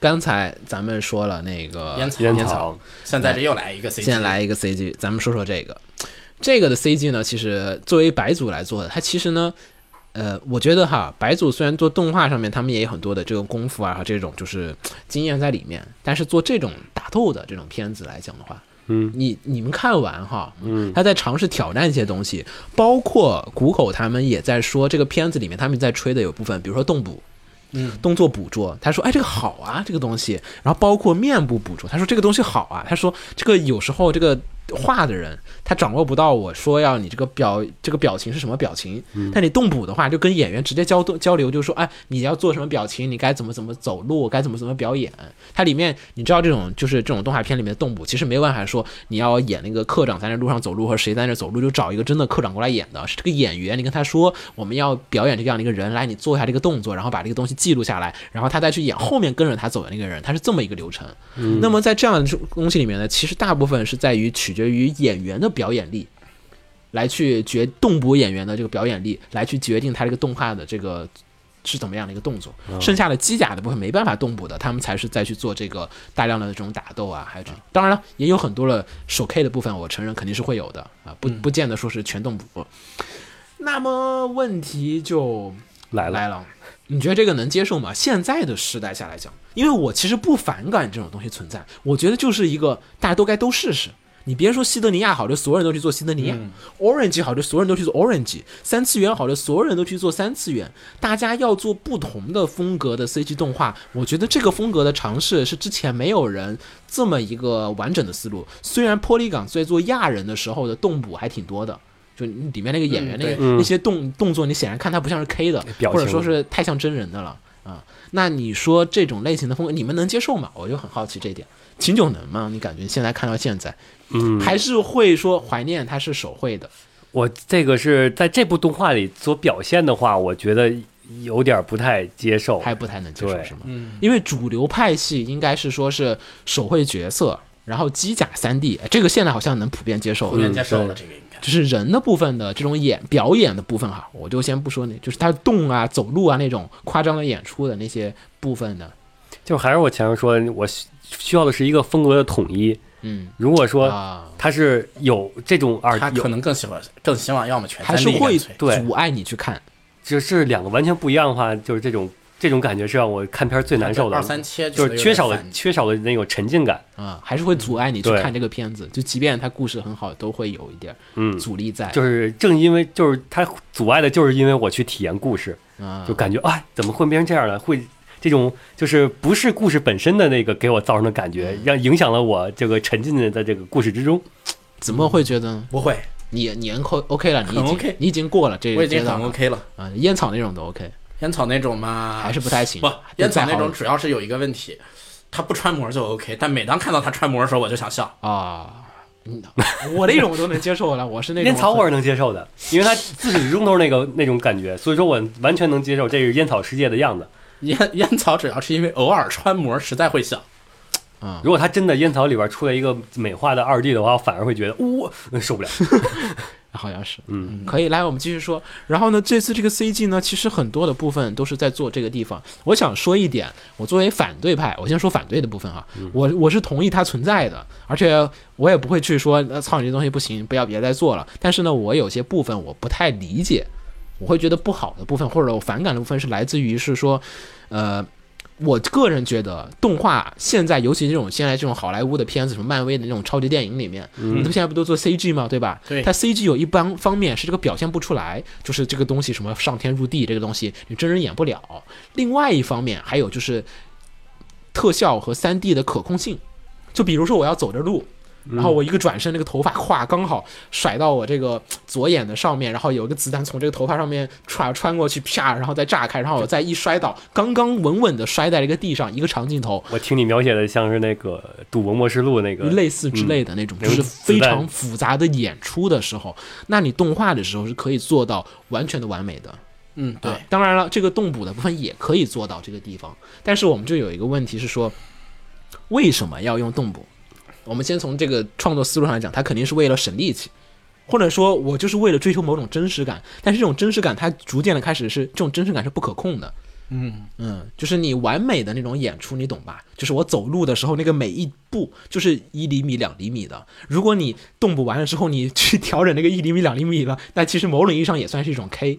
Speaker 3: 刚才咱们说了那个
Speaker 6: <laughs> 烟草
Speaker 2: 烟
Speaker 3: 烟
Speaker 2: 草，
Speaker 6: 现在这又来一个 CG，
Speaker 3: 现在来一个 CG，咱们说说这个，这个的 CG 呢，其实作为白组来做的，它其实呢，呃，我觉得哈，白组虽然做动画上面他们也有很多的这个功夫啊，和这种就是经验在里面，但是做这种打斗的这种片子来讲的话。
Speaker 2: 嗯，
Speaker 3: 你你们看完哈，嗯，他在尝试挑战一些东西，包括谷口他们也在说这个片子里面他们在吹的有部分，比如说动捕，动作捕捉，他说：“哎，这个好啊，这个东西。”然后包括面部捕捉，他说：“这个东西好啊。”他说：“这个有时候这个画的人他掌握不到我说要你这个表这个表情是什么表情，但你动捕的话，就跟演员直接交动交流，就说：哎，你要做什么表情，你该怎么怎么走路，该怎么怎么表演。它里面你知道这种就是这种动画片里面的动捕，其实没有办法说你要演那个科长在那路上走路或者谁在那走路，就找一个真的科长过来演的，是这个演员，你跟他说我们要表演这样的一个人，来你做一下这个动作，然后把这个东西记录下来，然后他再去演后面跟着他走的那个人，他是这么一个流程。那么在这样的东西里面呢，其实大部分是在于取决于演员的表演力。来去决动捕演员的这个表演力，来去决定他这个动画的这个是怎么样的一个动作。剩下的机甲的部分没办法动捕的，他们才是再去做这个大量的这种打斗啊，还有这种。当然了，也有很多了手 K 的部分，我承认肯定是会有的啊，不不见得说是全动捕。那么问题就
Speaker 2: 来了
Speaker 3: 来了，你觉得这个能接受吗？现在的时代下来讲，因为我其实不反感这种东西存在，我觉得就是一个大家都该都试试。你别说西德尼亚好，就所有人都去做西德尼亚、o r a n g e 好，就所有人都去做 Orange；三次元好，就所有人都去做三次元。大家要做不同的风格的 CG 动画，我觉得这个风格的尝试是之前没有人这么一个完整的思路。虽然玻璃港在做亚人的时候的动捕还挺多的，就里面那个演员、
Speaker 6: 嗯
Speaker 3: 那个
Speaker 6: 对
Speaker 3: 那些动动作，你显然看他不像是 K 的，
Speaker 2: 表
Speaker 3: 或
Speaker 2: 情
Speaker 3: 者说是太像真人的了啊。那你说这种类型的风格，你们能接受吗？我就很好奇这一点。秦九能吗？你感觉现在看到现在，嗯，还是会说怀念他是手绘的，
Speaker 2: 我这个是在这部动画里所表现的话，我觉得有点不太接受。
Speaker 3: 还不太能接受，
Speaker 2: 对
Speaker 3: 是吗？嗯，因为主流派系应该是说是手绘角色，然后机甲三 D，这哎个现在好像能普遍接受了，
Speaker 2: 嗯
Speaker 6: 人家
Speaker 3: 嗯
Speaker 6: 收了这个应该。
Speaker 3: 就是人的部分的这种演表演的部分哈，我就先不说那，就是他动啊、走路啊那种夸张的演出的那些部分的，
Speaker 2: 就还是我前面说，我需需要的是一个风格的统一。
Speaker 3: 嗯
Speaker 2: 如果说
Speaker 3: 啊，
Speaker 2: 它是有这种二
Speaker 6: 他
Speaker 2: 有
Speaker 6: 可能更喜欢，更希望要么全
Speaker 3: 还是
Speaker 6: 三 D
Speaker 3: 会
Speaker 6: 干脆
Speaker 2: 对
Speaker 3: 阻碍你去看。
Speaker 2: 就是两个完全不一样的话，就是这种这种感觉是让我看片儿最难受的。
Speaker 6: 二三切
Speaker 2: 就
Speaker 6: 觉得
Speaker 2: 是缺
Speaker 6: 有点
Speaker 2: 少了
Speaker 6: 烦
Speaker 2: 缺少了那种沉浸感。
Speaker 3: 啊、还是会阻碍你去
Speaker 2: 对
Speaker 3: 看这个片子，就即便它故事很好，都会有一点
Speaker 2: 嗯，
Speaker 3: 阻力
Speaker 6: 哎
Speaker 3: 在。
Speaker 2: 就是正因为就是它阻碍的，就是因为我去体验故事，
Speaker 6: 嗯
Speaker 3: 啊，
Speaker 2: 就感觉哎，怎么会变成这样了？会这种就是不是故事本身的那个给我造成的
Speaker 6: 嗯
Speaker 2: 感觉，让影响了我这个沉浸在这个故事之中。
Speaker 3: 怎么会觉得呢？
Speaker 6: 不会，
Speaker 3: 你你 OK OK 了，你已
Speaker 6: 很
Speaker 3: 经
Speaker 6: OK
Speaker 3: 你已经过了这
Speaker 6: 我
Speaker 3: 个
Speaker 6: 已
Speaker 3: 阶
Speaker 6: 经
Speaker 3: 段
Speaker 6: 很
Speaker 3: 了
Speaker 6: OK 了。
Speaker 3: 啊，烟草那种都 OK，
Speaker 6: 烟草那种嘛，
Speaker 3: 还是不太行
Speaker 6: 不，烟草那
Speaker 3: 不太好
Speaker 6: 种主要是有一个问题，它不穿膜就 OK，但每当看到它穿膜的时候，我就想笑。 <laughs>
Speaker 3: 啊。嗯，我那种我都能接受了，我是那种
Speaker 2: 烟草
Speaker 3: 很
Speaker 2: 我是能接
Speaker 6: <laughs>
Speaker 2: 受的，因为它自始至终都是那个那种感觉，所以说我完全能接受这是烟草世界的样子。
Speaker 6: 烟 <laughs> 烟草只要是因为偶尔穿膜，实在会笑。
Speaker 2: 如果它真的烟草里边出来一个美化的二 D 的话，我反而会觉得呜、 <laughs>
Speaker 3: <laughs>
Speaker 2: 受不了。
Speaker 3: 好像是，嗯，可以，来，我们继续说。然后呢，这次这个 CG 呢，其实很多的部分都是在做这个地方。我想说一点，我作为反对派，我先说反对的部分哈，我我是同意它存在的，而且我也不会去说，呃操，你这东西不行，不要别再做了。但是呢，我有些部分我不太理解，我会觉得不好的部分或者我反感的部分是来自于是说，呃。我个人觉得，动画现在，尤其这种现在这种好莱坞的片子，什么漫威的那种超级电影里面，嗯、他们现在不都做 CG 嘛，对吧？
Speaker 6: 对
Speaker 3: 它 CG 有一帮方面是这个表现不出来，就是这个东西什么上天入地这个东西，你真人演不了。另外一方面，还有就是特效和三 D 的可控性。就比如说我要走着路，然后我一个转身，那个头发咵刚好甩到我这个左眼的上面，然后有一个子弹从这个头发上面穿穿过去，啪，然后再炸开，然后我再一摔倒，刚刚稳稳的摔在了一个地上，一个长镜头，
Speaker 2: 我听你描写的像是那个《赌博默示录》那个
Speaker 3: 类似之类的那种，
Speaker 2: 嗯
Speaker 3: 就是非
Speaker 2: 有
Speaker 3: 常
Speaker 2: 子弹
Speaker 3: 复杂的演出的时候，那你动画的时候是可以做到完全的完美的。
Speaker 6: 嗯，对
Speaker 3: 啊，当然了，这个动捕的部分也可以做到这个地方，但是我们就有一个问题是说，为什么要用动捕？我们先从这个创作思路上来讲，它肯定是为了省力气，或者说我就是为了追求某种真实感。但是这种真实感，它逐渐的开始是这种真实感是不可控的。嗯嗯，就是你完美的那种演出，你懂吧？就是我走路的时候，那个每一步就是一厘米、两厘米的。如果你动捕完了之后，你去调整那个一厘米、两厘米了，那其实某种意义上也算是一种 K。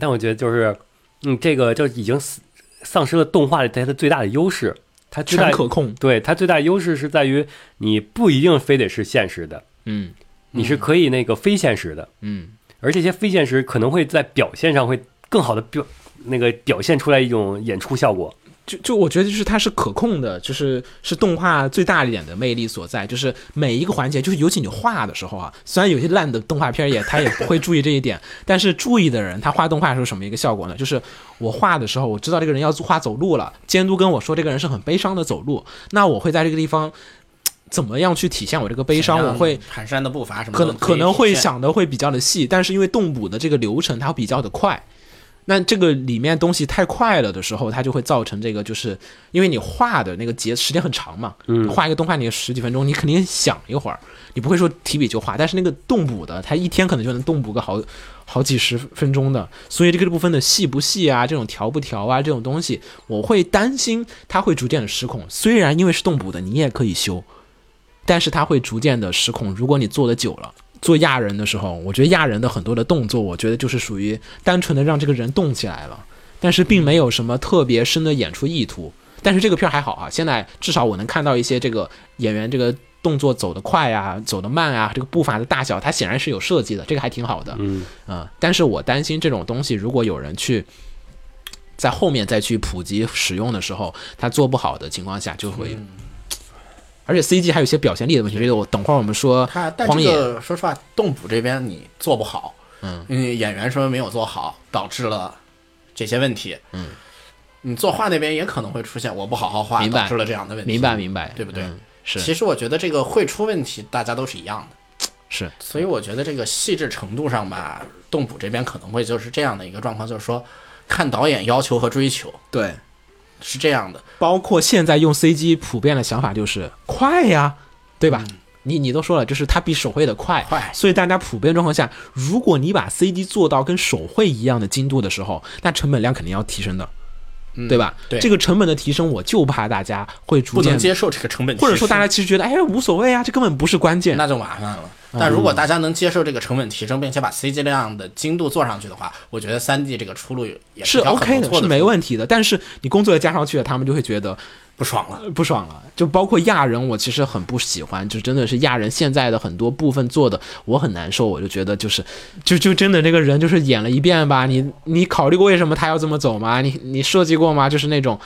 Speaker 2: 但我觉得就是，嗯，这个就已经死丧失了动画里它的最大的优势，它最大
Speaker 3: 全可控
Speaker 2: 对它最大优势是在于你不一定非得是现实的，
Speaker 3: 嗯
Speaker 2: 你是可以那个非现实的，
Speaker 3: 嗯。
Speaker 2: 而这些非现实可能会在表现上会更好的表那个表现出来一种演出效果。
Speaker 3: 就就我觉得就是它是可控的，就是是动画最大一点的魅力所在，就是每一个环节，就是尤其你画的时候啊，虽然有些烂的动画片也他也不会注意这一点，但是注意的人他画动画的时候什么一个效果呢？就是我画的时候，我知道这个人要画走路了，监督跟我说这个人是很悲伤的走路，那我会在这个地方嘖怎么样去体现我这个悲伤？我会
Speaker 6: 蹒跚的步伐什么的，
Speaker 3: 可能可能会
Speaker 6: 体现
Speaker 3: 想的会比较的细，但是因为动捕的这个流程它比较的快，那这个里面东西太快了的时候，它就会造成这个，就是因为你画的那个节时间很长嘛，嗯，画一个动画你十几分钟，你肯定想一会儿，你不会说提笔就画，但是那个动捕的，它一天可能就能动捕个好好几十分钟的，所以这个部分的细不细啊，这种调不调啊，这种东西，我会担心它会逐渐的失控。虽然因为是动捕的，你也可以修，但是它会逐渐的失控。如果你做的久了，做亚人的时候，我觉得亚人的很多的动作，我觉得就是属于单纯的让这个人动起来了，但是并没有什么特别深的演出意图。但是这个片儿还好啊，现在至少我能看到一些这个演员这个动作走得快啊，走得慢啊，这个步伐的大小，它显然是有设计的，这个还挺好的。嗯啊、但是我担心这种东西，如果有人去在后面再去普及使用的时候，它做不好的情况下，就会。
Speaker 6: 嗯
Speaker 3: 而且 CG 还有一些表现力的问题，这个我等会儿我们说
Speaker 6: 它，但
Speaker 3: 荒
Speaker 6: 这
Speaker 3: 野。
Speaker 6: 个说实话，动捕这边你做不好，嗯，因为演员什么没有做好，导致了这些问题，嗯，你作画那边也可能会出现我不好好画，
Speaker 3: 明白
Speaker 6: 导致了这样的问题，
Speaker 3: 明白明白
Speaker 6: 对不对
Speaker 3: 嗯？是
Speaker 6: 其实我觉得这个会出问题，大家都是一样的，
Speaker 3: 是
Speaker 6: 所以我觉得这个细致程度上吧，动捕这边可能会就是这样的一个状况，就是说看导演要求和追求
Speaker 3: 对，
Speaker 6: 是这样的，
Speaker 3: 包括现在用 CG 普遍的想法就是快呀，对吧？你你都说了，就是它比手绘的快，
Speaker 6: 嗯快
Speaker 3: 所以大家普遍状况下，如果你把 CG 做到跟手绘一样的精度的时候，那成本量肯定要提升的，对吧？
Speaker 6: 嗯对
Speaker 3: 这个成本的提升，我就怕大家会逐
Speaker 6: 不
Speaker 3: 渐
Speaker 6: 能接受这个成本提升，
Speaker 3: 或者说大家其实觉得，哎呀无所谓啊，这根本不是关键。
Speaker 6: 那就麻烦了。
Speaker 3: 嗯
Speaker 6: 但如果大家能接受这个成本提升，并且把 CG 量的精度做上去的话，我觉得三 D 这个出路也
Speaker 3: 是
Speaker 6: 条很
Speaker 3: OK
Speaker 6: 不
Speaker 3: 的，
Speaker 6: 错
Speaker 3: 是
Speaker 6: 的，
Speaker 3: 没问题的。但是你工作也加上去了，他们就会觉得，
Speaker 6: 不爽了。
Speaker 3: 不爽了。就包括亚人，我其实很不喜欢，就真的是亚人现在的很多部分做的我很难受，我就觉得就是，就就真的这个人就是演了一遍吧，你你考虑过为什么他要这么走吗？你你设计过吗？就是那种。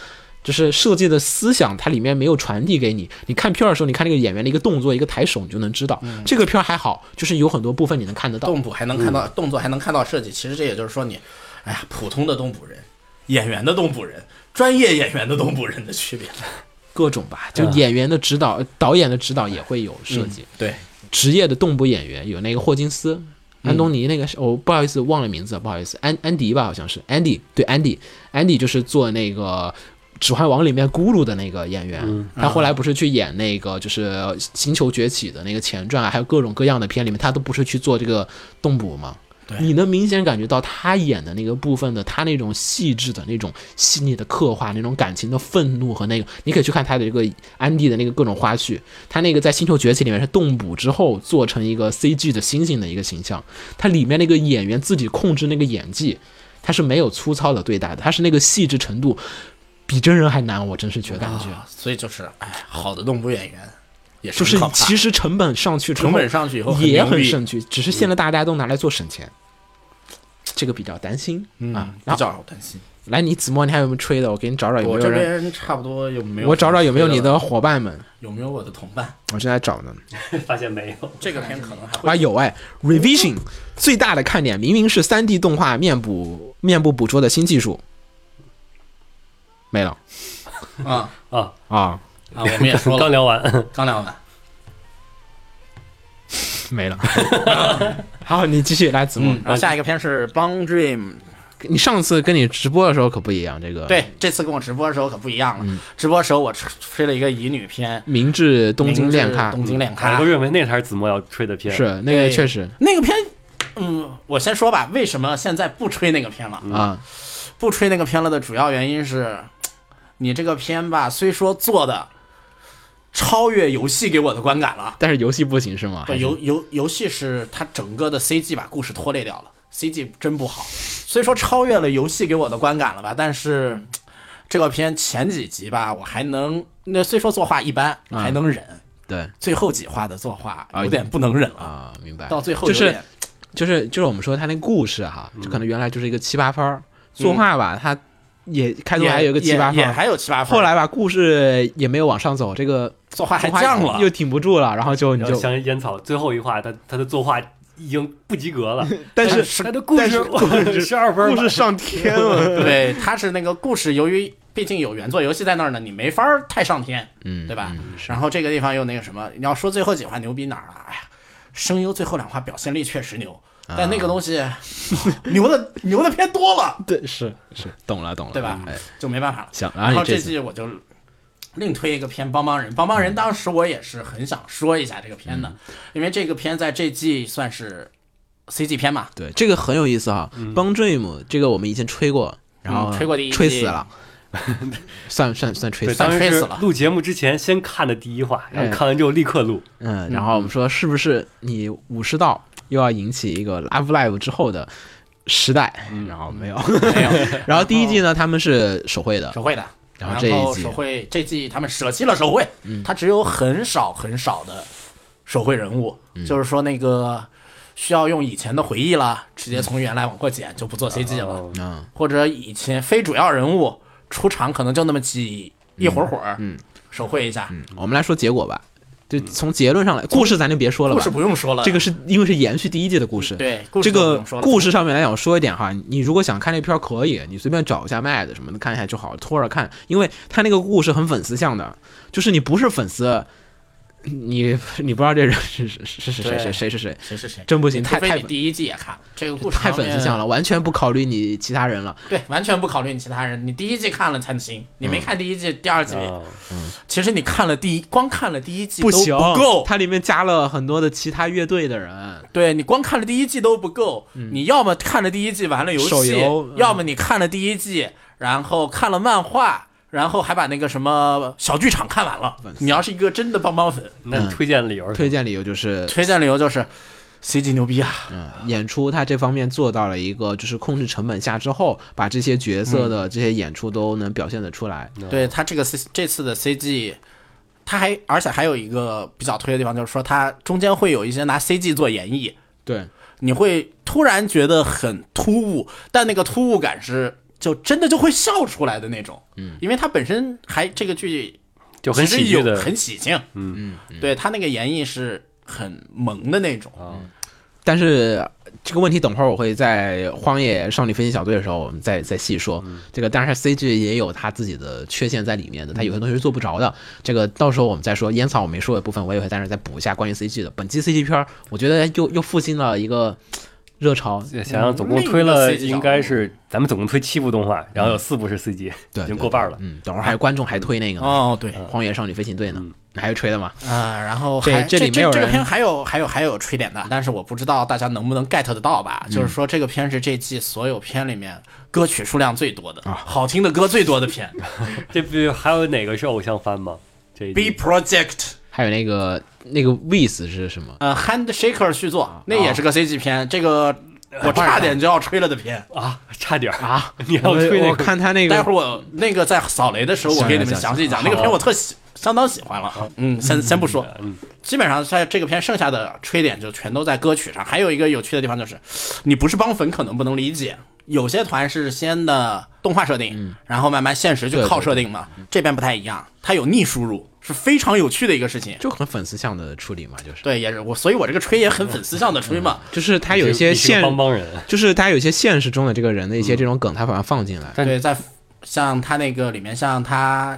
Speaker 3: 就是设计的思想，它里面没有传递给你。你看片儿的时候，你看这个演员的一个动作、一个抬手，你就能知道、这个片儿还好，就是有很多部分你能看得到。
Speaker 6: 动捕还能看
Speaker 3: 嗯
Speaker 6: 到动作，还能看到设计。其实这也就是说你，哎呀，普通的动捕人，演员的动捕人，专业演员的动捕人的区别。
Speaker 3: 各种吧，就演员的指导、呃导演的指导也会有设计。
Speaker 6: 对，
Speaker 3: 职业的动捕演员有那个霍金斯、安东尼，那个是哦，不好意思忘了名字，不好意思，安安迪吧，好像是 Andy，对 Andy，Andy 就是做那个。《指环王》里面咕噜的那个演员，他后来不是去演那个就是《星球崛起》的那个前传啊，还有各种各样的片里面，他都不是去做这个动捕吗？你能明显感觉到他演的那个部分的他那种细致的那种细腻的刻画，那种感情的愤怒和那个，你可以去看他的这个安迪的那个各种花絮，他那个在《星球崛起》里面是动捕之后做成一个 CG 的猩猩的一个形象，他里面那个演员自己控制那个演技，他是没有粗糙的对待的，他是那个细致程度比真人还难，我真是觉感觉。
Speaker 6: 啊所以就是，哎，好的动捕演员也是
Speaker 3: 就是
Speaker 6: 很可怕
Speaker 3: 其实成本上去之后，
Speaker 6: 成本上去以后很
Speaker 3: 也
Speaker 6: 牛
Speaker 3: 很
Speaker 6: 逼
Speaker 3: 省去，只是现在大家都拿来做省钱，这个比较担心啊。
Speaker 6: 嗯比
Speaker 3: 然后
Speaker 6: 较好担心。
Speaker 3: 来，你子墨，你还有没有吹的？我给你找找有
Speaker 6: 我
Speaker 3: 没有
Speaker 6: 这
Speaker 3: 人，
Speaker 6: 边差不多有没有？
Speaker 3: 我找找有没有你
Speaker 6: 觉得
Speaker 3: 的伙伴们。
Speaker 6: 有没有我的同伴？
Speaker 3: 我正在找呢。
Speaker 2: <laughs> 发现没有，
Speaker 6: 这个片可能还会
Speaker 3: 啊，有哎，Revision 最大的看点明明是 3D 动画面部面部捕捉的新技术，没了
Speaker 6: 啊
Speaker 3: 啊，
Speaker 6: 啊！我们也说
Speaker 2: 刚
Speaker 6: 了，
Speaker 2: 聊完，
Speaker 6: 刚聊完。
Speaker 3: 没
Speaker 6: <laughs>
Speaker 3: 了。好，你继续来，子墨。
Speaker 6: 嗯，然后下一个片是《Bong Dream》。
Speaker 3: 嗯你上次跟你直播的时候可不一样，这个
Speaker 6: 对，这次跟我直播的时候可不一样了。
Speaker 3: 嗯
Speaker 6: 直播的时候我吹吹了一个乙女片，
Speaker 3: 明治东京恋咖
Speaker 6: 东京恋咖
Speaker 2: <laughs> 我都。认为那才是子墨要吹的片，
Speaker 3: 是那个
Speaker 6: 对
Speaker 3: 确实
Speaker 6: 那个片，嗯，我先说吧，为什么现在不吹那个片了？
Speaker 3: 啊，
Speaker 6: 不吹那个片了的主要原因是，你这个片吧，虽说做的超越游戏给我的观感了，
Speaker 3: 但是游戏不行是吗？
Speaker 6: 不
Speaker 3: 还是
Speaker 6: 游游游戏是它整个的 CG 把故事拖累掉了，CG 真不好。虽说超越了游戏给我的观感了吧，但是这个片前几集吧，我还能那虽说作画一般，
Speaker 3: 啊
Speaker 6: 还能忍。
Speaker 3: 对
Speaker 6: 最后几话的作画有点不能忍了，
Speaker 3: 啊，明白。
Speaker 6: 到最后
Speaker 3: 就
Speaker 6: 有
Speaker 3: 是
Speaker 6: 点
Speaker 3: 就是就是我们说他那个故事哈，就可能原来就是一个七八分儿，作画吧，他也开头
Speaker 6: 也
Speaker 3: 还有一个七八分
Speaker 6: 也也
Speaker 3: 儿，
Speaker 6: 还有七八分儿，
Speaker 3: 后来吧故事也没有往上走，这个
Speaker 6: 作画还
Speaker 3: 作画
Speaker 6: 降了，
Speaker 3: 又挺不住了，然后就你
Speaker 2: 然后
Speaker 3: 就
Speaker 2: 像烟草最后一话，他他的作画已经不及格了，
Speaker 3: 但是
Speaker 2: 他的 <laughs> 故事十二分
Speaker 3: 故
Speaker 2: 吧
Speaker 3: 事上天了，
Speaker 6: 对，它是那个故事，由于毕竟有原作游戏在那儿呢，你没法儿太上天，嗯，对吧？然后这个地方又那个什么，你要说最后几话牛逼哪儿啊？哎呀，声优最后两话表现力确实牛，但那个东西、牛的牛的偏多了，
Speaker 3: 对是是懂了懂了，
Speaker 6: 对吧
Speaker 3: 哎，？
Speaker 6: 就没办法了。
Speaker 3: 行然后
Speaker 6: 然
Speaker 3: 你
Speaker 6: 后
Speaker 3: 这
Speaker 6: 这
Speaker 3: 次
Speaker 6: 季我就另推一个片《帮帮人》，《帮帮人》当时我也是很想说一下这个片的，因为这个片在这季算是 CG 片嘛，
Speaker 3: 对，这个很有意思哈。帮 Dream 这个我们以前吹过，然后
Speaker 6: 嗯嗯吹过第一
Speaker 3: 吹
Speaker 6: 季
Speaker 3: 死
Speaker 6: <laughs>
Speaker 3: 了，算算算吹
Speaker 2: 对，
Speaker 3: 死了
Speaker 2: 当。时
Speaker 6: 吹死
Speaker 2: 是
Speaker 6: 了
Speaker 2: 录节目之前先看的第一话，
Speaker 3: 哎
Speaker 2: 然后看完之后立刻录，
Speaker 3: 嗯，然后我们说是不是你武士道又要引起一个 Love Live 之后的时代？然后没有，
Speaker 6: 嗯没有
Speaker 3: <laughs> 然后第一季呢，他们是手绘的，
Speaker 6: 手绘的。
Speaker 3: 然
Speaker 6: 然
Speaker 3: 后这一季嗯
Speaker 6: 手绘这季他们舍弃了手绘，他只有很少很少的手绘人物，
Speaker 3: 嗯
Speaker 6: 就是说那个需要用以前的回忆啦，直接从原来往过剪，就不做 CG 了，
Speaker 3: 嗯，
Speaker 6: 或者以前非主要人物出场可能就那么几
Speaker 3: 嗯
Speaker 6: 一会儿会儿，手绘一下，
Speaker 3: 我们来说结果吧，就从结论上来，故事咱就别说了吧，
Speaker 6: 嗯故事不用说了，
Speaker 3: 这个是因为是延续第一季的故事，
Speaker 6: 对故事
Speaker 3: 这
Speaker 6: 就不
Speaker 3: 个
Speaker 6: 用说了
Speaker 3: 故事上面来讲，我说一点哈，你如果想看这片儿可以，你随便找一下卖的什么的看一下就好，拖着看，因为他那个故事很粉丝向的，就是你不是粉丝，你你不知道这人是是是是谁谁谁是谁，
Speaker 6: 谁是谁，
Speaker 3: 真不行
Speaker 6: 你
Speaker 3: 太
Speaker 6: 除非
Speaker 3: 太
Speaker 6: 你第一季也看了这个故事
Speaker 3: 太粉丝向
Speaker 6: 了，
Speaker 3: 了，完全不考虑你其他人了。
Speaker 6: 对，完全不考虑你其他人，你第一季看了才行，你
Speaker 3: 嗯
Speaker 6: 没看第一季、第二季，
Speaker 2: 啊，
Speaker 6: 其实你看了第一，光看了第一季都
Speaker 3: 行，
Speaker 6: 不够，
Speaker 3: 它里面加了很多的其他乐队的人，
Speaker 6: 对你光看了第一季都不够，你要么看了第一季玩了游戏，
Speaker 3: 嗯手游嗯
Speaker 6: 要么你看了第一季，然后看了漫画，然后还把那个什么小剧场看完了。你要是一个真的棒棒粉，
Speaker 2: 那你推荐理由是什么
Speaker 3: 嗯推荐理由就是
Speaker 6: 推荐理由就是 CG 牛逼啊！
Speaker 3: 演出他这方面做到了一个，就是控制成本下之后，把这些角色的这些演出都能表现得出来。
Speaker 6: 对他这个 C 这次的 CG，他还而且还有一个比较推的地方，就是说他中间会有一些拿 CG 做演绎，
Speaker 3: 对，
Speaker 6: 你会突然觉得很突兀，但那个突兀感是。就真的就会笑出来的那种。嗯，因为它本身还这个剧
Speaker 2: 就很
Speaker 6: 其实
Speaker 2: 喜剧
Speaker 6: 有
Speaker 2: 的，
Speaker 6: 很喜庆。嗯嗯，对他那个演绎是很萌的那种。
Speaker 3: 但是这个问题等会儿我会在《荒野少女分析小队》的时候，我们再再细说。这个当然 CG 也有它自己的缺陷在里面的，它有些东西是做不着的。这个到时候我们再说。烟草我没说的部分，我也会在那儿再补一下关于 CG 的。本期 CG 片儿，我觉得又又复兴了一个热潮。
Speaker 2: 想
Speaker 3: 嗯
Speaker 2: 想总共推了应该是咱们总共推七部动画，然后有四部是 CG，
Speaker 3: 对，
Speaker 2: 已
Speaker 3: 对
Speaker 2: 经过半了。
Speaker 3: 嗯，等会儿还有观众还推那个呢
Speaker 6: 哦，对
Speaker 3: 《荒野少女飞行队》呢，你还有吹的吗？
Speaker 6: 啊，然后
Speaker 3: 啊对
Speaker 6: 还
Speaker 3: 这里没有
Speaker 6: 这个
Speaker 3: 人
Speaker 6: 片还有还有还有吹点的，但是我不知道大家能不能 get 得到吧？就是说这个片是这季所有片里面歌曲数量最多的，好听的歌最多的片。
Speaker 2: 这不还有哪个是偶像番吗？这一
Speaker 6: B
Speaker 2: 季
Speaker 6: Project，
Speaker 3: 还有那个那个 Wiz 是什么？
Speaker 6: 呃，Handshaker 续作，那也是个 CG 片，这个我差啊呃点就要吹了的片。
Speaker 2: 啊，差点儿
Speaker 3: 啊！
Speaker 2: <laughs> 你要推
Speaker 3: 我
Speaker 2: 那
Speaker 3: 我
Speaker 2: 个
Speaker 3: 看他那
Speaker 6: 待
Speaker 3: 个
Speaker 6: 会儿我那个在扫雷的时候，我给你们
Speaker 3: 行行
Speaker 6: 详细讲那个片，我特喜相当喜欢了。嗯，先先不说，基本上在这个片剩下的吹点就全都在歌曲上。还有一个有趣的地方就是，你不是帮粉可能不能理解，有些团是先的动画设定，然后慢慢现实去靠设定嘛。这边不太一样，它有逆输入，是非常有趣的一个事情。
Speaker 3: 就很粉丝向的处理嘛，就是
Speaker 6: 对，也是我，所以我这个吹也很粉丝向的吹嘛。
Speaker 3: 就是他有一些
Speaker 2: 你是个
Speaker 3: 现
Speaker 2: 帮嗯帮人，
Speaker 3: 就是他有一些现实中的这个人的一些这种梗，他把它放进来。
Speaker 6: 对，在像他那个里面，像他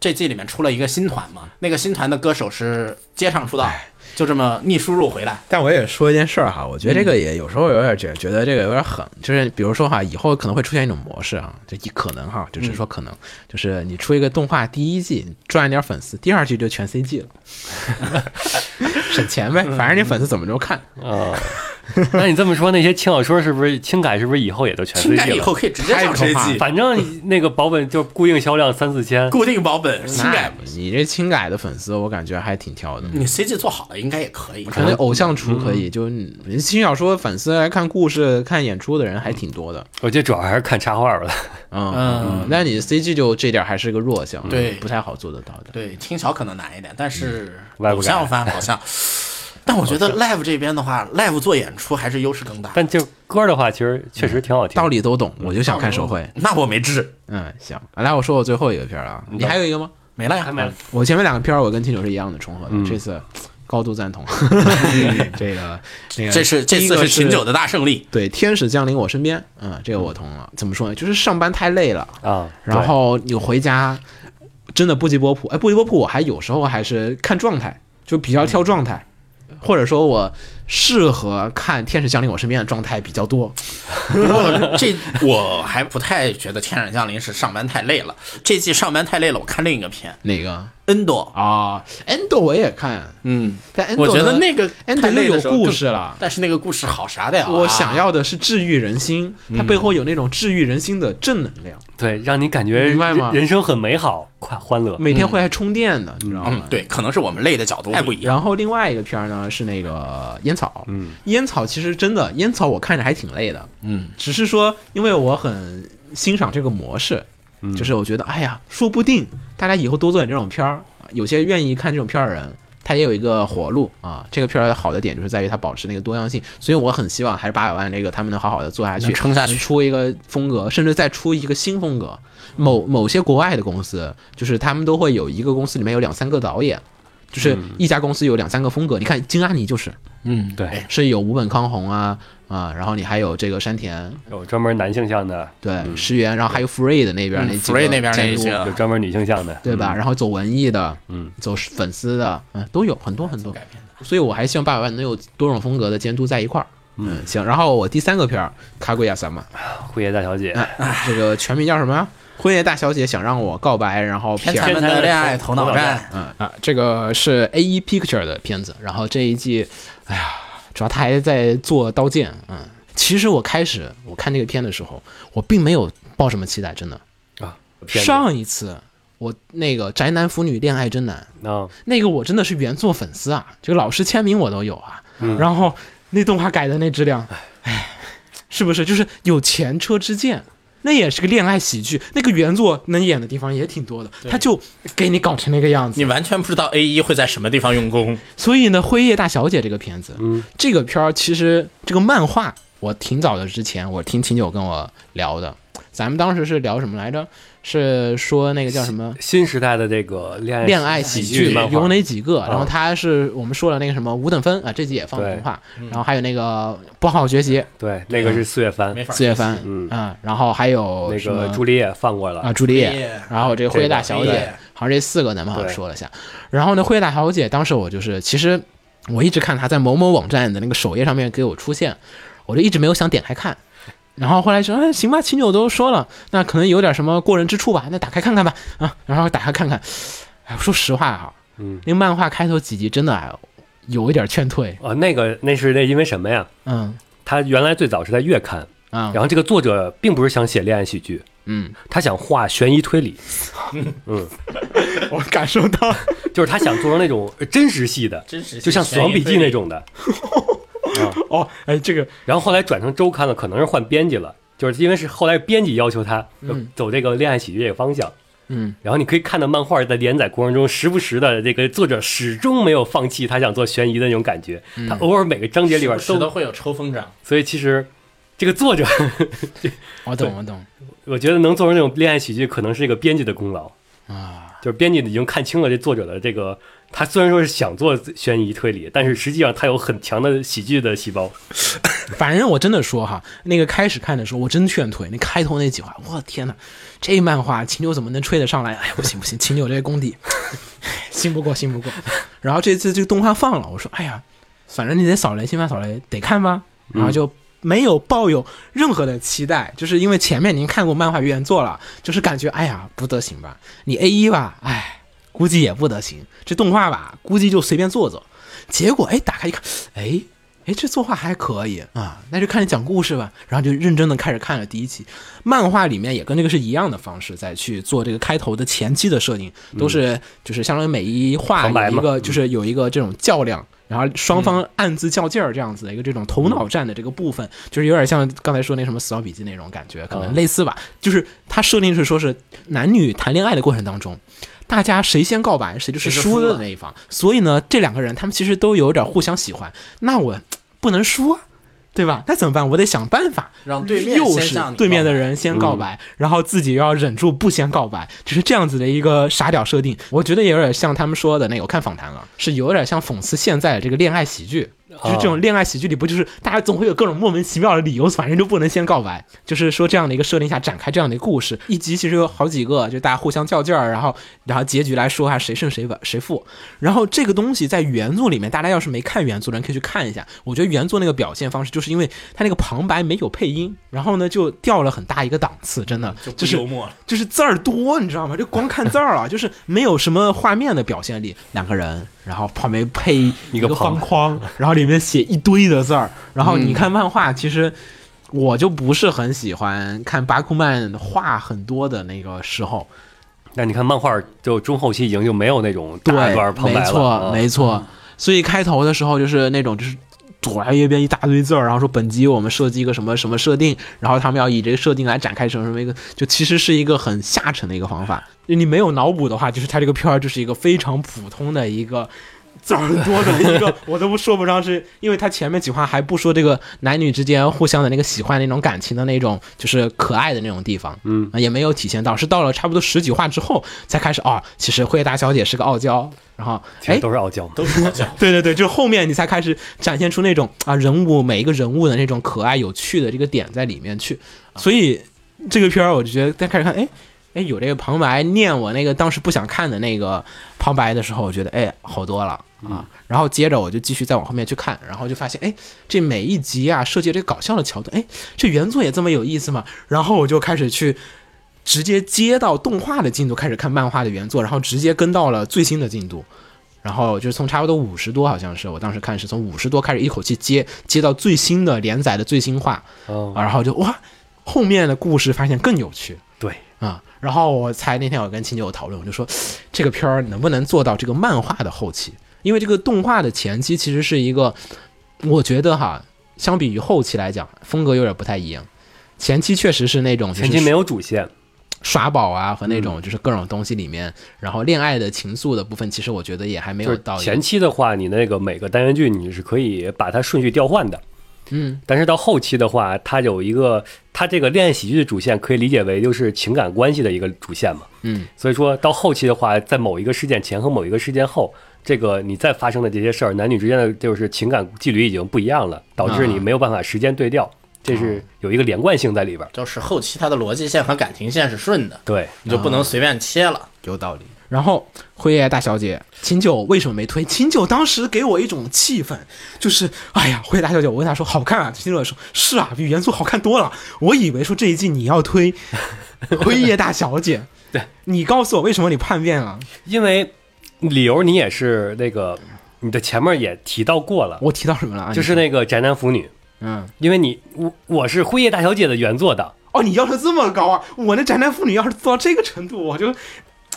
Speaker 6: 这季里面出了一个新团嘛，那个新团的歌手是街唱出道，就这么逆输入回来。
Speaker 3: 但我也说一件事儿哈，我觉得这个也有时候有点觉觉得这个有点狠，就是比如说哈，以后可能会出现一种模式啊，就一可能哈，就只是说可能，就是你出一个动画第一季赚一点粉丝，第二季就全 CG 了， <laughs> 省钱呗，反正你粉丝怎么着看，
Speaker 2: 啊。 <laughs> 那你这么说，那些轻小说是不是轻改是不是以后也都全
Speaker 6: 听改
Speaker 2: CG
Speaker 6: 以后
Speaker 2: 了？
Speaker 6: 可以直接上
Speaker 3: 太可怕
Speaker 6: CG，
Speaker 3: 了
Speaker 2: <laughs> 反正那个保本就固定销量三
Speaker 3: <laughs>
Speaker 2: 四千，
Speaker 6: 固定保本，新
Speaker 3: 那
Speaker 6: 改。
Speaker 3: 你这轻改的粉丝，我感觉还挺挑的。
Speaker 6: 你 CG 做好了应该也可以，嗯
Speaker 3: 可能偶像厨可以，就轻小说粉丝来看故事、看演出的人还挺多的。
Speaker 2: 我觉得主要还是看插画吧。
Speaker 3: 嗯，那你 CG 就这点儿还是个弱项，
Speaker 6: 对
Speaker 3: 不太好做得到的。
Speaker 6: 对轻小可能难一点，但是
Speaker 2: 外
Speaker 6: 偶
Speaker 2: 部感
Speaker 6: 像番好像。但我觉得 live 这边的话，live 做演出还是优势更大。
Speaker 2: 但就歌的话，其实确实挺好听。
Speaker 3: 道理都懂，我就想看手绘。
Speaker 6: 那我没治，
Speaker 3: 嗯，行，来我说我最后一个片儿了啊，你还有一个吗？
Speaker 6: 没了
Speaker 2: 还
Speaker 6: 呀。
Speaker 2: 没了
Speaker 3: 我前面两个片儿我跟听友是一样的重合
Speaker 6: 嗯
Speaker 3: 的，这次高度
Speaker 6: <laughs>
Speaker 3: 赞同。 <laughs> 这个那个，
Speaker 6: 这是
Speaker 3: 嗯
Speaker 6: 这
Speaker 3: 第一
Speaker 6: 次
Speaker 3: 个
Speaker 6: 是秦九的大胜利，
Speaker 3: 对《天使降临我身边》，嗯，这个我同了。怎么说呢？就是上班太累了，
Speaker 2: 啊，
Speaker 3: 嗯然后你回家真的不及波普，哎，不及波普，我还有时候还是看状态，就比较挑状态，
Speaker 6: 嗯
Speaker 3: 或者说我适合看《天使降临我身边》的状态比较多。
Speaker 6: 这我还不太觉得《天使降临》是上班太累了。这季上班太累了，我看另一个片，
Speaker 3: 哪个
Speaker 6: 恩朵，
Speaker 3: 啊？Endo 我也看，
Speaker 6: 嗯，
Speaker 3: 但 Endo
Speaker 6: 我觉得
Speaker 3: 呢
Speaker 6: 那个
Speaker 3: Endo
Speaker 6: 太累
Speaker 3: 又
Speaker 6: 的时
Speaker 3: 有
Speaker 6: 候啊
Speaker 3: 故
Speaker 6: 更
Speaker 3: 事了。
Speaker 6: 但是那个故事好啥的呀？
Speaker 3: 我想要的是治愈人心，
Speaker 6: 嗯
Speaker 3: 它背后有那种治愈人心的正能量，
Speaker 2: 对，让你感觉
Speaker 3: 明白吗
Speaker 2: 人人生很美好，快欢乐。
Speaker 3: 每天会来充电的，你知道
Speaker 6: 嗯
Speaker 3: 吗，？
Speaker 6: 对，可能是我们累的角度不一样。
Speaker 3: 然后另外一个片儿呢是那个烟草，嗯，烟草其实真的烟草我看着还挺累的，嗯，只是说因为我很欣赏这个模式，
Speaker 6: 嗯
Speaker 3: 就是我觉得哎呀，说不定大家以后多做点这种片儿，有些愿意看这种片儿的人。他也有一个活路啊！这个片儿好的点就是在于它保持那个多样性，所以我很希望还是八百万这个他们能好好的做下去，
Speaker 6: 能撑下去
Speaker 3: 能出一个风格，甚至再出一个新风格。某某些国外的公司，就是他们都会有一个公司里面有两三个导演，就是一家公司有两三个风格。你看金阿尼就是，
Speaker 6: 嗯，
Speaker 2: 对，
Speaker 3: 是有五本康弘啊啊，然后你还有这个山田，
Speaker 2: 有专门男性向的，
Speaker 3: 对，石原，然后还有 Free 的那边那几个
Speaker 6: 嗯 Free 嗯那边那
Speaker 3: 监
Speaker 6: 一
Speaker 3: 督
Speaker 6: 些
Speaker 2: 有专门女性向的，
Speaker 3: 啊对吧？
Speaker 2: 嗯？
Speaker 3: 然后走文艺的，嗯，走粉丝的，嗯，都有很多很多。所以我还希望八百万能有多种风格的监督在一块儿。嗯，行。然后我第三个片儿《卡古亚三嘛，
Speaker 2: 辉嗯夜大小
Speaker 3: 哎
Speaker 2: 姐，
Speaker 3: 这个全名叫什么呀？辉夜大小姐想让我告白，然后
Speaker 6: 天
Speaker 3: 撇
Speaker 6: 才们的恋爱头脑
Speaker 2: 头脑
Speaker 6: 战
Speaker 2: 战，
Speaker 3: 嗯啊，这个是 A E Picture 的片子，然后这一季，哎呀，主要他还在做《刀剑》。嗯，其实我开始我看这个片的时候，我并没有抱什么期待，真的。
Speaker 2: 骗子
Speaker 3: 上一次我那个宅男腐女恋爱真难，
Speaker 2: 啊，
Speaker 3: 那个我真的是原作粉丝啊，这个老师签名我都有啊。然后那动画改的那质量，哎，是不是就是有前车之鉴？那也是个恋爱喜剧，那个原作能演的地方也挺多的，他就给你搞成那个样子
Speaker 6: 你。完全不知道 A 一会在什么地方用功。
Speaker 3: 所以呢，《辉夜大小姐》这个片子，嗯，这个片儿其实这个漫画，我挺早的之前我听秦九跟我聊的，咱们当时是聊什么来着？是说那个叫什么？
Speaker 2: 新时代的这个恋爱
Speaker 3: 恋爱
Speaker 2: 哎喜
Speaker 3: 喜
Speaker 2: 剧
Speaker 3: 剧
Speaker 2: 漫画
Speaker 3: 有哪几个？
Speaker 2: 啊
Speaker 3: 然后他是我们说了那个什么五等分啊，这集也放了
Speaker 2: 对嗯
Speaker 3: 动画，然后还有那个不好好学习
Speaker 2: 对，那个是四月番，
Speaker 3: 四月番，
Speaker 2: 嗯
Speaker 3: 啊，然后还有
Speaker 2: 那
Speaker 3: 什么
Speaker 2: 个朱丽叶放过了
Speaker 3: 啊，朱丽
Speaker 6: 朱丽叶
Speaker 3: 叶，然后这个辉夜大小
Speaker 6: 这个
Speaker 3: 姐，好像这四个咱们好像
Speaker 2: 对
Speaker 3: 说了下。然后呢，辉夜大小姐当时我就是，其实我一直看她在某某网站的那个首页上面给我出现，我就一直没有想点开看。然后后来说，哎，行吧，秦九都说了，那可能有点什么过人之处吧，那打开看看吧，啊，然后打开看看。哎，我说实话啊，
Speaker 2: 嗯，
Speaker 3: 那个漫画开头几集真的哎，有一点劝退，
Speaker 2: 啊，那个那是那因为什么呀？
Speaker 3: 嗯
Speaker 2: 他原来最早是在月刊，
Speaker 3: 啊，
Speaker 2: 然后这个作者并不是想写恋爱喜剧，
Speaker 3: 嗯，
Speaker 2: 他想画悬
Speaker 3: <laughs>
Speaker 2: 疑推理，嗯
Speaker 3: 我感受到，
Speaker 2: 就是他想做成那种呃真实系的，
Speaker 6: 真实系
Speaker 2: 就像《死亡笔记》那种的。
Speaker 3: 哦，哎，这个
Speaker 2: 然后后来转成周刊了，可能是换编辑了，就是因为是后来编辑要求他呃走这个恋爱喜剧这个方向。
Speaker 3: 嗯，
Speaker 2: 然后你可以看到漫画在连载过程中，时不时的这个作者始终没有放弃他想做悬疑的那种感觉，他偶尔每个章节里边
Speaker 6: 时不时
Speaker 2: 都
Speaker 6: 都会有抽风掌。
Speaker 2: 所以其实这个作者，
Speaker 3: 我懂我懂，
Speaker 2: 我觉得能做成这种恋爱喜剧，可能是一个编辑的功劳啊。就是编辑已经看清了这作者的这个，他虽然说是想做悬疑推理，但是实际上他有很强的喜剧的细胞。
Speaker 3: 反正我真的说哈，那个开始看的时候，我真劝退。那开头那几话，我天哪，这漫画秦九怎么能吹得上来？哎，不行不行，秦九这个功底， <laughs> 信不过信不过。然后这次这个动画放了，我说哎呀，反正你得扫雷，新番扫雷得看吧。然后就没有抱有任何的期待，就是因为前面您看过漫画原作了，就是感觉哎呀不得行吧，你 A 一吧，哎，估计也不得行，这动画吧，估计就随便做做。结果哎，打开一看，哎。哎，这作画还可以啊，那就看你讲故事吧。然后就认真的开始看了第一期，漫画里面也跟这个是一样的方式，在去做这个开头的前期的设定，都是就是相当于每一画
Speaker 2: 嗯旁白
Speaker 3: 有一
Speaker 2: 嘛嗯
Speaker 3: 个就是有一个这种较量，然后双方暗自较劲儿这样子的一个这种头脑战的这个部分，就是有点像刚才说那什么《死亡笔记》那种感觉，
Speaker 2: 啊
Speaker 3: 可能类似吧。就是它设定是说是男女谈恋爱的过程当中。大家谁先告白，谁就是
Speaker 6: 谁就
Speaker 3: 输
Speaker 6: 输
Speaker 3: 的
Speaker 6: 了
Speaker 3: 那一方。所以呢，这两个人他们其实都有点互相喜欢。那我不能输啊，对吧？那怎么办？我得想办法
Speaker 6: 让对面
Speaker 3: 诱
Speaker 6: 先
Speaker 3: 使
Speaker 6: 向你
Speaker 3: 对面
Speaker 6: 告
Speaker 3: 的
Speaker 6: 白嗯
Speaker 3: 人先告白，然后自己又要忍住不先告白，就是这样子的一个傻屌设定。我觉得也有点像他们说的那个，我看访谈了，是有点像讽刺现在的这个恋爱喜剧。就是这种恋爱喜剧里，不就是大家总会有各种莫名其妙的理由，反正就不能先告白。就是说这样的一个设定下展开这样的一个故事，一集其实有好几个，就大家互相较劲儿，然后然后结局来说还谁胜谁稳谁负。然后这个东西在原作里面，大家要是没看原作的人可以去看一下。我觉得原作那个表现方式，就是因为它那个旁白没有配音，然后呢就掉了很大一个档次，真的
Speaker 6: 就不
Speaker 3: 就是
Speaker 6: 幽默了
Speaker 3: 就是字儿多，你知道吗？就光看字儿啊，就是没有什么画面的表现力。两个人，然后旁边配
Speaker 2: 一
Speaker 3: 一
Speaker 2: 个
Speaker 3: 个
Speaker 2: 旁
Speaker 3: 方框，然后里面写一堆的字儿。然后
Speaker 2: 嗯
Speaker 3: 你看漫画，其实我就不是很喜欢看巴库曼话很多的那个时候。
Speaker 2: 那你看漫画就中后期已经就没有那种
Speaker 3: 对，
Speaker 2: 大段旁白了，
Speaker 3: 没错，
Speaker 2: 嗯
Speaker 3: 没错。所以开头的时候就是那种就是。左来右边一大堆字儿，然后说本集我们设计一个什么什么设定，然后他们要以这个设定来展开什么什么一个，就其实是一个很下沉的一个方法。你没有脑补的话，就是它这个片儿就是一个非常普通的一个字儿多的一个，我都不说不上是，因为他前面几话还不说这个男女之间互相的那个喜欢那种感情的那种，就是可爱的那种地方，嗯，也没有体现到，是到了差不多十几话之后才开始啊、其实惠大小姐是个傲娇，然后
Speaker 2: 其
Speaker 3: 哎
Speaker 2: 实，都是傲娇嘛。
Speaker 3: 对对对，就是后面你才开始展现出那种啊人物每一个人物的那种可爱有趣的这个点在里面去，啊所以这个片儿我就觉得在开始看，哎哎有这个旁白念我那个当时不想看的那个旁白的时候，我觉得哎好多了啊，然后接着我就继续再往后面去看，然后就发现哎这每一集啊设计这个搞笑的桥段，哎这原作也这么有意思嘛，然后我就开始去。直接接到动画的进度开始看漫画的原作，然后直接跟到了最新的进度，然后就是从差不多五十多，好像是我当时看是从五十多开始一口气接接到最新的连载的最新话，
Speaker 2: 哦
Speaker 3: 啊然后就哇，后面的故事发现更有趣
Speaker 2: 对，
Speaker 3: 啊、然后我才那天我跟秦九讨论，我就说这个片儿能不能做到这个漫画的后期，因为这个动画的前期其实是一个，我觉得哈，相比于后期来讲，风格有点不太一样。前期确实是那种就是
Speaker 2: 前期没有嗯主线，
Speaker 3: 耍宝啊和那种就是各种东西里面，然后恋爱的情愫的部分，其实我觉得也还没
Speaker 2: 就
Speaker 3: 有
Speaker 2: 是
Speaker 3: 到一个
Speaker 2: 前期的话，你那个每个单元剧你是可以把它顺序调换的，嗯，但是到后期的话，它有一个，它这个恋爱喜剧的主线可以理解为就是情感关系的一个主线嘛，嗯，所以说到后期的话，在某一个事件前和某一个事件后，这个你再发生的这些事儿，男女之间的就是情感距离已经不一样了，导致你没有办法时间对调，这
Speaker 3: 啊
Speaker 2: 是有一个连贯性在里边儿。
Speaker 6: <laughs> 就是后期它的逻辑线和感情线是顺的，
Speaker 2: 对，
Speaker 6: 你就不
Speaker 3: 啊
Speaker 6: 能随便切了。
Speaker 11: 有道理。
Speaker 3: 然后辉夜大小姐，秦九为什么没推？秦九当时给我一种气氛，就是哎呀，辉夜大小姐，我问她说好看啊，秦九说是啊，比原作好看多了。我以为说这一季你要推辉夜大小姐，
Speaker 2: 对
Speaker 3: 你告诉我为什么你叛变了？
Speaker 2: 因为理由你也是那个你的前面也提到过了，
Speaker 3: 我提到什么了啊？
Speaker 2: 就是
Speaker 3: 你
Speaker 2: 那个宅男腐女，
Speaker 3: 嗯，
Speaker 2: 因为你我我是辉夜大小姐的原作党。
Speaker 3: 哦，你要求这么高啊！我那宅男妇女要是做到这个程度，我就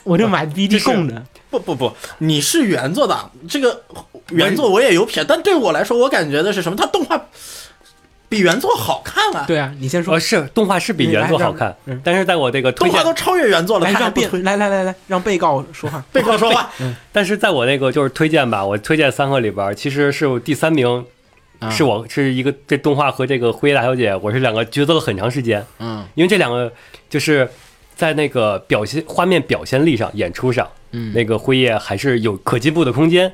Speaker 3: 我就买 BD 供的。
Speaker 6: 不不不，你是原作党，这个原作我也有撇，但对我来说，我感觉的是什么？它动画比原作好看啊，
Speaker 3: 对啊，你先说
Speaker 2: 呃，，是动画是比
Speaker 3: 嗯
Speaker 2: 原作
Speaker 3: 来
Speaker 2: 好
Speaker 3: 让
Speaker 2: 看
Speaker 3: 嗯，
Speaker 2: 但是在我这个推
Speaker 6: 动画
Speaker 2: 荐，
Speaker 6: 都超越原作了，
Speaker 3: 来
Speaker 6: 它还
Speaker 3: 让
Speaker 6: 哎不
Speaker 3: 被
Speaker 6: 推
Speaker 3: 来来来来让被告说话。
Speaker 6: 背靠说 <laughs> 话，
Speaker 2: 但是在我那个就是推荐吧，我推荐三个里边儿，其实是我第三名，是我是一个这动画和这个《辉夜大小姐》，我是两个抉择了很长时间，
Speaker 11: 嗯，
Speaker 2: 因为这两个就是在那个表现画面表现力上、演出上，嗯，那个辉夜还是有可进步的空间，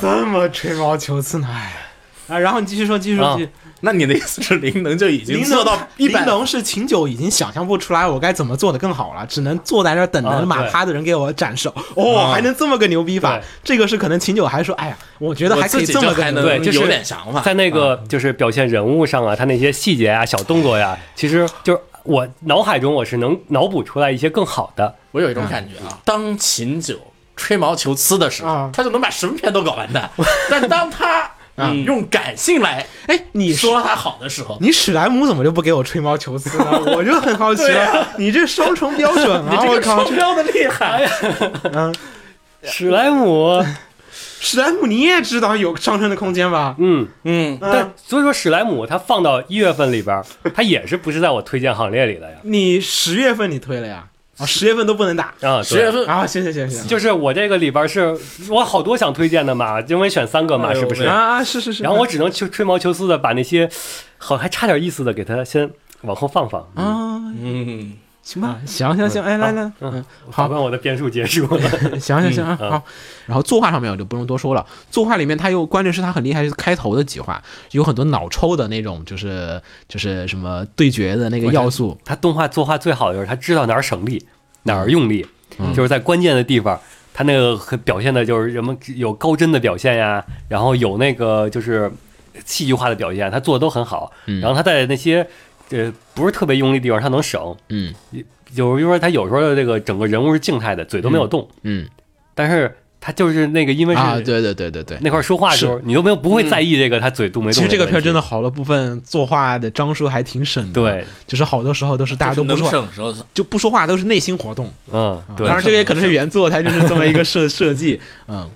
Speaker 3: 这么吹毛求疵呢？哎，啊，然后你继续说，继续说，
Speaker 2: 啊
Speaker 3: 继续。
Speaker 6: 那你的意思是灵能就已经
Speaker 3: 灵
Speaker 6: 做到
Speaker 3: 能，
Speaker 6: 一
Speaker 3: 灵
Speaker 6: 百
Speaker 3: 能是秦九已经想象不出来我该怎么做的更好了，只能坐在这儿等
Speaker 2: 啊
Speaker 3: 着马
Speaker 2: 对
Speaker 3: 趴的人给我展示。哦，
Speaker 6: 啊
Speaker 3: 还能这么个牛逼法
Speaker 2: 对！
Speaker 3: 这个是可能秦九还说，哎呀，我觉得
Speaker 6: 我
Speaker 3: 还可
Speaker 6: 自
Speaker 3: 以
Speaker 6: 己
Speaker 3: 这
Speaker 6: 就
Speaker 3: 么
Speaker 6: 还
Speaker 3: 个牛
Speaker 6: 能
Speaker 3: 逼。
Speaker 2: 对就是
Speaker 6: 嗯有点想法嗯
Speaker 2: 在。那个就是表现人物上啊，他那些细节啊、小动作呀、其实就是我脑海中我是能脑补出来一些更好的，
Speaker 6: 我有一种感觉啊，当秦九吹毛求疵的时候
Speaker 3: 啊，
Speaker 6: 他就能把什么片都搞完 <laughs> 蛋。但当 <laughs> 他嗯用感性来
Speaker 3: 哎，你
Speaker 6: 说他好的时候，
Speaker 3: 你史莱姆怎么就不给我吹毛求疵
Speaker 6: <laughs>
Speaker 3: 呢？我就很好奇
Speaker 6: 对啊
Speaker 3: 了，你这双重标准
Speaker 6: <laughs>
Speaker 3: 啊！我靠，
Speaker 6: 标的厉害，
Speaker 2: 哎
Speaker 6: 嗯
Speaker 2: 史莱姆，
Speaker 3: 史莱姆你也知道有上升的空间吧？
Speaker 2: 嗯。
Speaker 6: 嗯，
Speaker 2: 但所以说史莱姆它放到一月份里边儿，它也是不是在我推荐行列里的呀？
Speaker 3: 你十月份你推了呀？啊，十月份都不能打
Speaker 2: 啊，
Speaker 6: 十月
Speaker 2: 份
Speaker 6: 份
Speaker 3: 啊！行行行行，
Speaker 2: 就是我这个里边儿是我好多想推荐的嘛，因为选三个嘛，
Speaker 6: 哎呦
Speaker 2: 是不是？
Speaker 3: 啊，是是是。
Speaker 2: 然后我只能去吹毛求疵的把那些好还差点意思的给它先往后放放。嗯
Speaker 3: 啊，
Speaker 6: 嗯，
Speaker 3: 行吧，行行行，哎，来来，嗯，
Speaker 2: 法
Speaker 3: 好，
Speaker 2: 官，我的编述结束了。
Speaker 3: 行行行啊，
Speaker 2: 嗯
Speaker 3: 好。然后作画上面我就不用多说了，作画里面它又关键是它很厉害，就是开头的几画有很多脑抽的那种，就是就是什么对决的那个要素，
Speaker 2: <laughs> 他动画作画最好的就是他知道哪儿省力，哪儿用力，
Speaker 3: 嗯
Speaker 2: 就是在关键的地方，他那个很表现的就是什么有高真的表现呀，然后有那个就是戏剧化的表现，他做的都很好。
Speaker 3: 嗯
Speaker 2: 然后他在那些呃不是特别用力的地方，他能省。
Speaker 11: 嗯
Speaker 2: 有因为他有时候的这个整个人物是静态的，嘴都没有动，
Speaker 11: 嗯
Speaker 2: 但是他就是那个因为是、
Speaker 11: 啊，对对对对对，
Speaker 2: 那块说话的时候，你都没有不会在意这个他嘴动没
Speaker 3: 其
Speaker 2: 动。
Speaker 3: 实这个片儿真
Speaker 2: 的
Speaker 3: 的好多部分作画的张数还挺省的，
Speaker 2: 对，
Speaker 3: 就是好多时候都是大家都不
Speaker 6: 能
Speaker 3: 说，
Speaker 6: 省时候
Speaker 3: 就不说话都是内心活动。
Speaker 2: 问题，嗯，对
Speaker 3: 当，然这个也可能是原作，它就是这么一个 <laughs> 设设计，嗯，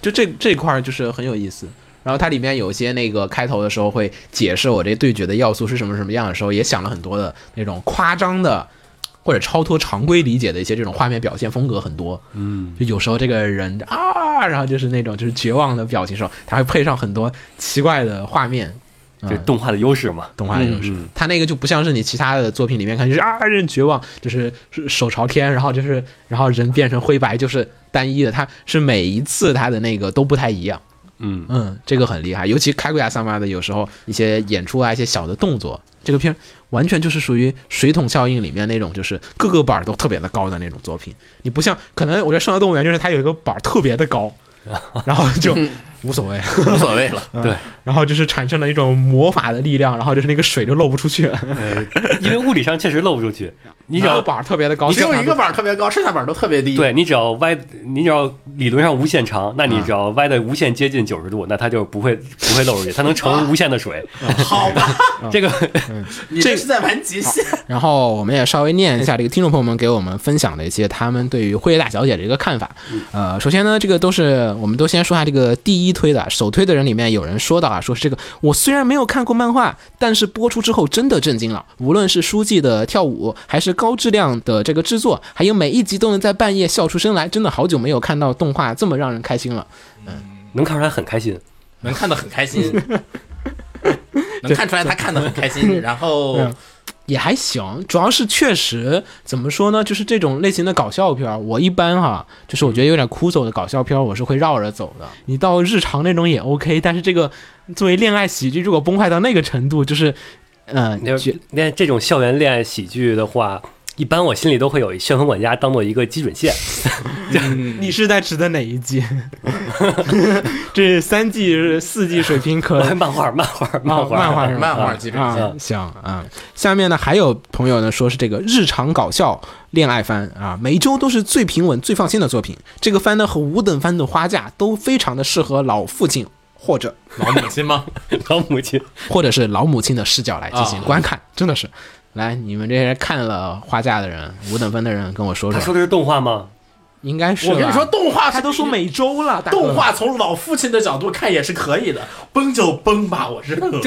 Speaker 3: 就这这块儿就是很有意思。然后它里面有一些那个开头的时候会解释我这对决的要素是什么什么样的时候，也想了很多的那种夸张的或者超脱常规理解的一些这种画面表现风格很多。嗯，就有时候这个人啊，然后就是那种就是绝望的表情时候，它会配上很多奇怪的画面，
Speaker 2: 这啊动画的优势嘛。
Speaker 3: 动画
Speaker 2: 嗯
Speaker 3: 就是，他那个就不像是你其他的作品里面看，就是啊人绝望，就是手朝天，然后就是然后人变成灰白，就是单一的，他是每一次他的那个都不太一样。
Speaker 2: 嗯
Speaker 3: 嗯，这个很厉害，尤其开古亚萨妈的有时候一些演出啊，一些小的动作，这个片儿完全就是属于水桶效应里面那种，就是各个板儿都特别的高的那种作品。你不像，可能我觉得《生活动物园》就是它有一个板儿特别的高，然后就无所谓。
Speaker 6: 无所谓 <laughs> 了。
Speaker 2: 嗯 <laughs>
Speaker 3: 然后就是产生了一种魔法的力量，然后就是那个水就漏不出去了。
Speaker 2: 因为物理上确实漏不出去，你只
Speaker 3: 然
Speaker 2: 要
Speaker 3: 后板儿特别的高，
Speaker 6: 啊你只有
Speaker 3: 正常
Speaker 6: 一个板儿特别高，剩下板儿都特别低。，
Speaker 2: 对你只要歪，你只要理论上无限长，那你只要歪的无限接近九十度，那它就不会不会漏出去，它能盛无限的 <laughs> 水。
Speaker 6: 好吧，
Speaker 2: 这个 <laughs>
Speaker 6: 你这是在玩极限。
Speaker 3: 然后我们也稍微念一下这个听众朋友们给我们分享的一些他们对于《辉夜大小姐》的一个看法。
Speaker 6: 嗯
Speaker 3: 呃，首先呢，这个都是我们都先说下这个第一推的，首推的人里面有人说到啊，说是这个我虽然没有看过漫画，但是播出之后真的震惊了。无论是书记的跳舞，还是高质量的这个制作，还有每一集都能在半夜笑出声来，真的好久没有看到动画这么让人开心了。
Speaker 2: 能看出来很开心，
Speaker 6: 能看得很开心，能 <laughs> 能看出来他看得很开心。然后
Speaker 3: 也还行，主要是确实怎么说呢，就是这种类型的搞笑片儿，我一般哈，就是我觉得有点枯燥的搞笑片儿，我是会绕着走的。你到日常那种也 OK，但是这个作为恋爱喜剧，如果崩坏到那个程度，就是，嗯、
Speaker 2: 那
Speaker 3: 觉
Speaker 2: 那这种校园恋爱喜剧的话，一般我心里都会有《旋风管家》当做一个基准线。
Speaker 3: <laughs> 你是在指的哪一季？这是三季、四季水平可
Speaker 2: <laughs> 漫画，啊漫画，
Speaker 3: 漫
Speaker 2: 画，
Speaker 3: 哦漫画是吧
Speaker 6: 漫画基本上
Speaker 3: 啊，行啊。下面呢，还有朋友呢说是这个日常搞笑恋爱番啊，每周都是最平稳、最放心的作品。这个番呢和五等番的花架都非常的适合老父亲或者
Speaker 6: 老母亲吗？
Speaker 2: <laughs> 老母亲，
Speaker 3: 或者是老母亲的视角来进行
Speaker 6: 啊
Speaker 3: 观看，真的是。来，你们这些看了花架的人、五等分的人，跟我说
Speaker 2: 他
Speaker 3: 说
Speaker 2: 说，的是动画吗？ <laughs>
Speaker 3: 应该是
Speaker 6: <laughs> 我跟
Speaker 3: 吧
Speaker 6: 你说，，动画
Speaker 3: 他都说每周了，大哥
Speaker 6: 动画从老父亲的角度看也是可以的，崩就崩吧， <laughs> 我认了。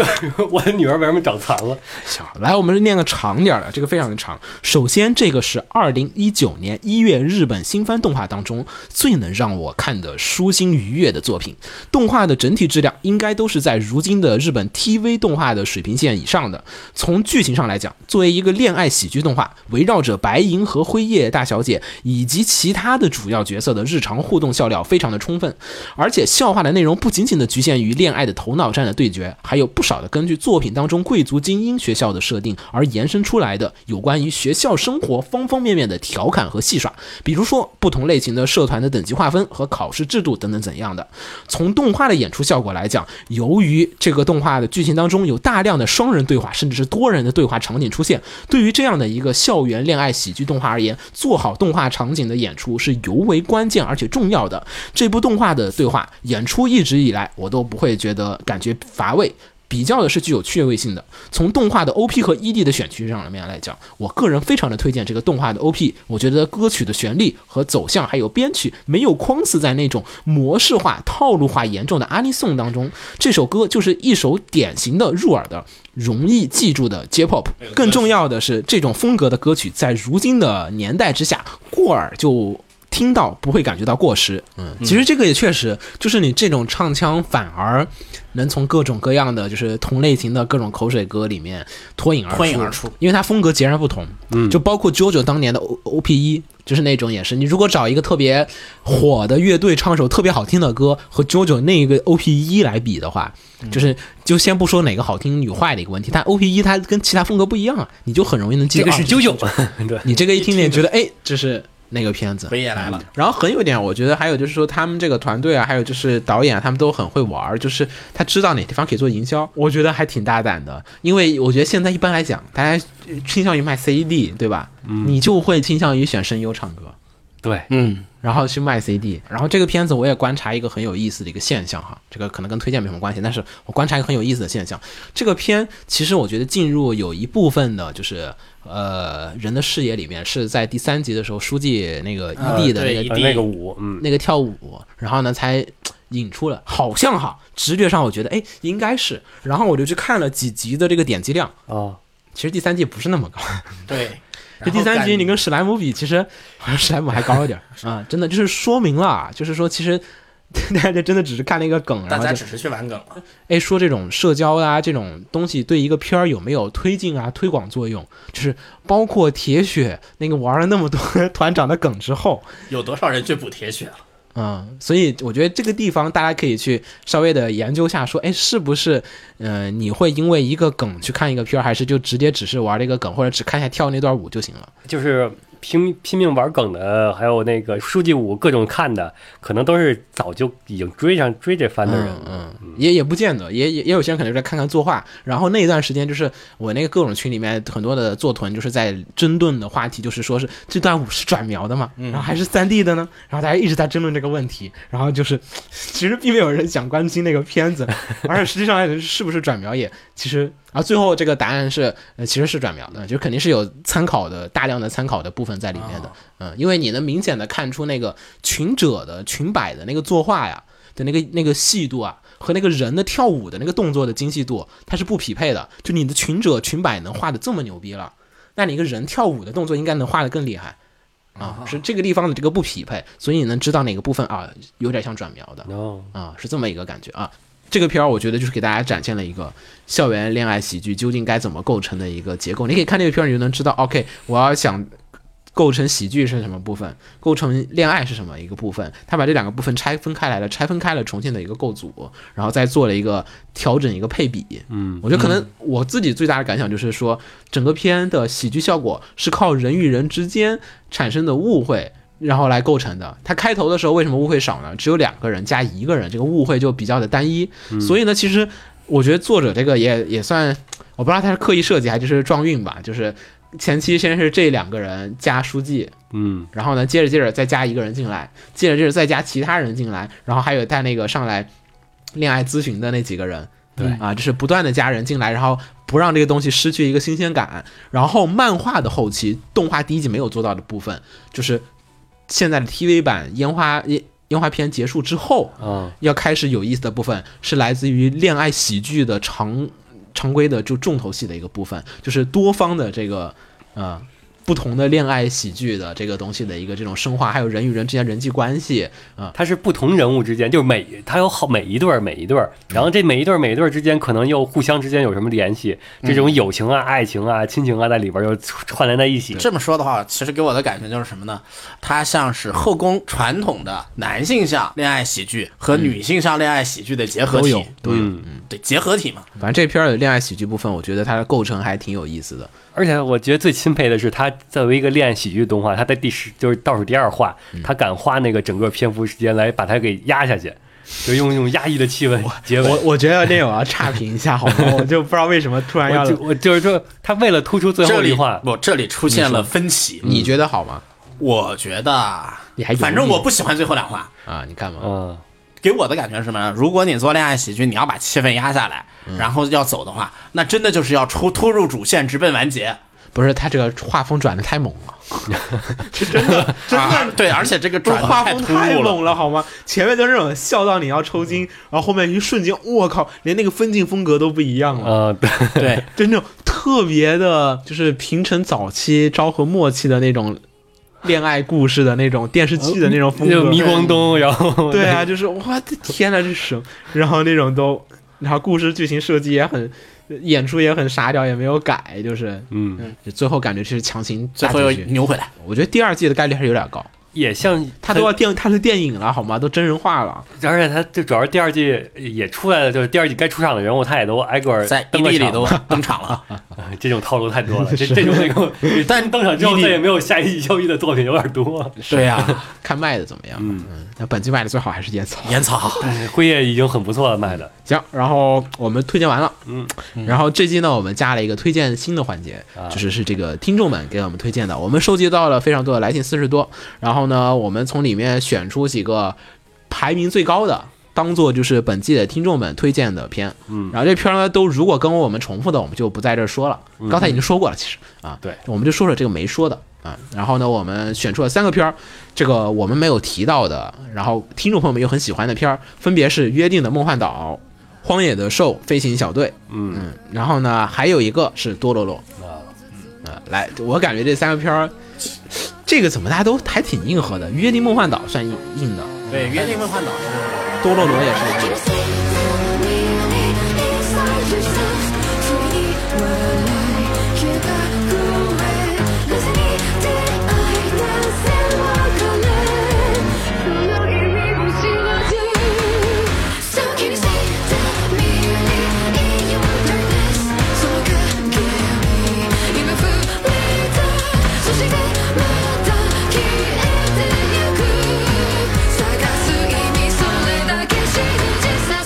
Speaker 2: 我的女儿为什么长残了？
Speaker 3: 行，来，我们念个长点儿的，这个非常的长。首先，这个是二零一九年一月日本新番动画当中最能让我看的舒心愉悦的作品。动画的整体质量应该都是在如今的日本 TV 动画的水平线以上的。从剧情上来讲，作为一个恋爱喜剧动画，围绕着白银和辉夜大小姐以及其他的主要角色的日常互动笑料非常的充分，而且笑话的内容不仅仅的局限于恋爱的头脑战的对决，还有不少的根据作品当中贵族精英学校的设定而延伸出来的有关于学校生活方方面面的调侃和戏耍，比如说不同类型的社团的等级划分和考试制度等等怎样的。从动画的演出效果来讲，由于这个动画的剧情当中有大量的双人对话，甚至是多人的对话场景出现，对于这样的一个校园恋爱喜剧动画而言，做好动画场景的演出是尤为关键而且重要的。这部动画的对话演出一直以来我都不会觉得感觉乏味。比较的是具有趣味性的。从动画的 OP 和 ED 的选曲上面来讲，我个人非常的推荐这个动画的 OP。我觉得歌曲的旋律和走向，还有编曲，没有框死在那种模式化、套路化严重的阿尼颂当中。这首歌就是一首典型的入耳的、容易记住的 J-pop。更重要的是，这种风格的歌曲在如今的年代之下，过耳就。听到不会感觉到过时，嗯，其实这个也确实，就是你这种唱腔反而能从各种各样的就是同类型的各种口水歌里面脱颖而
Speaker 6: 脱颖而出，
Speaker 3: 因为它风格截然不同。嗯，就包括 JoJo 当年的 O O P 一，就是那种也是，你如果找一个特别火的乐队唱首特别好听的歌，和 JoJo 那个 O P 一来比的话，就是就先不说哪个好听与坏的一个问题，但 O P E 一它跟其他风格不一样啊，你就很容易能记
Speaker 2: 这
Speaker 3: 得。
Speaker 2: 个是
Speaker 3: 啊
Speaker 2: 啾啾， <laughs> 对，
Speaker 3: 你这个一听你也觉得哎，这是那个片子。
Speaker 6: 北野来了，
Speaker 3: 然后很有一点，我觉得还有就是说，他们这个团队啊，还有就是导演啊，他们都很会玩儿，就是他知道哪地方可以做营销，我觉得还挺大胆的。因为我觉得现在一般来讲，大家呃倾向于卖 CD，对吧？
Speaker 6: 嗯
Speaker 3: 你就会倾向于选声优唱歌。
Speaker 2: 对，
Speaker 12: 嗯，
Speaker 3: 然后去卖 CD。然后这个片子我也观察一个很有意思的一个现象哈，这个可能跟推荐没什么关系，但是我观察一个很有意思的现象。这个片其实我觉得进入有一部分的就是呃人的视野里面是在第三集的时候，书记那个
Speaker 6: 呃
Speaker 3: ED 的那
Speaker 6: 对
Speaker 3: 个、
Speaker 6: 一
Speaker 2: 呃
Speaker 6: 滴
Speaker 2: 那个舞，嗯，
Speaker 3: 那个跳舞，然后呢才引出了，好像哈，直觉上我觉得哎应该是，然后我就去看了几集的这个点击量，
Speaker 2: 啊，
Speaker 3: 其实第三季不是那么高。
Speaker 6: 对。
Speaker 3: 这
Speaker 6: 然后
Speaker 3: 第三集
Speaker 6: 感
Speaker 3: 你跟史莱姆比，其实好像 <laughs> 史莱姆还高一 <laughs> 点儿啊、真的就是说明了啊，就是说其实 <laughs> 大家真的只是看了一个梗，
Speaker 6: 大
Speaker 3: 然后
Speaker 6: 家
Speaker 3: 就
Speaker 6: 只是去玩梗了，
Speaker 3: 哎，说这种社交啊，这种东西对一个片儿有没有推进啊、推广作用，就是包括铁血那个玩了那么多 <laughs> 团长的梗之后，
Speaker 6: 有多少人去补铁血了？
Speaker 3: 嗯，所以我觉得这个地方大家可以去稍微的研究一下，说，哎，是不是，呃，你会因为一个梗去看一个片儿，还是就直接只是玩这个梗，或者只看一下跳那段舞就行了？
Speaker 2: 就是拼拼命玩梗的，还有那个书记舞各种看的，可能都是早就已经追上追这番的人了。
Speaker 3: 嗯，嗯也也不见得，也也也有些人可能在看看作画。然后那一段时间，就是我那个各种群里面很多的作团，就是在争论的话题，就是说是这段舞是转描的嘛，然后还是三 D 的呢？然后大家一直在争论这个问题，然后就是其实并没有人想关心那个片子，而且实际上是不是转描也其实。啊，最后这个答案是，呃，其实是转描的，就肯定是有参考的大量的参考的部分在里面的，嗯，因为你能明显的看出那个群者的裙摆的那个作画呀的那个那个细度啊，和那个人的跳舞的那个动作的精细度，它是不匹配的。就你的裙者裙摆能画的这么牛逼了，那你一个人跳舞的动作应该能画的更厉害啊，是这个地方的这个不匹配，所以你能知道哪个部分啊有点像转描的
Speaker 2: 哦，
Speaker 3: 啊，是这么一个感觉啊。这个片儿我觉得就是给大家展现了一个校园恋爱喜剧究竟该怎么构成的一个结构。你可以看这个片儿，你就能知道，OK，我要想构成喜剧是什么部分，构成恋爱是什么一个部分。他把这两个部分拆分开来了，拆分开了重新的一个构组，然后再做了一个调整，一个配比。嗯，我觉得可能我自己最大的感想就是说，整个片的喜剧效果是靠人与人之间产生的误会。然后来构成的。它开头的时候为什么误会少呢？只有两个人加一个人，这个误会就比较的单一。所以呢，其实我觉得作者这个也也算，我不知道他是刻意设计还是撞运吧。就是前期先是这两个人加书记，
Speaker 2: 嗯，
Speaker 3: 然后呢，接着接着再加一个人进来，接着接着再加其他人进来，然后还有带那个上来恋爱咨询的那几个人。对啊，就是不断的加人进来，然后不让这个东西失去一个新鲜感。然后漫画的后期，动画第一季没有做到的部分，就是现在的 TV 版烟花烟烟花片结束之后，
Speaker 2: 嗯，
Speaker 3: 要开始有意思的部分是来自于恋爱喜剧的常常规的就重头戏的一个部分，就是多方的这个呃不同的恋爱喜剧的这个东西的一个这种升华，还有人与人之间人际关系啊、
Speaker 2: 它是不同人物之间，就是每它有好每一对儿每一对儿，然后这每一对儿每一对儿之间可能又互相之间有什么联系，这
Speaker 3: 嗯
Speaker 2: 种友情啊、爱情啊、亲情啊在里边又串联在一起。
Speaker 6: 这么说的话，其实给我的感觉就是什么呢？它像是后宫传统的男性向恋爱喜剧和女性向恋爱喜剧的结
Speaker 3: 嗯
Speaker 6: 合
Speaker 3: 都
Speaker 6: 体，
Speaker 3: 有嗯都
Speaker 2: 嗯
Speaker 3: 有。
Speaker 6: 对结合体嘛。
Speaker 3: 反正这片儿的恋爱喜剧部分，我觉得它的构成还挺有意思的。
Speaker 2: 而且我觉得最钦佩的是，他作为一个恋爱喜剧动画，他在第十就是倒数第二话，
Speaker 6: 嗯
Speaker 2: 他敢花那个整个篇幅时间来把它给压下去，就用一种压抑的气氛结尾。
Speaker 8: 我我觉得那我要差评一下好
Speaker 3: <laughs>
Speaker 8: 吗？我就不知道为什么突然要
Speaker 2: 我就我就是说，他为了突出最
Speaker 6: 这
Speaker 2: 后一
Speaker 6: 里
Speaker 2: 话，
Speaker 6: 不，这里出现了分歧。
Speaker 3: 你觉得好吗？
Speaker 6: 我觉得啊，
Speaker 3: 你还犹豫
Speaker 6: 反正我不喜欢最后两话。
Speaker 3: 啊，你看嘛，
Speaker 2: 嗯，
Speaker 6: 给我的感觉是什么呢？如果你做恋爱喜剧，你要把气氛压下来，然后要走的话，那真的就是要出突入主线，直奔完结。
Speaker 3: 不是他这个画风转的太猛了，
Speaker 6: 真的、啊对，而且这个
Speaker 8: 不是
Speaker 6: 转得
Speaker 8: 画
Speaker 6: 太
Speaker 8: 风
Speaker 6: 突
Speaker 8: 太
Speaker 6: 兀嗯
Speaker 8: 猛了好吗？前面都是那种笑到你要抽筋，然后后面一瞬间，我靠，连那个分镜风格都不一样
Speaker 6: 嗯
Speaker 8: 了，
Speaker 2: 呃， <laughs> 对，
Speaker 6: 对，
Speaker 8: 就那种特别的，就是平成早期、昭和末期的那种恋爱故事的那种电视剧的那种风格
Speaker 6: 呃
Speaker 2: 就，迷光灯，然后
Speaker 8: 对啊，就是我的天呐，这是什么？然后那种都，然后故事剧情设计也很，演出也很傻屌，也没有改，就是
Speaker 2: 嗯，
Speaker 3: 就最后感觉是强行
Speaker 6: 最
Speaker 3: 打
Speaker 6: 后
Speaker 3: 进
Speaker 6: 又
Speaker 3: 去。
Speaker 6: 扭回来。
Speaker 3: 我觉得第二季的概率还是有点高。
Speaker 2: 也像
Speaker 8: 他都要电，他是电影了好吗？都真人化了，
Speaker 2: 而且他这主要是第二季也出来了，就是第二季该出场的人物，他也都挨个儿 <laughs>
Speaker 6: 在
Speaker 2: 登
Speaker 6: ED
Speaker 2: 个
Speaker 6: 里
Speaker 2: 场
Speaker 6: 都登场了，
Speaker 2: 哎这种套路太多了，
Speaker 6: <laughs>
Speaker 2: 这这种那个，
Speaker 6: 但
Speaker 2: 登场之后再也没有下一交易的作品有点多。
Speaker 6: 对啊呀、
Speaker 3: 看卖的怎么样？嗯，那本季卖的最好还是烟草。
Speaker 6: 烟草，
Speaker 2: 哎辉夜已经很不错了，卖的，
Speaker 3: 行，然后我们推荐完了，
Speaker 2: 嗯，
Speaker 3: 然后这期呢，我们加了一个推荐新的环节，就是是这个听众们给我们推荐的，我们收集到了非常多的来信四十多，然后呢，我们从里面选出几个排名最高的。当做就是本季的听众们推荐的片，嗯，然后这片儿呢都如果跟我们重复的，我们就不在这儿说了。刚才已经说过了，其实啊，
Speaker 2: 嗯对
Speaker 3: 我们就说说这个没说的啊。然后呢，我们选出了三个片儿，这个我们没有提到的，然后听众朋友们又很喜欢的片儿，分别是《约定的梦幻岛》《荒野的兽》《飞行小队》嗯。然后呢，还有一个是《多罗罗》啊、来，我感觉这三个片儿，这个怎么大家都还挺硬核的，《约定梦幻岛》算硬硬的，
Speaker 6: 对，约定梦幻岛是
Speaker 3: 《多罗罗》也是硬的。
Speaker 13: 「探す意味それだけ信じさ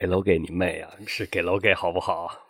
Speaker 2: 给楼给你妹啊！是给楼给好不好？